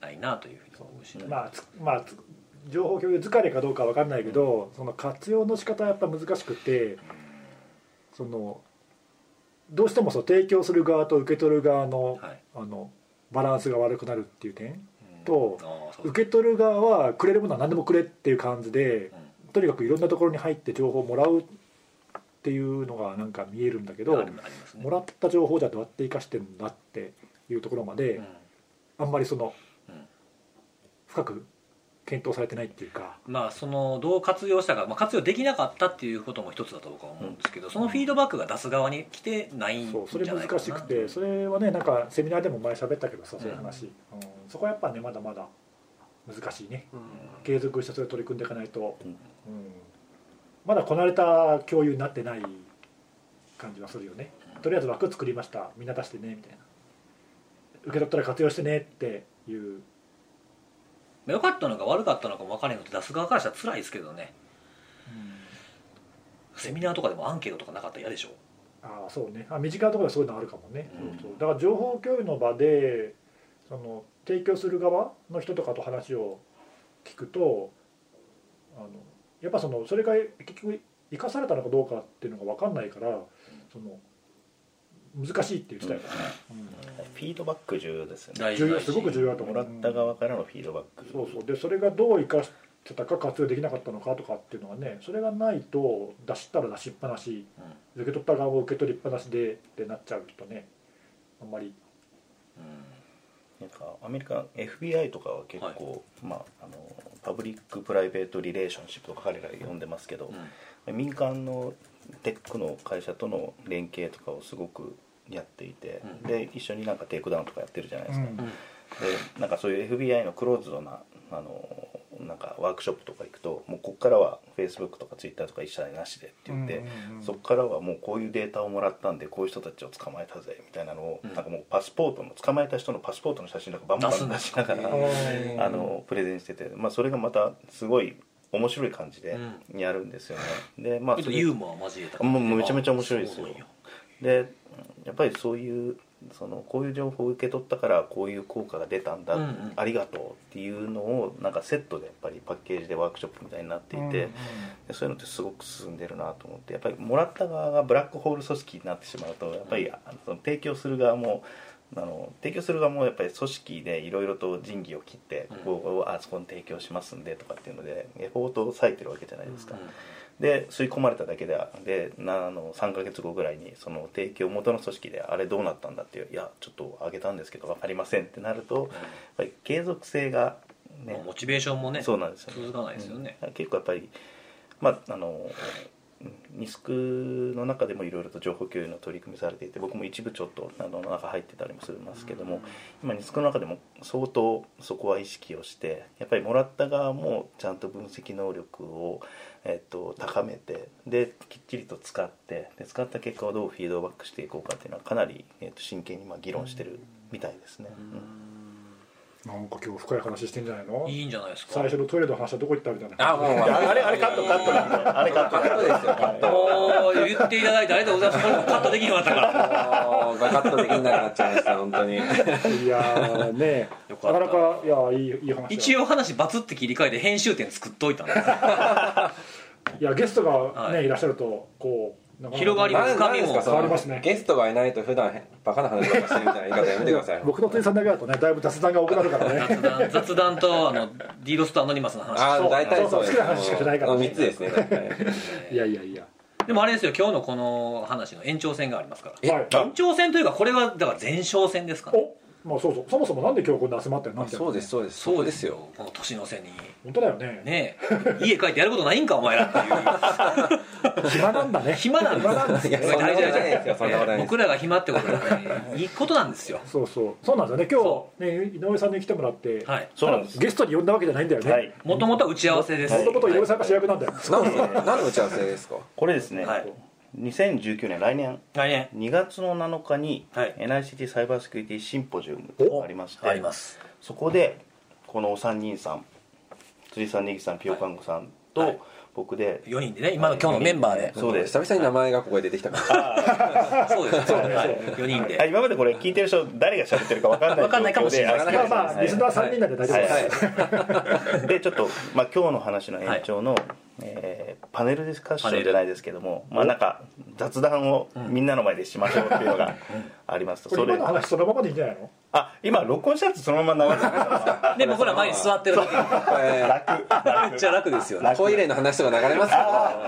Speaker 1: ないなというふうに思うしね、
Speaker 3: まあつまあつ情報共有疲れかどうかわかんないけど、その活用の仕方はやっぱ難しくてそのどうしてもその提供する側と受け取る側の,、
Speaker 1: はい
Speaker 3: あのバランスが悪くなるっていう点
Speaker 1: うん
Speaker 3: と
Speaker 1: あーそう
Speaker 3: 受け取る側はくれるものは何でもくれっていう感じでとにかくいろんなところに入って情報をもらうっていうのがなんか見えるんだけ
Speaker 1: うん
Speaker 3: ど
Speaker 1: ありありますね
Speaker 3: もらった情報じゃどうやって生かしてるんだっていうところまで、
Speaker 1: うん
Speaker 3: あんまりその
Speaker 1: うん
Speaker 3: 深く検討されてないっていうか。
Speaker 1: まあそのどう活用したか、まあ、活用できなかったっていうことも一つだと僕は思うんですけど、そのフィードバックが出す側に来てないんじ
Speaker 3: そうそれ
Speaker 1: ゃないか
Speaker 3: 難
Speaker 1: な
Speaker 3: しくてそれはねなんかセミナーでも前喋ったけどさそういう話、うんそこはやっぱねまだまだ難しいね継続してそれ取り組んでいかないと、
Speaker 4: うん
Speaker 3: うんまだこなれた共有になってない感じはするよねとりあえず枠作りましたみんな出してねみたいな受け取ったら活用してねっていう
Speaker 1: まあ良かったのか悪かったのかも分からへんのって出す側からしたら辛いですけどねセミナーとかでもアンケートとかなかったら嫌でしょ
Speaker 3: ああそうねあ身近なところでそういうのあるかもね、
Speaker 1: うん
Speaker 3: そうそうだから情報共有の場でその提供する側の人とかと話を聞くとあのやっぱそのそれが結局生かされたのかどうかっていうのが分かんないからその難しいって言ってたよね、
Speaker 4: フィードバック重要ですよね
Speaker 1: 大
Speaker 3: うん
Speaker 1: 事
Speaker 3: 重要すごく重要だと思
Speaker 4: も
Speaker 3: う
Speaker 4: らった側からのフィードバック
Speaker 3: そうそうでそれがどう生かしてたか活用できなかったのかとかっていうのはねそれがないと出したら出しっぱなし
Speaker 1: うん
Speaker 3: 受け取った側も受け取りっぱなしでってなっちゃうとねあんまり
Speaker 4: なんかアメリカ FBI とかは結構、まあ、あのパブリック・プライベート・リレーションシップとか彼ら呼んでますけど
Speaker 1: うん、
Speaker 4: 民間のテックの会社との連携とかをすごくやっていて、
Speaker 1: うん
Speaker 4: で一緒になんかテイクダウンとかやってるじゃないですか、
Speaker 3: うん
Speaker 1: うん
Speaker 4: でなんかそういう FBI のクローズドなあのなんかワークショップとか行くともうこっからは Facebook とか Twitter とか一切なしでって言って、
Speaker 3: うんうん
Speaker 4: そこからはもうこういうデータをもらったんでこういう人たちを捕まえたぜみたいなのを、
Speaker 1: うん
Speaker 4: なんかもうパスポートの捕まえた人のパスポートの写真とかバンバ
Speaker 1: 出すん
Speaker 4: ン
Speaker 1: だ
Speaker 4: 出しながら、
Speaker 3: へ
Speaker 4: あのプレゼンしてて、まあ、それがまたすごい面白い感じでやるんですよね、でまあ
Speaker 1: ちょっと
Speaker 4: それ
Speaker 1: ユーモア交えた
Speaker 4: もうもうめちゃめちゃ面白いです
Speaker 1: そう
Speaker 4: よ
Speaker 1: なんや
Speaker 4: でやっぱりそういうそのこういう情報を受け取ったからこういう効果が出たんだ、
Speaker 1: うんうん
Speaker 4: ありがとうっていうのをなんかセットでやっぱりパッケージでワークショップみたいになっていて、
Speaker 3: うん
Speaker 4: でそういうのってすごく進んでるなと思ってやっぱりもらった側がブラックホール組織になってしまうとやっぱりあその提供する側もあの提供する側もやっぱり組織でいろいろと仁義を切って
Speaker 1: うん
Speaker 4: ここをあそこに提供しますんでとかっていうのでエフォートを割いてるわけじゃないですか、
Speaker 1: うん
Speaker 4: で吸い込まれただけででなあの3ヶ月後ぐらいにその提供元の組織であれどうなったんだっていういやちょっと上げたんですけど分かりませんってなるとやっぱり継続性がね、
Speaker 1: モチベーションもね
Speaker 4: そうなんですよね、
Speaker 1: 続かないですよね
Speaker 4: うん結構やっぱりまああのうんリスクの中でもいろいろと情報共有の取り組みされていて僕も一部ちょっとあの中入ってたりもしますけども、今リスクの中でも相当そこは意識をしてやっぱりもらった側もちゃんと分析能力を、えっと、高めてできっちりと使ってで使った結果をどうフィードバックしていこうかっていうのはかなり、えっと、真剣にまあ議論してるみたいですね。うん
Speaker 3: なんか今日深い話してんじゃないの
Speaker 1: いいんじゃないですか
Speaker 3: 最初のトイレの話はどこ行ったみたいな
Speaker 2: あもうあれあれ
Speaker 4: カットカットなんであれカット
Speaker 2: カットですよカット
Speaker 1: おー言っていただいてありがとうございますこれもカットできなかったから
Speaker 2: あーカットできなくなっちゃいました本当に
Speaker 3: [laughs] いやーね
Speaker 1: よか
Speaker 3: な
Speaker 1: った
Speaker 3: かなかいやーいいいい話だ
Speaker 1: 一応話バツって切り替えて編集点作っといたんです
Speaker 3: いやゲストがね、
Speaker 1: はい
Speaker 3: い、らっしゃるとこうなかなか
Speaker 1: 広がり
Speaker 2: 何
Speaker 1: 深み
Speaker 2: で
Speaker 1: も
Speaker 2: すか
Speaker 3: 変わります
Speaker 2: その
Speaker 3: ね
Speaker 2: ゲストがいないと普段バカな話とかしてるみたいな言い方やめてください
Speaker 3: 僕の店さんだけだとねだいぶ雑談が多くな
Speaker 1: [laughs]
Speaker 3: るからね
Speaker 1: 雑談雑談とあのディーロスとアノニマスの話
Speaker 2: ああ大体そうです
Speaker 3: そうそう好きな話しかしないからね
Speaker 2: 3つですね大体
Speaker 3: いやいやいや
Speaker 1: でもあれですよ今日のこの話の延長戦がありますか
Speaker 2: え
Speaker 3: はい
Speaker 1: ら延長戦というかこれはだから前哨戦ですから
Speaker 3: おまあそうそうそもそもなんで今日こんな集まってるのみたいな
Speaker 2: そうですそうです
Speaker 1: そうですよこの年の瀬に
Speaker 3: 本当だよね
Speaker 1: ねえ家帰ってやることないんかお前ら [laughs] っていう
Speaker 3: 暇なんだね
Speaker 1: [laughs] 暇なんです
Speaker 3: 暇なんです
Speaker 2: いや
Speaker 3: ね
Speaker 2: そんなことないですよそんなことないです
Speaker 1: 僕らが暇ってことはねいいことなんですよ
Speaker 3: そうそうそうなんですよね今日ね井上さんに来てもらって、
Speaker 1: はい
Speaker 4: そうなんです
Speaker 3: ゲストに呼んだわけじゃないんだよね、
Speaker 4: はい
Speaker 1: もともとは打ち合わせです
Speaker 3: もともと井上さんが主役なんだよ、
Speaker 2: 何の何の打ち合わせですか
Speaker 4: これですね、
Speaker 1: はい
Speaker 4: 2019年来年
Speaker 1: 来年
Speaker 4: 2月の7日に、
Speaker 1: はい
Speaker 4: NICT サイバーセキュリティシンポジウムがありまして
Speaker 1: あります
Speaker 4: そこでこのお三人さん辻さん根岸さんピオカンゴさんと、
Speaker 1: はい
Speaker 4: 僕で
Speaker 1: 4人でね今の今日のメンバーで
Speaker 4: そうです
Speaker 2: 久々に名前がここで出てきたから
Speaker 1: そうですはい4人
Speaker 4: あ
Speaker 1: で
Speaker 4: 今までこれ聞いてる人誰が喋ってるか分かんない
Speaker 1: 分かんないかもしれない
Speaker 4: 状況で
Speaker 3: まあまあリスナー3人なんで大丈夫です、
Speaker 4: はいでちょっと、まあ、今日の話の延長の、えーパネルディスカッションじゃないですけども、まあ、なんか雑談をみんなの前でしましょうっていうのがありますと、
Speaker 3: これ今の話そのままでいいんじゃないの
Speaker 4: あ今録音したやつそのまま流れてる
Speaker 1: [laughs] で僕ら前に座ってるだけ
Speaker 2: え
Speaker 1: めっちゃ楽ですよね
Speaker 2: ートイレの話とか流れますか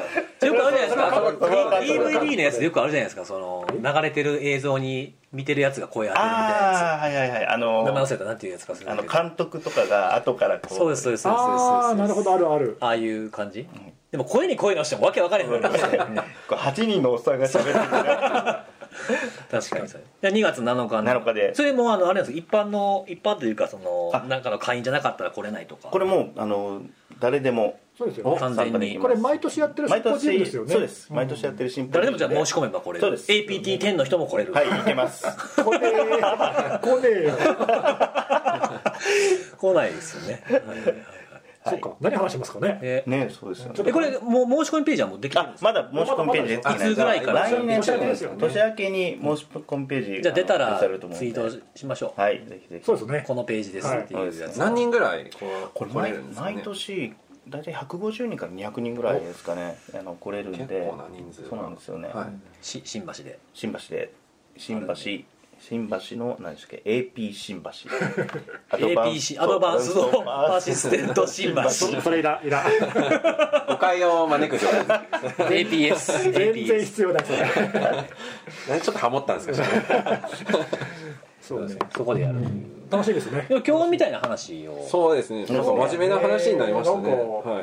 Speaker 1: よくあるじゃないです
Speaker 2: それは
Speaker 1: か
Speaker 2: それは
Speaker 1: DVD のやつでよくあるじゃないですかその流れてる映像に見てるやつが声当てるみたいなや
Speaker 4: ああはいはいはいあ
Speaker 1: つ名前
Speaker 4: の
Speaker 1: 忘れたなんていうやつかする
Speaker 4: あ
Speaker 1: んだ
Speaker 4: の
Speaker 1: けど
Speaker 4: 監督とかが後からこう
Speaker 1: そうですそうですそうですそうです
Speaker 3: あ
Speaker 1: そ
Speaker 3: あ
Speaker 1: うです
Speaker 3: なるほどあるある
Speaker 1: ああいう感じでも声に声のしてもわけ分かれへんようになりましたよ
Speaker 4: こう8人のおっさんが
Speaker 1: [laughs]
Speaker 4: 喋ってる
Speaker 1: 確かにそれ2月7日の
Speaker 4: 7日で
Speaker 1: それもあのあれなんです一般の一般というかその
Speaker 4: あ
Speaker 1: 中の会員じゃなかったら来れないとか
Speaker 4: これもうあの誰でも
Speaker 3: そうですよ
Speaker 1: お完全に
Speaker 4: 参加できます
Speaker 3: これ毎年やってるシン
Speaker 4: 毎
Speaker 3: ポジウム
Speaker 4: 年
Speaker 3: ですよね
Speaker 4: そうです
Speaker 3: ん
Speaker 4: 毎年やってるシンポジウ
Speaker 1: 誰
Speaker 4: ム
Speaker 1: でもじゃあ申し込めば来れる
Speaker 4: そうです
Speaker 1: APT10 の人も来れる、
Speaker 4: はいいけます
Speaker 3: 来ねえ来ねえよ
Speaker 1: 来ないですよね、はいはいはい
Speaker 3: そうか何話しますかね
Speaker 1: え
Speaker 4: ねそうですよね
Speaker 1: えこれもう申し込みページはもうできてるん
Speaker 4: あ
Speaker 1: ですか
Speaker 4: まだ申し込みページ出てない
Speaker 1: いつぐらいから
Speaker 4: 来年
Speaker 3: 年明けですよね
Speaker 4: 年明けに申し込みページ
Speaker 1: じゃあ出た
Speaker 4: あの
Speaker 1: ら
Speaker 4: 出されると思うん
Speaker 1: ツイ
Speaker 4: で
Speaker 1: ートしましょう、
Speaker 4: はいぜひぜひ
Speaker 3: そうです
Speaker 1: [laughs]
Speaker 3: ね
Speaker 1: このページですっていうやつ、
Speaker 2: 何人ぐらいこう
Speaker 4: これ
Speaker 2: 来れ
Speaker 4: 毎
Speaker 2: るんですかね
Speaker 4: 毎年大体150人から200人ぐらいですかねあの来れるんで
Speaker 2: 結構な人数
Speaker 4: そうなんですよね、
Speaker 2: はい
Speaker 1: し新橋で
Speaker 4: 新橋で新橋新橋の何でしたっけ AP 新
Speaker 1: [laughs]
Speaker 4: 橋
Speaker 1: APC アドバンスドアシステント [laughs] 新橋
Speaker 3: そそれいらいら
Speaker 2: 誤解を招く状態
Speaker 1: APS
Speaker 3: 全然
Speaker 1: APS
Speaker 3: 必要だそれ
Speaker 2: なんでちょっとハモったんですか
Speaker 3: そうね
Speaker 1: そこでやる
Speaker 3: 楽しいですね
Speaker 1: でも今日みたいな話を
Speaker 2: そうですねなんか真面目な話になりましたね
Speaker 3: なんか
Speaker 2: は
Speaker 1: ま
Speaker 2: い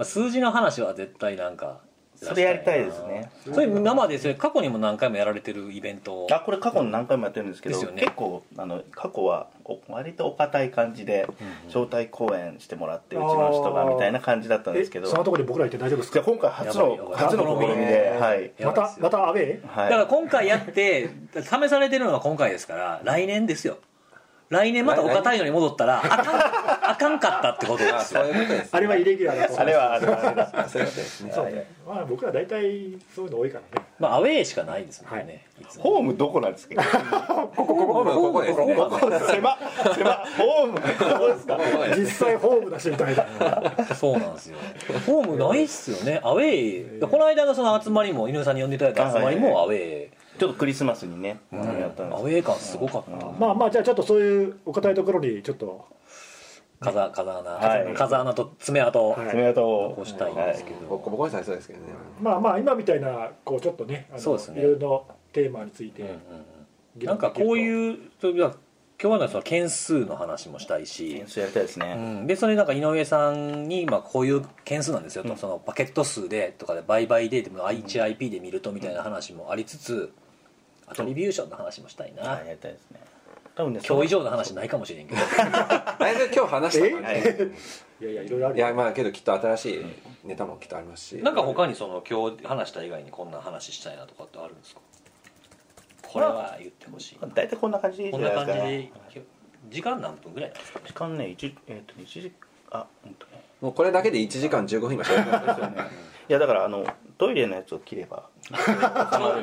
Speaker 1: あ数字の話は絶対なんか
Speaker 4: それやりたいですね
Speaker 1: それ生でそれ過去にも何回もやられてるイベント
Speaker 4: あこれ過去に何回もやってるんですけ
Speaker 1: で
Speaker 4: ど
Speaker 1: すよね
Speaker 4: 結構あの過去はお割とお堅い感じで招待公演してもらってうちの人が
Speaker 3: あー
Speaker 4: みたいな感じだったんで
Speaker 3: え
Speaker 4: すけど
Speaker 3: そのところで僕ら行って大丈夫です
Speaker 4: じゃあ
Speaker 3: か
Speaker 4: 今回初
Speaker 1: やばいやば
Speaker 4: の
Speaker 1: い
Speaker 4: 初の試みではい
Speaker 1: や
Speaker 3: ま
Speaker 1: ばいったすよ
Speaker 3: またアウェイ
Speaker 1: だから
Speaker 4: は
Speaker 1: 今回やって試されてるのが今回ですから来年ですよ来年またお堅いのに戻ったらあかんあかんかったってことで
Speaker 2: あ
Speaker 1: す
Speaker 2: そう
Speaker 1: よ
Speaker 2: いうことです
Speaker 3: あれはイレギュラーだと
Speaker 4: いあれはあれはあれです
Speaker 1: [laughs]
Speaker 2: あそういうことですね
Speaker 3: そうねまあ僕ら大体そういうの多いからね
Speaker 1: まあアウェーしかないですもんね、いつも
Speaker 4: ホームどこなんですか
Speaker 2: ここここここですね
Speaker 1: ここ
Speaker 4: 狭狭ホームどこですか
Speaker 2: ここです
Speaker 3: 実際ホームだしみたいな
Speaker 1: [laughs] そうなんですよホームないっすよねアウェーこの間のその集まりも井上さんに呼んでいただいた集まりもアウェー、
Speaker 4: ちょっとクリスマスにねやったんで
Speaker 1: ア
Speaker 4: す
Speaker 1: ウェー感すごかったな、
Speaker 3: まあまあじゃあちょっとそういうお堅いところにちょっと
Speaker 1: 風風穴、
Speaker 4: はい
Speaker 1: 風穴と爪痕を
Speaker 3: はい
Speaker 4: 爪痕を
Speaker 1: 残したいんですけど、
Speaker 2: ボコボコにされそうですけどね
Speaker 3: まあまあ今みたいなこうちょっとねあの
Speaker 1: そうですね
Speaker 3: いろいろテーマについて
Speaker 1: うんうんうんなんかこう
Speaker 3: う
Speaker 1: いうそういう今日のその件数の話もしたいし
Speaker 4: 演、奏やりたいです
Speaker 1: う
Speaker 4: ね
Speaker 1: ん、でそれなんか井上さんに、まあ、こういう件数なんですよと、
Speaker 4: うん
Speaker 1: そのパケット数でとかで売買ででも HIP で見るとみたいな話もありつつアトリビューションの話もしたいな、
Speaker 4: はいやりたいですね多分ね
Speaker 1: 今日以上の話ないかもしれんけど
Speaker 2: だいぶ今日話した感じですね
Speaker 3: いやいやいろいろある
Speaker 2: いやまあけどきっと新しいネタもきっとありますし
Speaker 1: なんか他にその今日話した以外にこんな話したいなとかってあるんですかこれは言ってほしい、
Speaker 4: 大体こんな感じでいい
Speaker 1: こん
Speaker 4: じゃ
Speaker 1: ない感じ
Speaker 4: すかね
Speaker 1: で時間何分ぐらいなんですか
Speaker 4: 時間ね一えっ、と一時あ本当ね
Speaker 2: もうこれだけで1時間15分今しゃべってます
Speaker 4: いやだからあのトイレのやつを切れば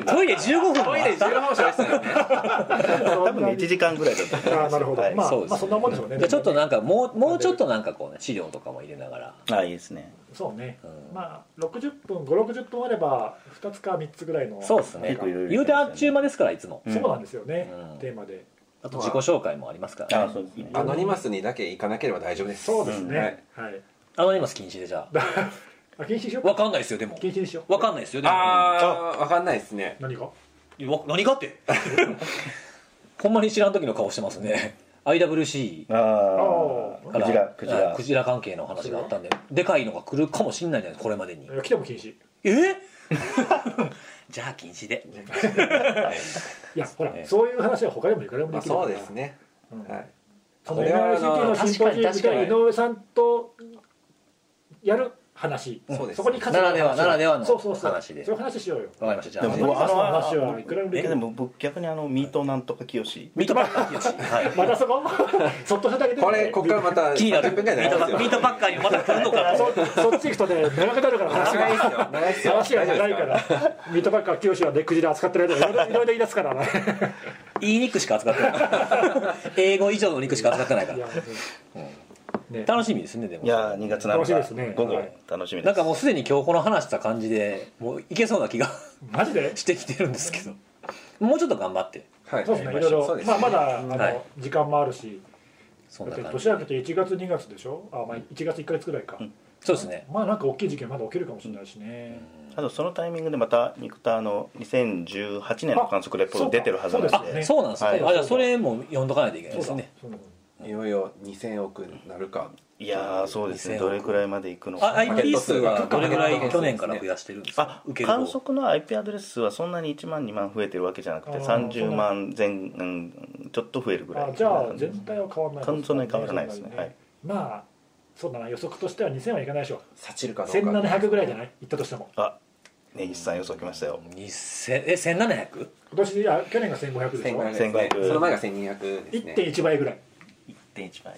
Speaker 1: トイレ15分トイレ
Speaker 2: 15分しゃべってたよね
Speaker 4: 多分ね一時間ぐらいだと思います
Speaker 3: あーなるほど
Speaker 4: はい、
Speaker 3: まあ
Speaker 1: そうですね
Speaker 3: そんなもんでしょうね
Speaker 1: じゃあちょっとなんかもうもうちょっとなんかこうね資料とかも入れながら
Speaker 4: あいいですね
Speaker 3: そうね
Speaker 1: うん
Speaker 3: まあ60分560分あれば2つか3つぐらいの
Speaker 1: そうですね
Speaker 4: 結構いろいろ
Speaker 1: 言うてあっちゅう間ですからいつも
Speaker 4: うん
Speaker 3: そうなんですよね
Speaker 1: うん
Speaker 3: テーマで
Speaker 1: あと自己紹介もありますから
Speaker 4: あ
Speaker 1: ね
Speaker 4: そうですね
Speaker 2: アノニマスにだけ行かなければ大丈夫です
Speaker 3: そうです
Speaker 2: は
Speaker 3: ね
Speaker 2: い
Speaker 3: はい [laughs]
Speaker 1: アノニマス禁止でじゃあ
Speaker 3: あ禁止しよう
Speaker 1: わ
Speaker 3: か
Speaker 1: かんないですよでも
Speaker 3: 禁止にしよう
Speaker 1: わかんないですよでも
Speaker 2: ああ分かんないですね
Speaker 3: 何か
Speaker 1: わ何がって [laughs] ほんまに知らん時の顔してますね IWC
Speaker 4: ああ
Speaker 3: あー
Speaker 4: クジラクジ
Speaker 1: あ
Speaker 4: ラ
Speaker 1: クジラ関係の話があったんででかいのが来るかもしんないじゃないですかこれまでに
Speaker 3: いや来ても禁止い
Speaker 1: え [laughs] じゃあ禁止で
Speaker 3: やほら
Speaker 1: ね
Speaker 3: そういう話は他にもいくらでも
Speaker 2: ま
Speaker 3: で
Speaker 2: あ
Speaker 3: きるから
Speaker 2: そうですね
Speaker 3: うん
Speaker 2: はい
Speaker 3: そ
Speaker 2: こ
Speaker 3: の
Speaker 2: れはあ
Speaker 3: NRCT
Speaker 2: の
Speaker 3: のシンポジウ
Speaker 1: 確
Speaker 3: ム
Speaker 1: かに
Speaker 3: で
Speaker 1: 確
Speaker 3: 井
Speaker 1: か
Speaker 3: 上さんとやる話
Speaker 2: そうです
Speaker 3: こに価値
Speaker 1: ならではならではの
Speaker 3: そうそうそう
Speaker 1: 話で
Speaker 3: そういう話しようよ
Speaker 1: わかりましたじゃあ
Speaker 4: でも
Speaker 1: あ
Speaker 4: 僕
Speaker 1: の
Speaker 4: あの
Speaker 3: 話はいくらでも
Speaker 4: え
Speaker 3: でき
Speaker 4: で
Speaker 3: る
Speaker 4: も僕逆にあのミートなんとかきよし
Speaker 1: ミートパッカーよし
Speaker 4: はい
Speaker 3: またそこそっとしてあげて
Speaker 2: これここからまた
Speaker 1: 気になる
Speaker 2: 30
Speaker 1: ミ
Speaker 2: 分ぐらい
Speaker 1: ー
Speaker 2: にな
Speaker 1: ト
Speaker 2: り
Speaker 1: パッ
Speaker 2: ますよ
Speaker 1: ミートパッカーにまた来るのか
Speaker 3: そそっち行くとね長くなるから話
Speaker 2: 長い
Speaker 3: が
Speaker 2: っすよ長いっすよ
Speaker 3: 話が長い
Speaker 2: 大丈夫です
Speaker 3: からミートパッカー清はねクジラ扱ってる間いろいろいろいろ言い出すからね
Speaker 1: [laughs] いい [laughs] 肉しか扱ってない英語以上の肉しか扱ってないか
Speaker 3: いや
Speaker 1: ら
Speaker 3: ね
Speaker 1: 楽しみですねでも
Speaker 4: いやー2月7
Speaker 3: 楽し
Speaker 4: 日
Speaker 3: みですね
Speaker 4: 午後
Speaker 3: はい
Speaker 4: 楽しみです
Speaker 1: なんかもうすでに今日この話した感じでもういけそうな気が [laughs]
Speaker 3: マジで
Speaker 1: してきてるんですけどもうちょっと頑張って
Speaker 2: はい
Speaker 3: そうですねいろい
Speaker 2: そう
Speaker 3: ろ
Speaker 2: ですね
Speaker 3: まあまだあの
Speaker 1: はい
Speaker 3: 時間もあるし
Speaker 1: そ
Speaker 3: だ
Speaker 1: んな
Speaker 3: って
Speaker 1: 感じ
Speaker 3: 年明けて1月2月でしょあまあ1月1か月ぐらいか
Speaker 4: うん
Speaker 1: そうですね
Speaker 3: まあなんか大きい事件まだ起きるかもしれないしね
Speaker 4: あとそのタイミングでまた肉田の2018年の観測レポート出てるはずなん
Speaker 3: そう
Speaker 4: で
Speaker 3: か
Speaker 1: あそうなんですね、
Speaker 4: はい
Speaker 1: あじゃあそれも読んどかないといけない
Speaker 3: そ
Speaker 1: で
Speaker 3: う
Speaker 1: す
Speaker 3: だ
Speaker 1: ね
Speaker 3: そうだ
Speaker 2: いよいよ2000億になるか
Speaker 4: いやーそうですね
Speaker 1: 2000
Speaker 4: どれくらいまでいくの
Speaker 1: あ
Speaker 4: か
Speaker 1: IP 数はどれぐらい去年から増やしてるんですか
Speaker 4: あ
Speaker 1: 受ける
Speaker 4: 観
Speaker 1: 方
Speaker 4: 測の IP アドレス数はそんなに1万2万増えてるわけじゃなくて
Speaker 3: あー
Speaker 4: 30万前、うん、ちょっと増えるぐら
Speaker 3: あ
Speaker 4: い
Speaker 3: じゃあ全体は変わらない
Speaker 4: そんなに変わらないですねはい
Speaker 3: まあそうだな予測としては2000はいかないでしょ
Speaker 2: さちるかどうか
Speaker 3: 1700ぐらいじゃない行ったとしても
Speaker 4: あ根岸さん予想きましたよ
Speaker 1: 2000え 1700?
Speaker 3: 今年あ去年が1500でしょ
Speaker 2: 1500ですね
Speaker 4: 1500
Speaker 2: その前が1200ですね
Speaker 3: 1.1倍ぐらい
Speaker 4: 1.1倍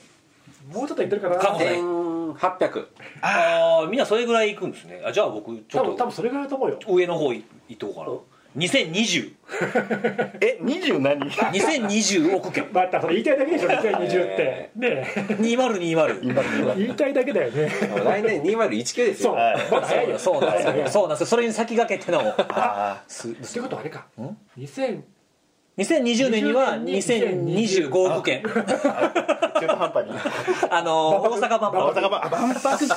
Speaker 3: もうちょっといってるかな
Speaker 1: かもね
Speaker 2: 1800
Speaker 1: ああみんなそれぐらいいくんですねあじゃあ僕ち
Speaker 3: 多
Speaker 1: ょ
Speaker 3: 分
Speaker 1: っ
Speaker 3: 多分
Speaker 1: と
Speaker 3: それぐらいだと思うよ
Speaker 1: 上の方いいっとこうかな202020
Speaker 4: え二20何
Speaker 3: [laughs]
Speaker 1: 2020億 [laughs] 件
Speaker 3: またそれ言いたいだけでしょ2020ってねえ
Speaker 1: 2020
Speaker 3: 言いたいだけだよね
Speaker 2: 来年2019です
Speaker 3: そう
Speaker 2: よ
Speaker 4: はい
Speaker 3: まだ早いよ
Speaker 1: そうなんです
Speaker 3: 早い
Speaker 1: よそうなんですよそれに先駆けての
Speaker 4: あ
Speaker 1: す
Speaker 3: ってことはあれか
Speaker 1: ん
Speaker 3: 2000
Speaker 1: 2020年には
Speaker 3: 2020年に
Speaker 1: 2025億円
Speaker 4: 中途半端に
Speaker 1: あの [laughs] 大阪万
Speaker 4: [laughs]
Speaker 1: 博
Speaker 4: 大阪万万博か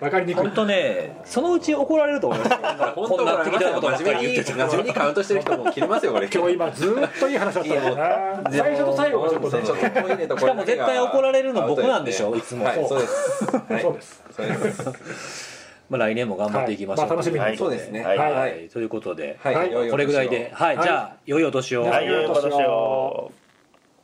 Speaker 3: わかりにくい
Speaker 1: 本当ねそのうち怒られると思い [laughs] ますよこんな適当なことばっ
Speaker 2: 真
Speaker 1: か
Speaker 2: 面
Speaker 1: り
Speaker 2: 目
Speaker 1: 言
Speaker 2: に
Speaker 1: ってたから
Speaker 2: 真面目にカウントしてる人もう切れますよこれ
Speaker 3: 今日今ずっといい話だったんだよな最初と最後がちょっとね
Speaker 2: そうそうトイレと
Speaker 1: しかも絶対怒られるの僕なんでしょいつも
Speaker 2: はいそうですはい
Speaker 3: そうです
Speaker 2: そうです
Speaker 1: まあ来年も頑張っていきましょう
Speaker 3: はいまあ楽しみに
Speaker 1: はい
Speaker 2: そうですね
Speaker 4: はい
Speaker 1: はい
Speaker 2: はい
Speaker 1: ということで
Speaker 2: はい
Speaker 3: はい
Speaker 2: 良いお年を
Speaker 1: これぐらいではい
Speaker 3: はい
Speaker 1: じゃあ良いお年を
Speaker 4: はいよいお年を